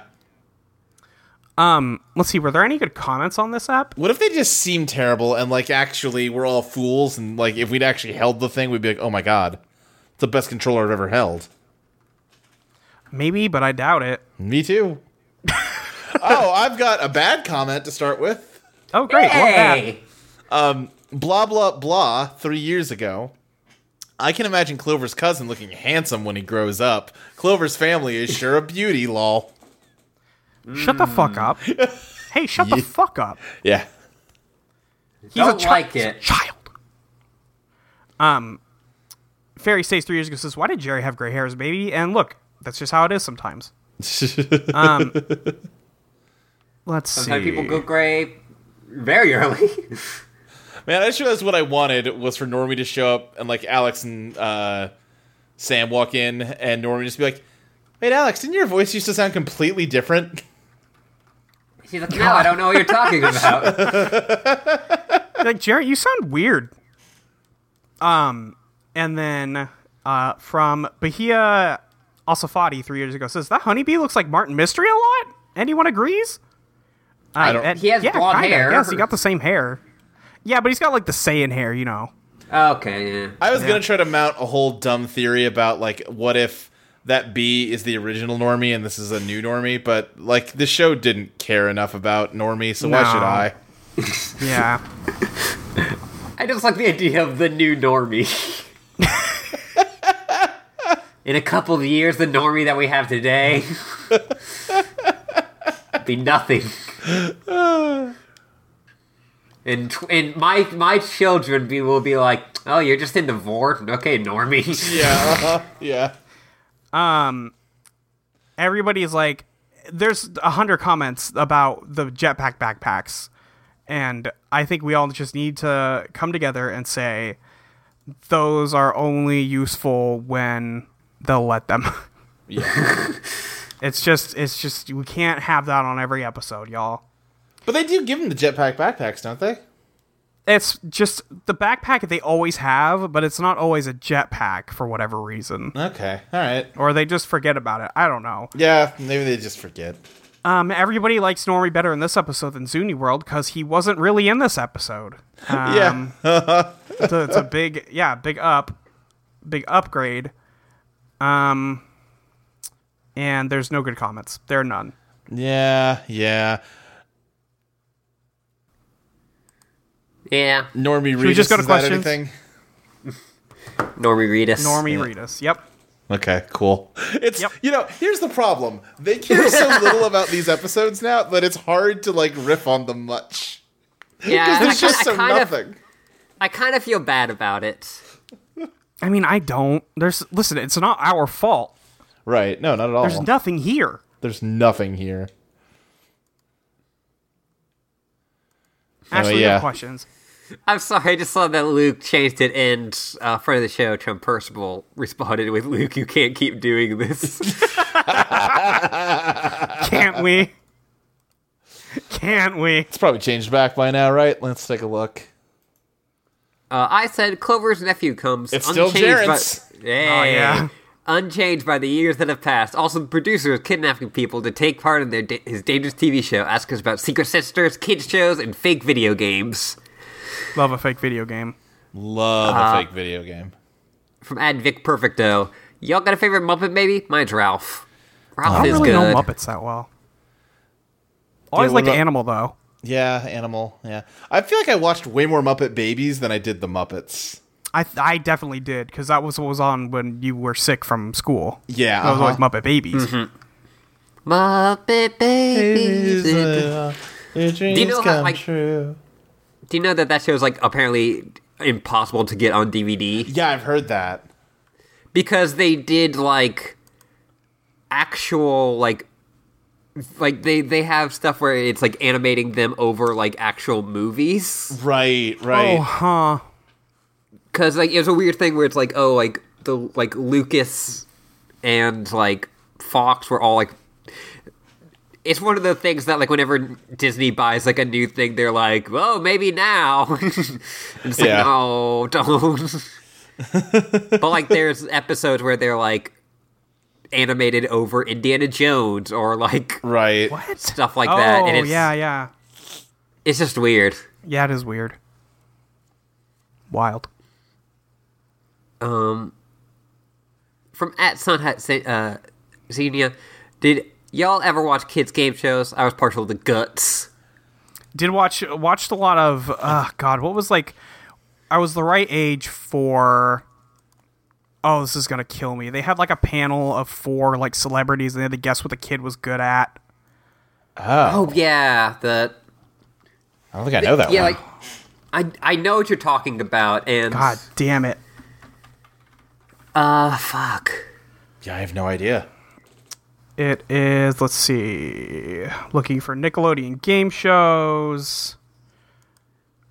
[SPEAKER 3] Um, let's see, were there any good comments on this app?
[SPEAKER 5] What if they just seem terrible and like actually we're all fools and like if we'd actually held the thing we'd be like, oh my god, it's the best controller I've ever held.
[SPEAKER 3] Maybe, but I doubt it.
[SPEAKER 5] Me too. oh, I've got a bad comment to start with.
[SPEAKER 3] Oh, great. love that.
[SPEAKER 2] Hey!
[SPEAKER 5] Blah blah blah. Three years ago, I can imagine Clover's cousin looking handsome when he grows up. Clover's family is sure a beauty. Lol.
[SPEAKER 3] Shut the fuck up. hey, shut the fuck up.
[SPEAKER 5] Yeah.
[SPEAKER 3] He's
[SPEAKER 2] Don't
[SPEAKER 3] a chi-
[SPEAKER 2] like
[SPEAKER 3] he's a
[SPEAKER 2] it.
[SPEAKER 3] child. Um, Fairy stays three years ago. Says, "Why did Jerry have gray hairs, baby?" And look, that's just how it is sometimes. um, let's
[SPEAKER 2] Sometimes
[SPEAKER 3] see.
[SPEAKER 2] people go gray very early.
[SPEAKER 5] Man, I just realized what I wanted was for Normie to show up and like Alex and uh, Sam walk in, and Normie just be like, "Wait, Alex, didn't your voice used to sound completely different?"
[SPEAKER 2] She's like, no, I don't know what you're talking about.
[SPEAKER 3] like Jerry, you sound weird. Um, and then uh, from Bahia Asafati three years ago says that honeybee looks like Martin Mystery a lot. Anyone agrees? Uh,
[SPEAKER 5] I don't.
[SPEAKER 3] And-
[SPEAKER 2] He has blonde hair.
[SPEAKER 3] Yes, he got the same hair. Yeah, but he's got like the Saiyan hair, you know.
[SPEAKER 2] okay, yeah.
[SPEAKER 5] I was gonna try to mount a whole dumb theory about like what if that B is the original Normie and this is a new Normie, but like the show didn't care enough about Normie, so why
[SPEAKER 3] No.
[SPEAKER 5] should I?
[SPEAKER 3] Yeah.
[SPEAKER 2] I just like the idea of the new normie. In a couple of years, the normie that we have today be nothing. And tw- and my my children be will be like, oh, you're just into Vort, okay, normie.
[SPEAKER 5] Yeah, uh-huh, yeah.
[SPEAKER 3] everybody's like there's a hundred comments about the jetpack backpacks and i think we all just need to come together and say those are only useful when they'll let them it's just it's just we can't have that on every episode y'all
[SPEAKER 5] But they do give him the jetpack backpacks, don't they?
[SPEAKER 3] it's just the backpack they always have but it's not always a jetpack for whatever reason
[SPEAKER 5] Okay, all right.
[SPEAKER 3] or they just forget about it i don't know
[SPEAKER 5] Yeah, maybe they just forget.
[SPEAKER 3] Um, everybody likes Normie better in this episode than Zuni World because he wasn't really in this episode. Um,
[SPEAKER 5] yeah.
[SPEAKER 3] it's, a, it's a big, yeah, big up, big upgrade. Um, and there's no good comments. There are none.
[SPEAKER 5] Yeah, yeah.
[SPEAKER 2] Yeah,
[SPEAKER 5] Normie Reedus.
[SPEAKER 3] we just go to
[SPEAKER 5] is that
[SPEAKER 3] questions?
[SPEAKER 5] anything?
[SPEAKER 2] normie read us.
[SPEAKER 3] Normie Reedus. Yep.
[SPEAKER 5] Okay, cool. It's
[SPEAKER 3] Yep.
[SPEAKER 5] you know, here's the problem. They care so little about these episodes now that it's hard to like riff on them much.
[SPEAKER 2] Yeah,
[SPEAKER 5] Because
[SPEAKER 2] I,
[SPEAKER 5] there's
[SPEAKER 2] ki-
[SPEAKER 5] just
[SPEAKER 2] I
[SPEAKER 5] so
[SPEAKER 2] kind of
[SPEAKER 5] nothing.
[SPEAKER 2] I kind of feel bad about it.
[SPEAKER 3] I mean, I don't. There's listen. It's not our fault.
[SPEAKER 5] Right. No, not at all.
[SPEAKER 3] There's nothing here.
[SPEAKER 5] There's nothing here.
[SPEAKER 3] Ashley, no
[SPEAKER 5] yeah.
[SPEAKER 3] questions.
[SPEAKER 2] I'm sorry, I just saw that Luke changed it, and uh, friend of the show, Trump Percival, responded with, "Luke, you can't keep doing this."
[SPEAKER 3] Can't we? Can't we?
[SPEAKER 5] It's probably changed back by now, right? Let's take a look.
[SPEAKER 2] Uh, I said Clover's nephew comes
[SPEAKER 5] It's still
[SPEAKER 2] unchanged
[SPEAKER 5] Jarrett's.
[SPEAKER 2] by yeah.
[SPEAKER 3] yeah.
[SPEAKER 2] Unchanged by the years that have passed. Also, the producer is kidnapping people to take part in their da- his dangerous TV show. Ask us about secret sisters, kids shows, and fake video games.
[SPEAKER 3] Love a fake video game.
[SPEAKER 5] Love
[SPEAKER 2] Uh-huh.
[SPEAKER 5] a fake video game.
[SPEAKER 2] From Ad Vic Perfecto. Y'all got a favorite Muppet, maybe? Mine's Ralph. Ralph
[SPEAKER 3] I don't
[SPEAKER 2] is
[SPEAKER 3] really
[SPEAKER 2] good.
[SPEAKER 3] know Muppets that well. Always
[SPEAKER 5] what
[SPEAKER 3] liked
[SPEAKER 5] about-
[SPEAKER 3] Animal though.
[SPEAKER 5] Yeah, Animal. Yeah, I feel like I watched way more Muppet Babies than I did the Muppets.
[SPEAKER 3] I I definitely did because that was what was on when you were sick from school.
[SPEAKER 5] Yeah,
[SPEAKER 3] that was always
[SPEAKER 5] uh-huh.
[SPEAKER 3] Muppet Babies.
[SPEAKER 2] Muppet babies.
[SPEAKER 5] Do
[SPEAKER 2] you know how, like- Do you know that that show is like apparently impossible to get on DVD
[SPEAKER 5] Yeah, I've heard that.
[SPEAKER 2] because they did like actual like like they they have stuff where it's like animating them over like actual movies
[SPEAKER 5] Right,
[SPEAKER 3] Oh,
[SPEAKER 5] right.
[SPEAKER 3] huh.
[SPEAKER 2] because like it's a weird thing where it's like oh like the like Lucas and like Fox were all like it's one of the things that like whenever Disney buys like a new thing they're like oh maybe now And it's like
[SPEAKER 5] Yeah.
[SPEAKER 2] no don't but like there's episodes where they're like animated over Indiana Jones or like
[SPEAKER 5] Right.
[SPEAKER 2] stuff like that
[SPEAKER 3] oh,
[SPEAKER 2] and it's
[SPEAKER 3] yeah, yeah,
[SPEAKER 2] it's just weird
[SPEAKER 3] yeah. It is weird. Wild.
[SPEAKER 2] from at Sunhat uh, Xenia, did y'all ever watch kids game shows? I was partial to Guts.
[SPEAKER 3] Did watch watched a lot of. Uh, God, what was like? I was the right age for. Oh, this is gonna kill me. They had like a panel of four like celebrities, and they had to guess what the kid was good at.
[SPEAKER 2] Oh yeah, the
[SPEAKER 5] I don't think I know that
[SPEAKER 2] yeah
[SPEAKER 5] one.
[SPEAKER 2] like I I know what you're talking about and
[SPEAKER 3] God damn it!
[SPEAKER 2] uh fuck.
[SPEAKER 5] yeah, I have no idea.
[SPEAKER 3] It is, let's see, looking for Nickelodeon game shows.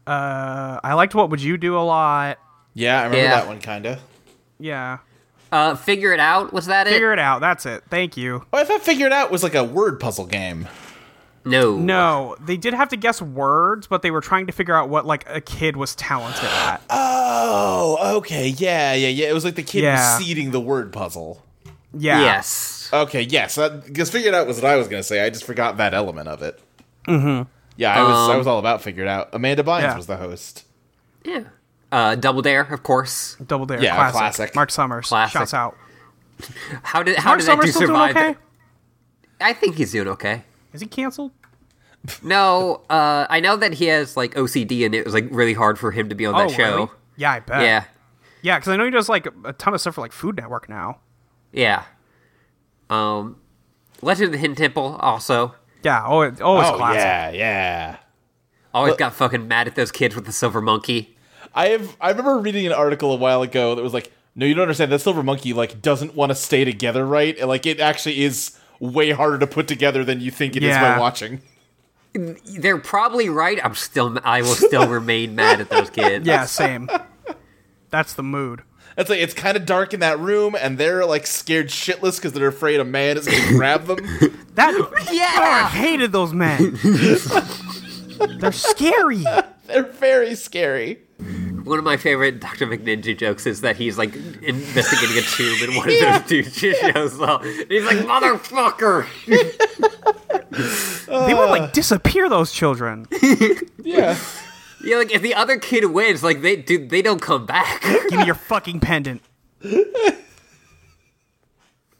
[SPEAKER 3] Uh, I liked What Would You Do a lot.
[SPEAKER 5] Yeah, I remember
[SPEAKER 2] Yeah.
[SPEAKER 5] that one kind of.
[SPEAKER 3] Yeah.
[SPEAKER 2] Uh, figure it out. Was that
[SPEAKER 3] Figure
[SPEAKER 2] it?
[SPEAKER 3] it out. That's it. Thank you.
[SPEAKER 5] Oh, I thought Figure It Out was like a word puzzle game.
[SPEAKER 2] No,
[SPEAKER 3] No, they did have to guess words, but they were trying to figure out what, like, a kid was talented at.
[SPEAKER 5] Oh, okay. Yeah, yeah, yeah. It was like the kid
[SPEAKER 3] Yeah.
[SPEAKER 5] seeding the word puzzle.
[SPEAKER 3] Yeah.
[SPEAKER 2] Yes.
[SPEAKER 5] Okay, yes. Because Figure It Out was what I was going to say. I just forgot that element of it. Mm-hmm. Yeah, I was, I was all about Figure It Out. Amanda Bynes
[SPEAKER 3] Yeah.
[SPEAKER 5] was the host.
[SPEAKER 2] Yeah. Uh, Double Dare, of course.
[SPEAKER 3] Double Dare.
[SPEAKER 5] Yeah,
[SPEAKER 3] classic.
[SPEAKER 5] classic.
[SPEAKER 3] Mark Summers.
[SPEAKER 2] Classic.
[SPEAKER 3] Shouts out.
[SPEAKER 2] How did how
[SPEAKER 3] Mark
[SPEAKER 2] did that
[SPEAKER 3] Summers
[SPEAKER 2] do
[SPEAKER 3] still doing
[SPEAKER 2] survive?
[SPEAKER 3] okay?
[SPEAKER 2] I think he's doing okay.
[SPEAKER 3] Is he canceled?
[SPEAKER 2] No, uh, I know that he has like OCD, and it was like really hard for him to be on
[SPEAKER 3] oh,
[SPEAKER 2] that show.
[SPEAKER 3] really? Yeah, I bet.
[SPEAKER 2] Yeah.
[SPEAKER 3] Yeah, because I know he does, like, a ton of stuff for, like, Food Network now.
[SPEAKER 2] Yeah. Um, Legend of the Hidden Temple also
[SPEAKER 3] Yeah. Oh, it, always
[SPEAKER 5] Oh,
[SPEAKER 3] classic.
[SPEAKER 5] yeah, yeah.
[SPEAKER 2] always
[SPEAKER 3] Uh,
[SPEAKER 2] got fucking mad at those kids with the silver monkey.
[SPEAKER 5] I have. I remember reading an article a while ago that was like, "No, you don't understand. That silver monkey like doesn't want to stay together, right? And, like it actually is way harder to put together than you think it is
[SPEAKER 3] Yeah.
[SPEAKER 5] by watching."
[SPEAKER 2] They're probably right. I'm still I will still remain mad at those kids.
[SPEAKER 3] Yeah, same. That's the mood.
[SPEAKER 5] It's like it's kind of dark in that room, and they're like scared shitless because they're afraid a man is going to grab them.
[SPEAKER 3] That I
[SPEAKER 2] Yeah.
[SPEAKER 3] hated those men. They're scary.
[SPEAKER 5] They're very scary.
[SPEAKER 2] One of my favorite Dr. McNinja jokes is that he's like investigating a tomb in one of those dude shows up. And he's like, motherfucker.
[SPEAKER 3] They would like disappear those children.
[SPEAKER 5] Yeah.
[SPEAKER 2] Yeah, like if the other kid wins, like they dude, they don't come back.
[SPEAKER 3] Give me your fucking pendant. Give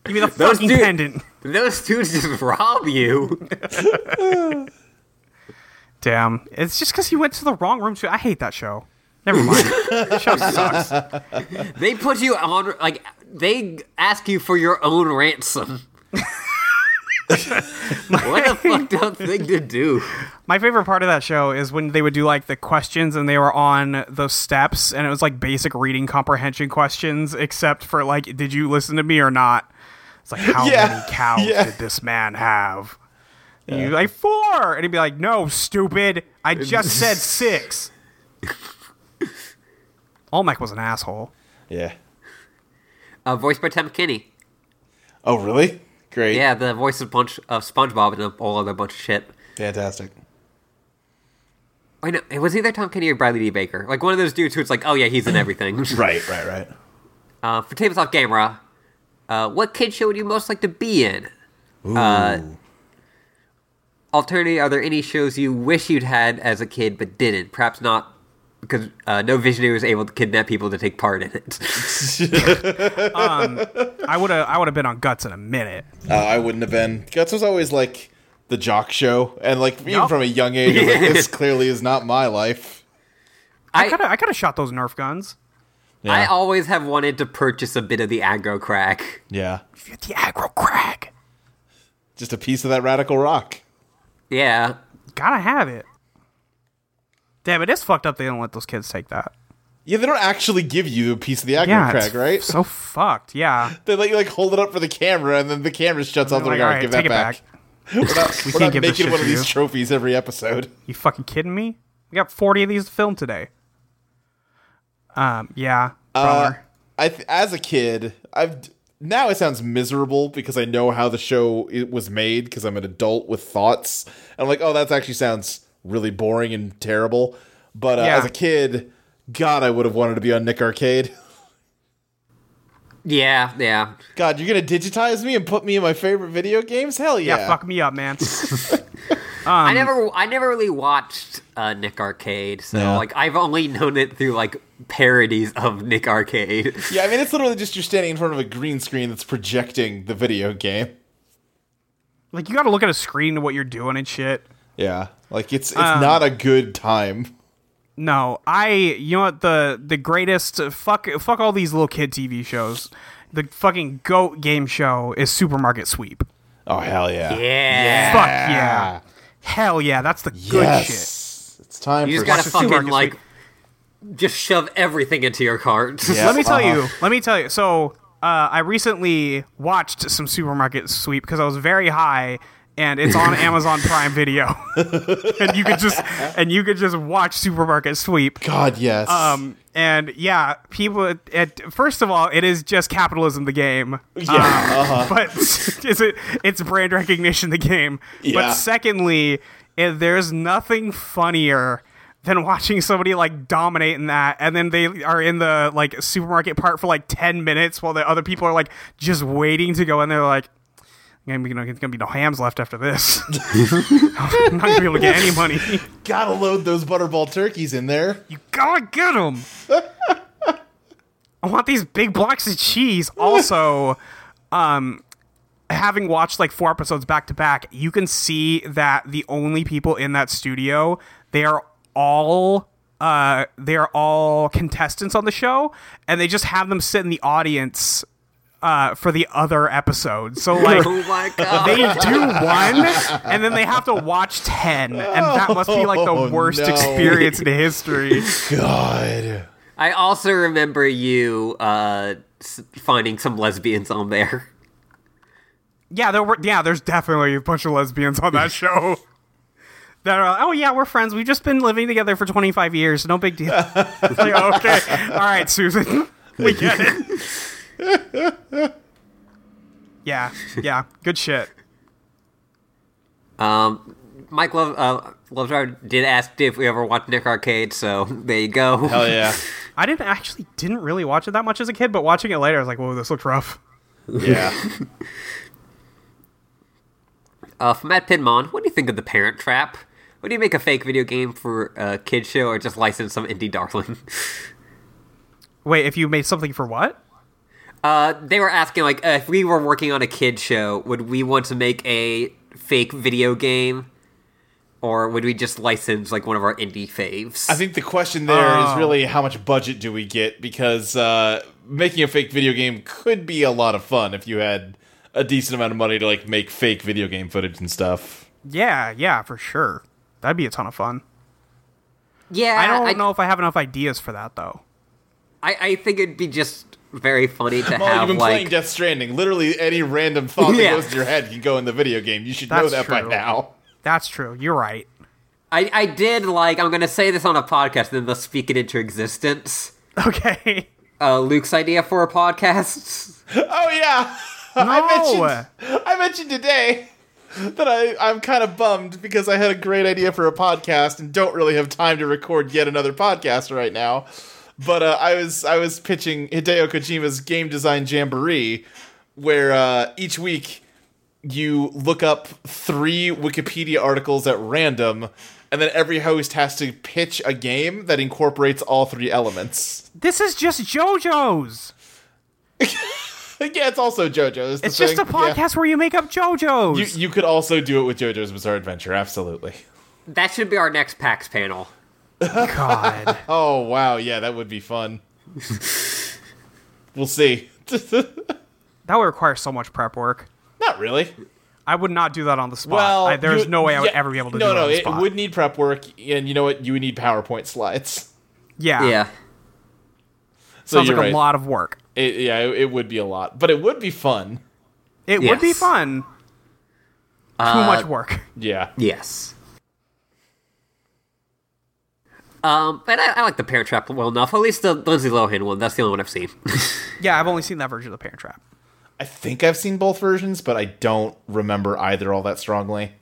[SPEAKER 3] me the
[SPEAKER 2] Those
[SPEAKER 3] fucking
[SPEAKER 2] dude-
[SPEAKER 3] pendant.
[SPEAKER 2] Those dudes just rob you.
[SPEAKER 3] Damn. It's just because he went to the wrong room. Too. I hate that show. Never mind. that show sucks.
[SPEAKER 2] They put you on like they ask you for your own ransom. what a fucked up thing to do.
[SPEAKER 3] My favorite part of that show is when they would do like the questions and they were on those steps and it was like basic reading comprehension questions, except for like, did you listen to me or not? It's like, how
[SPEAKER 5] Yeah.
[SPEAKER 3] many cows
[SPEAKER 5] Yeah.
[SPEAKER 3] did this man have? And you're like, four. And he'd be like, no, stupid. I just said six. Olmec was an asshole.
[SPEAKER 5] Yeah.
[SPEAKER 2] Uh, voiced by Tim Kinney.
[SPEAKER 5] Oh, really? Great.
[SPEAKER 2] Yeah, the voice of bunch of SpongeBob and a whole other bunch of shit.
[SPEAKER 5] Fantastic.
[SPEAKER 2] Or no, it was either Tom Kenny or Bradley D. Baker. Like one of those dudes who it's like, oh yeah, he's in everything.
[SPEAKER 5] Right, right, right.
[SPEAKER 2] uh, for tabletop camera, uh, what kid show would you most like to be in?
[SPEAKER 4] Ooh.
[SPEAKER 2] Alternatively, are there any shows you wish you'd had as a kid but didn't? Perhaps not because uh, no visionary was able to kidnap people to take part in it.
[SPEAKER 3] I would have I would have been on guts in a minute.
[SPEAKER 5] Uh, I wouldn't have been. Guts was always like the jock show, and like even
[SPEAKER 3] Yup.
[SPEAKER 5] from a young age, I was like, this clearly is not my life.
[SPEAKER 3] I could have I could have shot those Nerf guns.
[SPEAKER 2] I
[SPEAKER 5] Yeah.
[SPEAKER 2] always have wanted to purchase a bit of the aggro crack.
[SPEAKER 5] yeah,
[SPEAKER 3] Get the aggro crack.
[SPEAKER 5] just a piece of that radical rock.
[SPEAKER 2] Yeah.
[SPEAKER 3] Gotta have it. Damn, it is fucked up. They don't let those kids take that.
[SPEAKER 5] Yeah, they don't actually give you a piece of the aggro
[SPEAKER 3] Yeah,
[SPEAKER 5] crack,
[SPEAKER 3] it's
[SPEAKER 5] right?
[SPEAKER 3] So fucked. Yeah.
[SPEAKER 5] They let you like hold it up for the camera, and then the camera shuts off. They're
[SPEAKER 3] Like,
[SPEAKER 5] like, all
[SPEAKER 3] all
[SPEAKER 5] right,
[SPEAKER 3] right,
[SPEAKER 5] give
[SPEAKER 3] take
[SPEAKER 5] that
[SPEAKER 3] it
[SPEAKER 5] back.
[SPEAKER 3] back.
[SPEAKER 5] We're not, we're not
[SPEAKER 3] give this
[SPEAKER 5] making
[SPEAKER 3] shit
[SPEAKER 5] one
[SPEAKER 3] to
[SPEAKER 5] of these
[SPEAKER 3] you.
[SPEAKER 5] trophies every episode.
[SPEAKER 3] You fucking kidding me? We got 40 of these to film today. Um, yeah.
[SPEAKER 5] Uh,
[SPEAKER 3] Bummer.
[SPEAKER 5] I th- as a kid, I've d- now it sounds miserable because I know how the show it was made because I'm an adult with thoughts. And I'm like, oh, that actually sounds really boring and terrible. But uh,
[SPEAKER 3] Yeah.
[SPEAKER 5] as a kid, God, I would have wanted to be on Nick Arcade.
[SPEAKER 2] Yeah, yeah.
[SPEAKER 5] God, you're gonna digitize me and put me in my favorite video games? Hell yeah!
[SPEAKER 3] yeah, fuck me up, man.
[SPEAKER 5] Um,
[SPEAKER 2] I never I never really watched uh, Nick Arcade, so
[SPEAKER 5] Yeah.
[SPEAKER 2] like I've only known it through like parodies of Nick Arcade.
[SPEAKER 5] Yeah, I mean, it's literally just you're standing in front of a green screen that's projecting the video game.
[SPEAKER 3] like, you gotta look at a screen to what you're doing and shit.
[SPEAKER 5] Yeah, like it's it's
[SPEAKER 3] Um,
[SPEAKER 5] not a good time.
[SPEAKER 3] No, I. You know what? The the greatest fuck fuck all these little kid TV shows. The fucking goat game show is Supermarket Sweep.
[SPEAKER 5] Oh hell yeah!
[SPEAKER 2] Yeah.
[SPEAKER 3] Fuck yeah. Hell yeah, that's the good shit.
[SPEAKER 5] Yes, it's time
[SPEAKER 2] You just
[SPEAKER 5] for
[SPEAKER 2] gotta
[SPEAKER 3] Watch the
[SPEAKER 2] fucking
[SPEAKER 3] supermarket
[SPEAKER 2] like just shove everything into your cart.
[SPEAKER 5] Yeah.
[SPEAKER 3] Let me tell
[SPEAKER 5] Uh-huh.
[SPEAKER 3] you. Let me tell you. So uh, I recently watched some Supermarket Sweep because I was very high, and it's on Amazon Prime Video, and you could just and you could just watch Supermarket Sweep.
[SPEAKER 5] God, yes.
[SPEAKER 3] Um, and yeah, people. It, first of all, it is just capitalism, the game.
[SPEAKER 5] yeah.
[SPEAKER 3] um, but is it it's brand recognition the game
[SPEAKER 5] Yeah.
[SPEAKER 3] but secondly eh, there's nothing funnier than watching somebody like dominate in that and then they are in the like supermarket part for like 10 minutes while the other people are like just waiting to go in there like "Gonna be- there's gonna be no hams left after this. I'm not gonna be able to get any money.
[SPEAKER 5] Gotta load those butterball turkeys in there.
[SPEAKER 3] You gotta get them. I want these big blocks of cheese. Also, um, having watched like four episodes back to back, you can see that the only people in that studio they are all uh they are all contestants on the show, and they just have them sit in the audience uh for the other episode. So like
[SPEAKER 2] Oh my god.
[SPEAKER 3] they do one and then they have to watch 10 and that must be like
[SPEAKER 5] Oh,
[SPEAKER 3] the worst
[SPEAKER 5] no.
[SPEAKER 3] experience in history
[SPEAKER 5] God.
[SPEAKER 2] I also remember you uh, s- finding some lesbians on there.
[SPEAKER 3] yeah there were yeah there's definitely a bunch of lesbians on that show that are like, oh yeah we're friends we've just been living together for 25 years no big deal It's like, okay all right susan we get it yeah yeah good shit
[SPEAKER 2] Um, Mike Love uh, Lovejar did ask if we ever watched Nick Arcade, so there you go.
[SPEAKER 5] Hell yeah.
[SPEAKER 3] i didn't actually didn't really watch it that much as a kid but watching it later i was like whoa this looked rough
[SPEAKER 5] Yeah.
[SPEAKER 2] Uh, from Matt Pinmon, what do you think of the Parent Trap? Would you make a fake video game for a kid show, or just license some indie darling?
[SPEAKER 3] wait if you made something for what
[SPEAKER 2] Uh, they were asking like, uh, if we were working on a kid show, would we want to make a fake video game, or would we just license like one of our indie faves?
[SPEAKER 5] I think the question there is
[SPEAKER 3] Oh.
[SPEAKER 5] really how much budget do we get? Because uh, making a fake video game could be a lot of fun if you had a decent amount of money to like make fake video game footage and stuff.
[SPEAKER 3] Yeah, yeah, for sure. That'd be a ton of fun.
[SPEAKER 2] yeah,
[SPEAKER 3] I don't know if I have enough ideas for that though.
[SPEAKER 2] I, I think it'd be just very funny to
[SPEAKER 5] Molly, you've
[SPEAKER 2] have
[SPEAKER 5] been playing
[SPEAKER 2] like
[SPEAKER 5] Death Stranding. Literally any random thought that
[SPEAKER 2] Yeah.
[SPEAKER 5] goes to your head can go in the video game. You should know
[SPEAKER 3] That's
[SPEAKER 5] that by
[SPEAKER 3] true.
[SPEAKER 5] now.
[SPEAKER 3] That's true. You're right.
[SPEAKER 2] I, I did like I'm gonna say this on a podcast and they'll speak it into existence.
[SPEAKER 3] Okay.
[SPEAKER 2] Uh, Luke's idea for a podcast.
[SPEAKER 5] Oh yeah.
[SPEAKER 3] No.
[SPEAKER 5] I mentioned I mentioned today that I, I'm kind of bummed because I had a great idea for a podcast and don't really have time to record yet another podcast right now. But uh, I was I was pitching Hideo Kojima's game design jamboree, where uh, each week you look up three Wikipedia articles at random, and then every host has to pitch a game that incorporates all three elements.
[SPEAKER 3] This is just JoJo's.
[SPEAKER 5] yeah, it's also JoJo's. the
[SPEAKER 3] It's just a
[SPEAKER 5] thing. Yeah.
[SPEAKER 3] podcast where you make up JoJo's.
[SPEAKER 5] You, you could also do it with JoJo's Bizarre Adventure, absolutely.
[SPEAKER 2] That should be our next PAX panel.
[SPEAKER 3] God.
[SPEAKER 5] Oh wow, yeah, that would be fun. we'll see.
[SPEAKER 3] that would require so much prep work.
[SPEAKER 5] Not really.
[SPEAKER 3] I would not do that on the spot.
[SPEAKER 5] Well,
[SPEAKER 3] I, there's
[SPEAKER 5] you-
[SPEAKER 3] no way I would
[SPEAKER 5] yeah,
[SPEAKER 3] ever be able to
[SPEAKER 5] No,
[SPEAKER 3] do it
[SPEAKER 5] no,
[SPEAKER 3] on the
[SPEAKER 5] it
[SPEAKER 3] spot.
[SPEAKER 5] would need prep work, and you know what? You would need PowerPoint slides.
[SPEAKER 3] yeah.
[SPEAKER 2] Yeah.
[SPEAKER 5] So
[SPEAKER 3] Sounds
[SPEAKER 5] you're
[SPEAKER 3] like
[SPEAKER 5] right.
[SPEAKER 3] a lot of work.
[SPEAKER 5] It, yeah, it, it would be a lot, but it would be fun.
[SPEAKER 3] It would be
[SPEAKER 2] Yes.
[SPEAKER 3] fun. Too much
[SPEAKER 5] Uh,
[SPEAKER 3] work.
[SPEAKER 5] Yeah.
[SPEAKER 2] Yes. Um, but I, I like the Parent Trap well enough. At least the Lindsay Lohan one. That's the only one I've seen.
[SPEAKER 3] Yeah, I've only seen that version of the Parent Trap.
[SPEAKER 5] I think I've seen both versions, but I don't remember either all that strongly.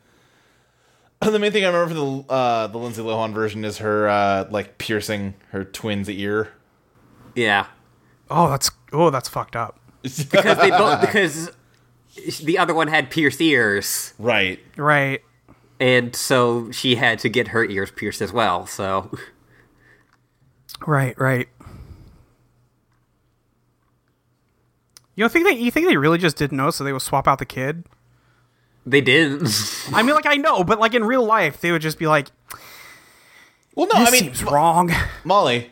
[SPEAKER 5] The main thing I remember from the uh, the Lindsay Lohan version is her uh, like piercing her twin's ear.
[SPEAKER 2] yeah,
[SPEAKER 3] Oh, that's oh, that's fucked up.
[SPEAKER 2] because they both because the other one had pierced ears,
[SPEAKER 5] Right.
[SPEAKER 3] Right.
[SPEAKER 2] and so she had to get her ears pierced as well. So
[SPEAKER 3] Right, right. You don't think they you think they really just didn't know so they would swap out the kid?
[SPEAKER 2] they didn't.
[SPEAKER 3] I mean like I know, but like in real life they would just be like,
[SPEAKER 5] Well, no,
[SPEAKER 3] This
[SPEAKER 5] I mean,
[SPEAKER 3] seems wrong.
[SPEAKER 5] Molly,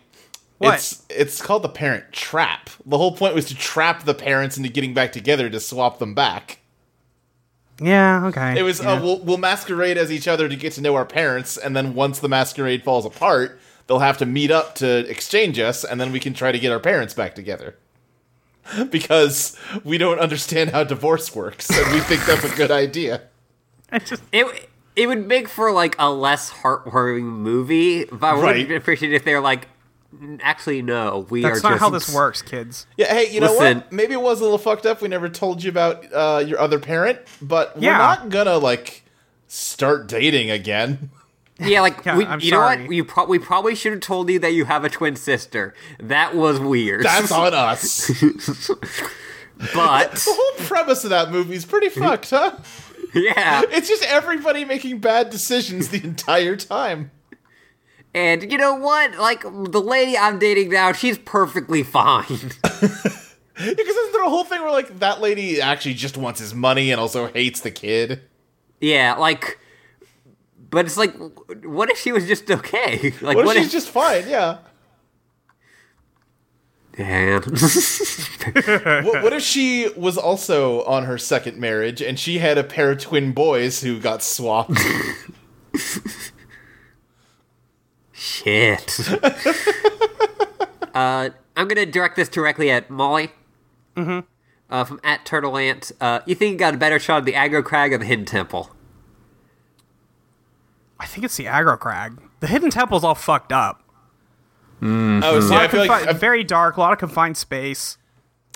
[SPEAKER 3] What?
[SPEAKER 5] It's it's called the parent trap. The whole point was to trap the parents into getting back together to swap them back.
[SPEAKER 3] yeah, okay.
[SPEAKER 5] It was
[SPEAKER 3] yeah.
[SPEAKER 5] uh, we'll, we'll masquerade as each other to get to know our parents, and then once the masquerade falls apart, they'll have to meet up to exchange us, and then we can try to get our parents back together. Because we don't understand how divorce works, and we think that's a good idea.
[SPEAKER 3] I just
[SPEAKER 2] It it would make for like a less heartwarming movie, but I would
[SPEAKER 5] Right.
[SPEAKER 2] appreciate if they're like, "N- actually, no, we
[SPEAKER 3] That's
[SPEAKER 2] are
[SPEAKER 3] not
[SPEAKER 2] just
[SPEAKER 3] how this works, kids.
[SPEAKER 5] Yeah, hey, you know
[SPEAKER 2] Listen.
[SPEAKER 5] what? Maybe it was a little fucked up. We never told you about uh, your other parent, but
[SPEAKER 3] Yeah.
[SPEAKER 5] we're not gonna like start dating again.
[SPEAKER 2] Yeah, like
[SPEAKER 3] Yeah,
[SPEAKER 2] we,
[SPEAKER 3] I'm
[SPEAKER 2] you know
[SPEAKER 3] sorry.
[SPEAKER 2] what? You pro- we probably should have told you that you have a twin sister. That was weird.
[SPEAKER 5] That's on us.
[SPEAKER 2] but
[SPEAKER 5] The whole premise of that movie is pretty fucked, huh?
[SPEAKER 2] yeah,
[SPEAKER 5] It's just everybody making bad decisions the entire time.
[SPEAKER 2] and you know what? Like the lady I'm dating now, she's perfectly fine.
[SPEAKER 5] Because isn't there a whole thing where like that lady actually just wants his money and also hates the kid?
[SPEAKER 2] yeah, like, but it's like, what if she was just okay? Like,
[SPEAKER 5] What if she's just fine? Yeah.
[SPEAKER 2] Man.
[SPEAKER 5] What, what if she was also on her second marriage and she had a pair of twin boys who got swapped?
[SPEAKER 2] Shit. uh, I'm gonna direct this directly at Molly. Mm-hmm. Uh, from at Turtle Ant. Uh, you think you got a better shot of the aggro crag or the hidden temple?
[SPEAKER 3] I think it's the aggro crag. The hidden temple's all fucked up.
[SPEAKER 5] Oh, see, I feel
[SPEAKER 3] Confi-
[SPEAKER 5] like
[SPEAKER 3] very dark, a lot of confined space.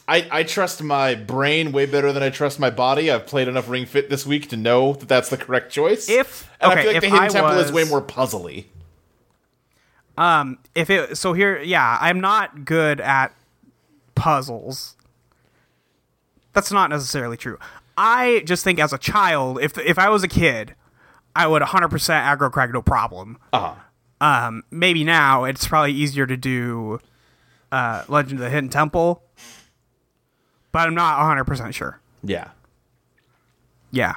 [SPEAKER 5] I, I trust my brain way better than I trust my body. I've played enough Ring Fit this week to know that that's the correct choice.
[SPEAKER 3] If-
[SPEAKER 5] and I
[SPEAKER 3] okay,
[SPEAKER 5] feel like
[SPEAKER 3] if
[SPEAKER 5] the Hidden
[SPEAKER 3] I
[SPEAKER 5] Temple
[SPEAKER 3] was-
[SPEAKER 5] is way more puzzly.
[SPEAKER 3] If it so here, yeah, I'm not good at puzzles. That's not necessarily true. I just think as a child, if if I was a kid, I would 100% aggro crag no problem. Uh-huh. Um, maybe now it's probably easier to do uh, Legend of the Hidden Temple, but I'm not 100% sure.
[SPEAKER 5] Yeah.
[SPEAKER 3] Yeah.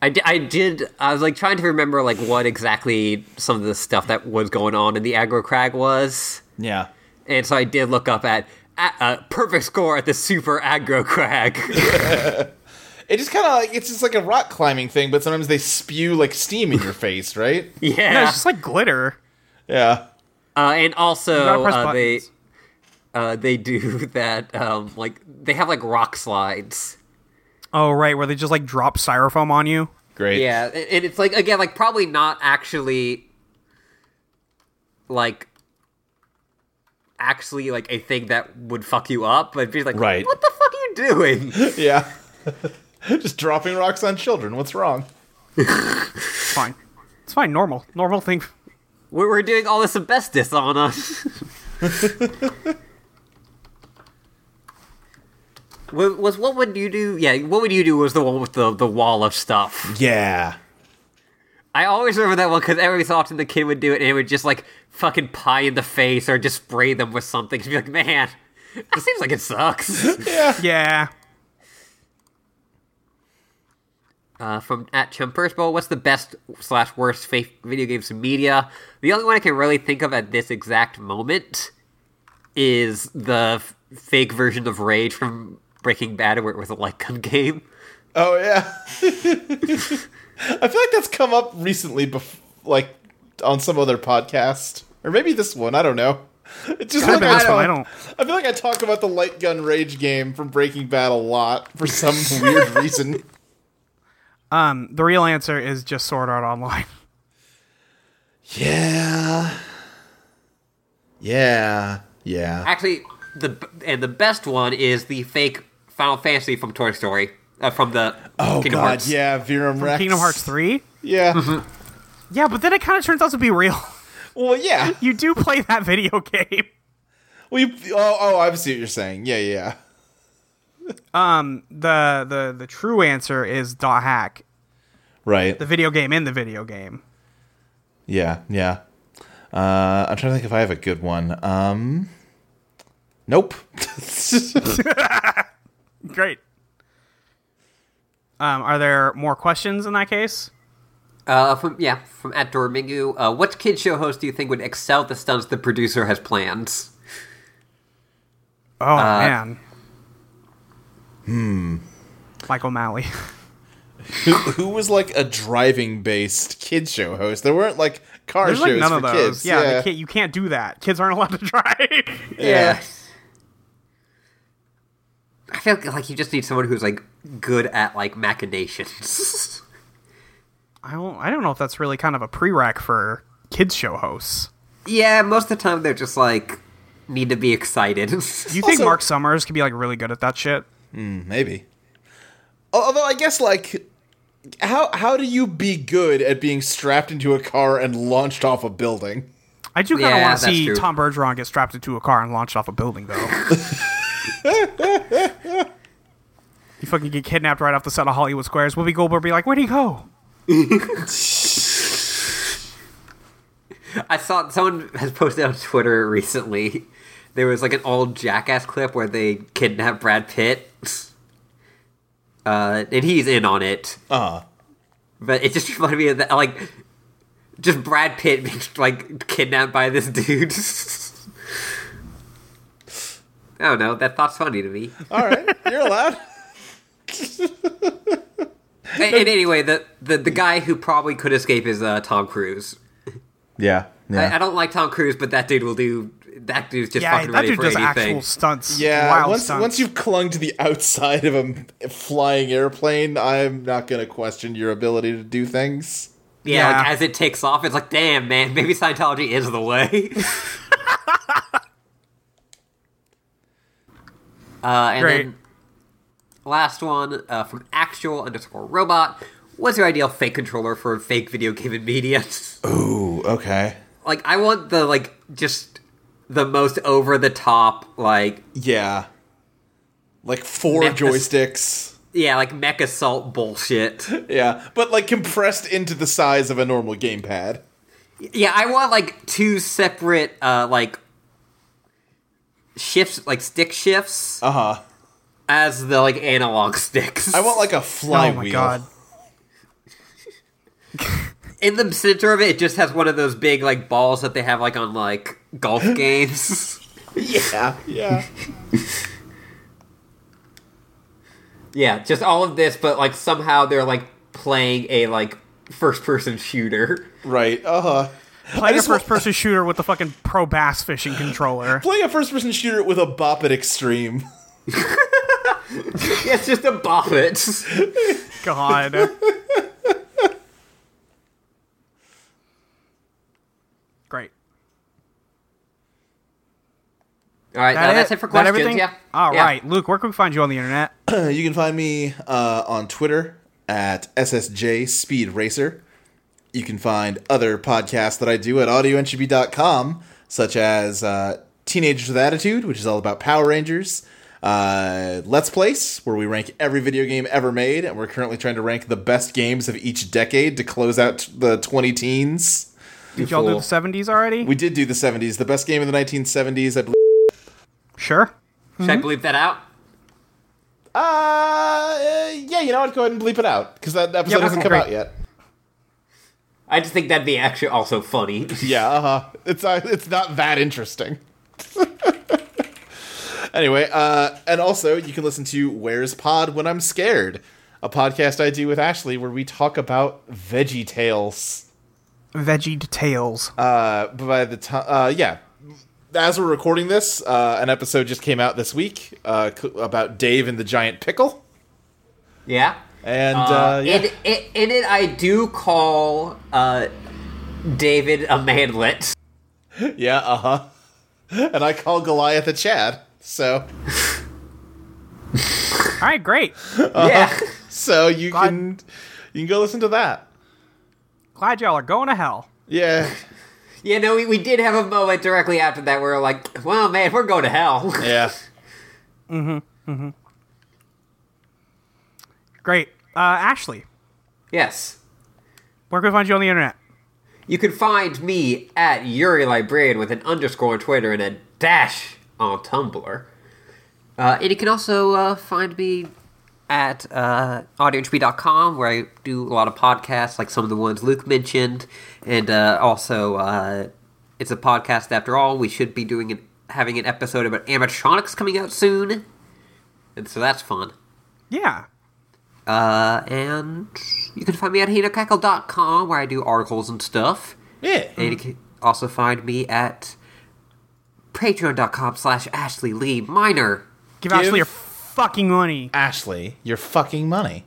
[SPEAKER 2] I, di- I did. I was like trying to remember like what exactly some of the stuff that was going on in the aggro crag was,
[SPEAKER 5] Yeah.
[SPEAKER 2] and so I did look up at a uh, perfect score at the super aggro crag.
[SPEAKER 5] It just kind of like it's just like a rock climbing thing, but sometimes they spew like steam in your face, right?
[SPEAKER 3] No,
[SPEAKER 2] yeah,
[SPEAKER 3] it's just like glitter.
[SPEAKER 5] Yeah.
[SPEAKER 2] uh, and
[SPEAKER 3] gotta
[SPEAKER 2] also
[SPEAKER 3] press
[SPEAKER 2] uh, they
[SPEAKER 3] buttons.
[SPEAKER 2] uh, they do that um, like they have like rock slides.
[SPEAKER 3] Oh, right, where they just like drop styrofoam on you.
[SPEAKER 5] Great.
[SPEAKER 2] Yeah, a- and it's like again, like probably not actually like actually like a thing that would fuck you up, but be like,
[SPEAKER 5] Right.
[SPEAKER 2] what the fuck are you doing?
[SPEAKER 5] Yeah. Just dropping rocks on children. What's wrong?
[SPEAKER 3] It's fine. It's fine. Normal. Normal thing.
[SPEAKER 2] We're, we're doing all this asbestos on us. Wa- was what would you do? Yeah, what would you do? Was the one with the the wall of stuff?
[SPEAKER 5] Yeah.
[SPEAKER 2] I always remember that one because every so often the kid would do it and it would just like fucking pie in the face or just spray them with something. Just be like, man, that seems like it sucks.
[SPEAKER 3] Yeah.
[SPEAKER 2] Uh, from at Chumpersbo, what's the best slash worst fa- video games media? The only one I can really think of at this exact moment is the f- fake version of Rage from Breaking Bad, where it was a light gun game.
[SPEAKER 5] Oh yeah. I feel like that's come up recently, bef- like on some other podcast, or maybe this one. I don't know. It just
[SPEAKER 3] Could've
[SPEAKER 5] like,
[SPEAKER 3] been
[SPEAKER 5] I,
[SPEAKER 3] this
[SPEAKER 5] don't,
[SPEAKER 3] one, I
[SPEAKER 5] I feel like I talk about the light gun rage game from Breaking Bad a lot for some weird reason.
[SPEAKER 3] Um, the real answer is just Sword Art Online.
[SPEAKER 5] Yeah. Yeah. Yeah.
[SPEAKER 2] Actually, the b- and the best one is the fake Final Fantasy from Toy Story, uh, from the
[SPEAKER 5] Oh
[SPEAKER 2] Kingdom
[SPEAKER 5] god.
[SPEAKER 2] Hearts.
[SPEAKER 5] Yeah. Virum Rex.
[SPEAKER 3] Kingdom Hearts Mm-hmm. 3?
[SPEAKER 5] Yeah.
[SPEAKER 3] Yeah, but then it kind of turns out to be real.
[SPEAKER 5] well, yeah.
[SPEAKER 3] You do play that video game.
[SPEAKER 5] Well, you, oh, oh, I see what you're saying. Yeah, yeah.
[SPEAKER 3] The the the true answer is dot hack.
[SPEAKER 5] Right.
[SPEAKER 3] The video game in the video game.
[SPEAKER 5] Yeah, yeah. Uh, I'm trying to think if I have a good one. Um, nope.
[SPEAKER 3] Great. Um, are there more questions in that case?
[SPEAKER 2] Uh, from yeah, from at Dormingu. Uh, what kid show host do you think would excel at the stunts the producer has planned?
[SPEAKER 3] Oh
[SPEAKER 5] Uh,
[SPEAKER 3] man. Hmm. Michael Malley.
[SPEAKER 5] who, who was like a driving based kid show host? There weren't like car
[SPEAKER 3] There's
[SPEAKER 5] shows
[SPEAKER 3] like none
[SPEAKER 5] for
[SPEAKER 3] of those.
[SPEAKER 5] kids.
[SPEAKER 3] Yeah, The kid, you can't do that. Kids aren't allowed to drive.
[SPEAKER 5] Yeah.
[SPEAKER 2] I feel like you just need someone who's like good at like machinations.
[SPEAKER 3] I don't. I don't know if that's really kind of a prereq for kids show hosts.
[SPEAKER 2] yeah, most of the time they're just like need to be excited.
[SPEAKER 3] Do you think
[SPEAKER 5] Also-
[SPEAKER 3] Mark Summers could be like really good at that shit?
[SPEAKER 5] maybe. Although I guess like, how how do you be good at being strapped into a car and launched off a building?
[SPEAKER 3] I do kind
[SPEAKER 2] Yeah,
[SPEAKER 3] of want
[SPEAKER 2] that's
[SPEAKER 3] to see
[SPEAKER 2] true.
[SPEAKER 3] Tom Bergeron get strapped into a car and launched off a building, though. you fucking get kidnapped right off the set of Hollywood Squares. Whoopi Goldberg be like, "Where'd he go?"
[SPEAKER 2] I saw someone has posted on Twitter recently. There was like an old Jackass clip where they kidnapped Brad Pitt, uh, and he's in on it. Uh.
[SPEAKER 3] Ah.
[SPEAKER 2] But it just reminded me of that, like, just Brad Pitt being like kidnapped by this dude. I don't know. That thought's funny to me.
[SPEAKER 5] All right, you're allowed.
[SPEAKER 2] and, and anyway, the, the the guy who probably could escape is uh, Tom Cruise.
[SPEAKER 5] Yeah,
[SPEAKER 2] I, I don't like Tom Cruise, but that dude will do. That dude's just
[SPEAKER 3] Yeah,
[SPEAKER 2] fucking
[SPEAKER 3] that
[SPEAKER 2] ready
[SPEAKER 3] dude
[SPEAKER 2] for
[SPEAKER 3] does
[SPEAKER 2] anything.
[SPEAKER 3] actual stunts.
[SPEAKER 5] Yeah,
[SPEAKER 3] wild
[SPEAKER 5] once
[SPEAKER 3] stunts.
[SPEAKER 5] once you've clung to the outside of a m- flying airplane, I'm not going to question your ability to do things.
[SPEAKER 2] Yeah, like,
[SPEAKER 3] Yeah.
[SPEAKER 2] as it takes off, it's like, damn, man, maybe Scientology is the way. uh, and
[SPEAKER 3] Great.
[SPEAKER 2] then last one uh, from actual underscore robot. What's your ideal fake controller for fake video game and media?
[SPEAKER 5] Ooh, okay.
[SPEAKER 2] like, I want the like just the most over the top, like
[SPEAKER 5] Yeah. Like four
[SPEAKER 2] Memphis.
[SPEAKER 5] joysticks.
[SPEAKER 2] yeah, like mech assault bullshit.
[SPEAKER 5] Yeah, but like compressed into the size of a normal gamepad.
[SPEAKER 2] Yeah, I want like two separate uh like shifts, like stick shifts. Uh
[SPEAKER 5] Uh-huh.
[SPEAKER 2] huh. As the like analog sticks.
[SPEAKER 5] I want like a
[SPEAKER 3] oh
[SPEAKER 5] flywheel.
[SPEAKER 3] my god.
[SPEAKER 2] in the center of it, it just has one of those big like balls that they have like on like golf games.
[SPEAKER 5] Yeah, yeah.
[SPEAKER 2] yeah, just all of this, but like somehow they're like playing a like first person shooter.
[SPEAKER 5] right. Uh huh.
[SPEAKER 3] Play a
[SPEAKER 5] just wa-
[SPEAKER 3] first-person shooter with the fucking pro bass fishing controller.
[SPEAKER 5] Play a first person shooter with a bop at extreme.
[SPEAKER 2] it's just a boffet.
[SPEAKER 3] God. Great.
[SPEAKER 2] All right,
[SPEAKER 3] That
[SPEAKER 2] uh, that's it for questions.
[SPEAKER 3] That everything?
[SPEAKER 2] Yeah.
[SPEAKER 3] All right,
[SPEAKER 2] Yeah.
[SPEAKER 3] Luke, where can we find you on the internet?
[SPEAKER 5] You can find me uh, on Twitter at SSJ Speed Racer. You can find other podcasts that I do at audioentropy.com, such as uh, Teenagers with Attitude, which is all about Power Rangers, uh, Let's Place, where we rank every video game ever made, and we're currently trying to rank the best games of each decade to close out the 20 teens.
[SPEAKER 3] Did y'all do
[SPEAKER 5] fool.
[SPEAKER 3] the '70s already?
[SPEAKER 5] We did do the 70s, the best game of the 1970s, I believe.
[SPEAKER 3] sure.
[SPEAKER 2] Should I bleep that out?
[SPEAKER 5] Uh, uh, yeah, you know what? Go ahead and bleep it out, because that episode
[SPEAKER 3] okay,
[SPEAKER 5] hasn't come
[SPEAKER 3] great.
[SPEAKER 5] out yet.
[SPEAKER 2] I just think that'd be actually also funny.
[SPEAKER 5] Yeah, uh huh. It's not, it's not that interesting. anyway, uh, and also you can listen to Where's Pod When I'm Scared, a podcast I do with Ashley where we talk about Veggie Tales.
[SPEAKER 3] Veggie details.
[SPEAKER 5] Uh, by the time, uh, yeah, as we're recording this, uh, an episode just came out this week uh, c- about Dave and the giant pickle,
[SPEAKER 2] yeah.
[SPEAKER 5] and
[SPEAKER 2] Uh,
[SPEAKER 5] uh, yeah.
[SPEAKER 2] in, in, in it, I do call uh, David a manlet.
[SPEAKER 5] Yeah, uh huh. And I call Goliath a Chad. So,
[SPEAKER 3] All right, great.
[SPEAKER 2] Yeah.
[SPEAKER 5] so you
[SPEAKER 3] God.
[SPEAKER 5] can you can go listen to that.
[SPEAKER 3] Glad y'all are going to hell.
[SPEAKER 5] Yeah,
[SPEAKER 2] Yeah, no, we, we did have a moment directly after that where we're like, well, man, we're going to hell.
[SPEAKER 5] yeah.
[SPEAKER 3] Great. Uh, Ashley,
[SPEAKER 2] yes.
[SPEAKER 3] where can we find you on the internet?
[SPEAKER 2] You can find me at Yuri Librarian with an underscore on Twitter and a dash on Tumblr. Uh, and you can also uh, find me at uh, audioentropy.com where I do a lot of podcasts like some of the ones Luke mentioned. And uh, also, uh, it's a podcast after all. We should be doing an, having an episode about animatronics coming out soon. And so that's fun.
[SPEAKER 3] Yeah.
[SPEAKER 2] Uh, and you can find me at hinocackle.com where I do articles and stuff.
[SPEAKER 5] Yeah.
[SPEAKER 2] And you can also find me at patreon.com slash Ashley Lee Minor.
[SPEAKER 3] Give,
[SPEAKER 5] Give-
[SPEAKER 3] Ashley your fucking money.
[SPEAKER 5] Ashley, your fucking money.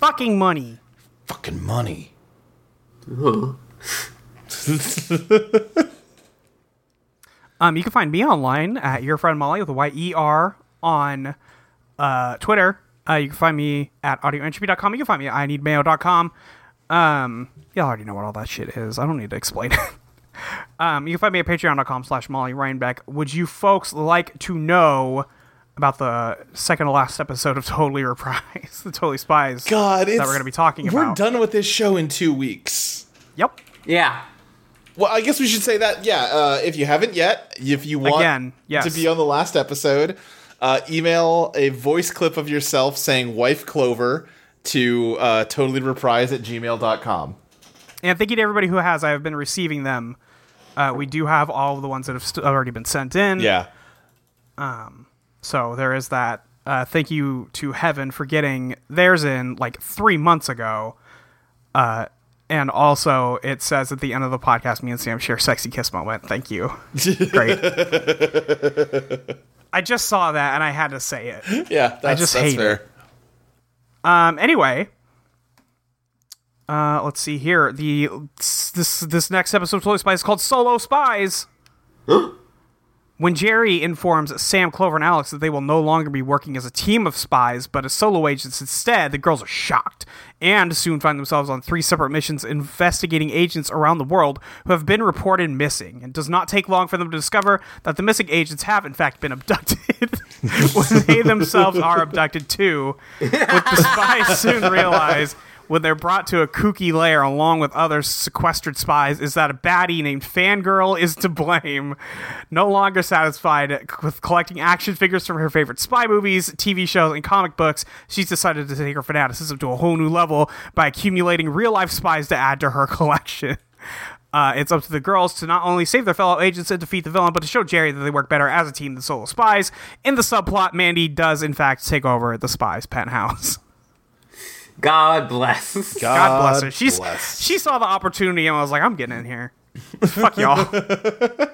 [SPEAKER 3] Fucking money.
[SPEAKER 4] Fucking money.
[SPEAKER 3] Um, you can find me online at your friend Molly with a Y E R on uh, Twitter. Uh, you can find me at audioentropy.com. You can find me at I need mayo.com. Um, y'all already know what all that shit is. I don't need to explain it. um, you can find me at patreon.com slash Molly Reinbeck. Would you folks like to know about the second to last episode of Totally Reprise, the Totally Spies?
[SPEAKER 5] God, it's,
[SPEAKER 3] we're gonna be talking
[SPEAKER 5] We're
[SPEAKER 3] about.
[SPEAKER 5] done with this show in two weeks.
[SPEAKER 3] Yep.
[SPEAKER 2] Yeah.
[SPEAKER 5] Well, I guess we should say that. Yeah, uh, if you haven't yet, if you want
[SPEAKER 3] Again, yes.
[SPEAKER 5] to be on the last episode, uh, email a voice clip of yourself saying "wife Clover" to uh, totally reprise at gmail.com.
[SPEAKER 3] And thank you to everybody who has. I have been receiving them. Uh, we do have all of the ones that have st- already been sent in.
[SPEAKER 5] Yeah,
[SPEAKER 3] So there is that. Uh, thank you to Heaven for getting theirs in like three months ago. Uh, and also, it says at the end of the podcast, me and Sam share sexy kiss moment. Thank you. Great. I just saw that and I had to say it.
[SPEAKER 5] yeah. That's,
[SPEAKER 3] just
[SPEAKER 5] that's
[SPEAKER 3] hate
[SPEAKER 5] fair.
[SPEAKER 3] it. Um. Anyway, uh, let's see here. The this this next episode of Totally Spies is called Solo Spies. When Jerry informs Sam, Clover, and Alex that they will no longer be working as a team of spies, but as solo agents instead, the girls are shocked and soon find themselves on three separate missions investigating agents around the world who have been reported missing. It does not take long for them to discover that the missing agents have, in fact, been abducted when they themselves are abducted too. What the spies soon realize when they're brought to a kooky lair along with other sequestered spies is that a baddie named Fangirl is to blame. No longer satisfied with collecting action figures from her favorite spy movies, TV shows, and comic books, she's decided to take her fanaticism to a whole new level by accumulating real life spies to add to her collection. Uh, it's up to the girls to not only save their fellow agents and defeat the villain, but to show Jerry that they work better as a team than solo spies. In the subplot, Mandy does, in fact, take over the spies' penthouse.
[SPEAKER 2] God bless.
[SPEAKER 3] God bless her. She's
[SPEAKER 5] bless.
[SPEAKER 3] she saw the opportunity and was like, "I'm getting in here. Fuck y'all." um,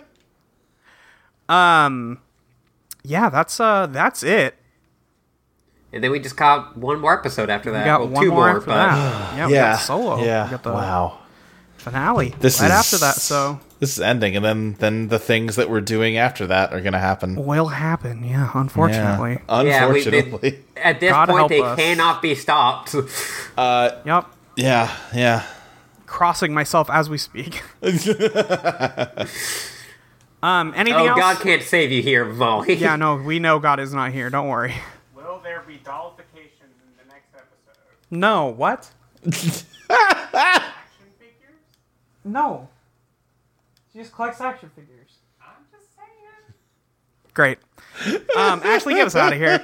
[SPEAKER 3] yeah, that's uh, that's it.
[SPEAKER 2] And then we just got one more episode after that.
[SPEAKER 3] We got
[SPEAKER 2] well,
[SPEAKER 3] one
[SPEAKER 2] two
[SPEAKER 3] more,
[SPEAKER 2] more,
[SPEAKER 3] after
[SPEAKER 2] but
[SPEAKER 3] that. Yeah, we
[SPEAKER 5] Yeah.
[SPEAKER 3] got solo.
[SPEAKER 5] Yeah.
[SPEAKER 3] we got the
[SPEAKER 5] wow.
[SPEAKER 3] finale
[SPEAKER 5] This
[SPEAKER 3] right
[SPEAKER 5] is
[SPEAKER 3] after that. So
[SPEAKER 5] this is ending, and then then the things that we're doing after that are gonna happen.
[SPEAKER 3] will happen. Yeah,
[SPEAKER 5] Yeah. Uh,
[SPEAKER 3] unfortunately.
[SPEAKER 2] Yeah, we,
[SPEAKER 5] Unfortunately.
[SPEAKER 2] they, at this
[SPEAKER 3] God
[SPEAKER 2] point,
[SPEAKER 3] help
[SPEAKER 2] they
[SPEAKER 3] us.
[SPEAKER 2] cannot be stopped.
[SPEAKER 3] Yep.
[SPEAKER 5] yeah, yeah.
[SPEAKER 3] Crossing myself as we speak. um. Anything
[SPEAKER 2] oh,
[SPEAKER 3] else?
[SPEAKER 2] God can't save you here, Volley.
[SPEAKER 3] yeah. No, we know God is not here. Don't worry.
[SPEAKER 6] Will there be dollifications in the next episode?
[SPEAKER 3] No. What?
[SPEAKER 6] Action figures?
[SPEAKER 3] No. She just collects action figures.
[SPEAKER 6] I'm just saying.
[SPEAKER 3] Great. Um. Ashley, get us out of here.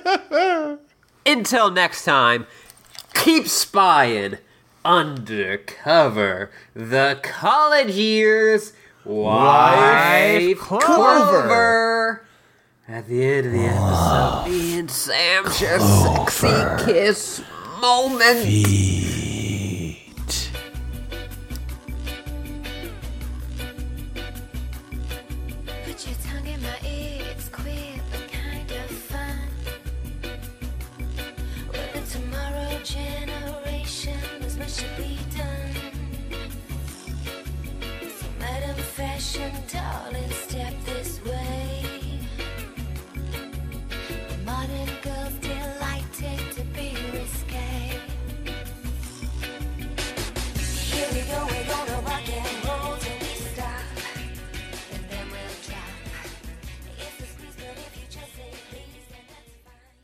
[SPEAKER 2] Until next time, keep spying undercover the college years. Wife
[SPEAKER 3] Clover.
[SPEAKER 2] Clover. At the end of the episode, me and Sam share a sexy kiss moment.
[SPEAKER 1] Put your tongue in my ear, it's queer but kind of fun. Well, the tomorrow generation, there's much to be done. So, Madam Fashion, do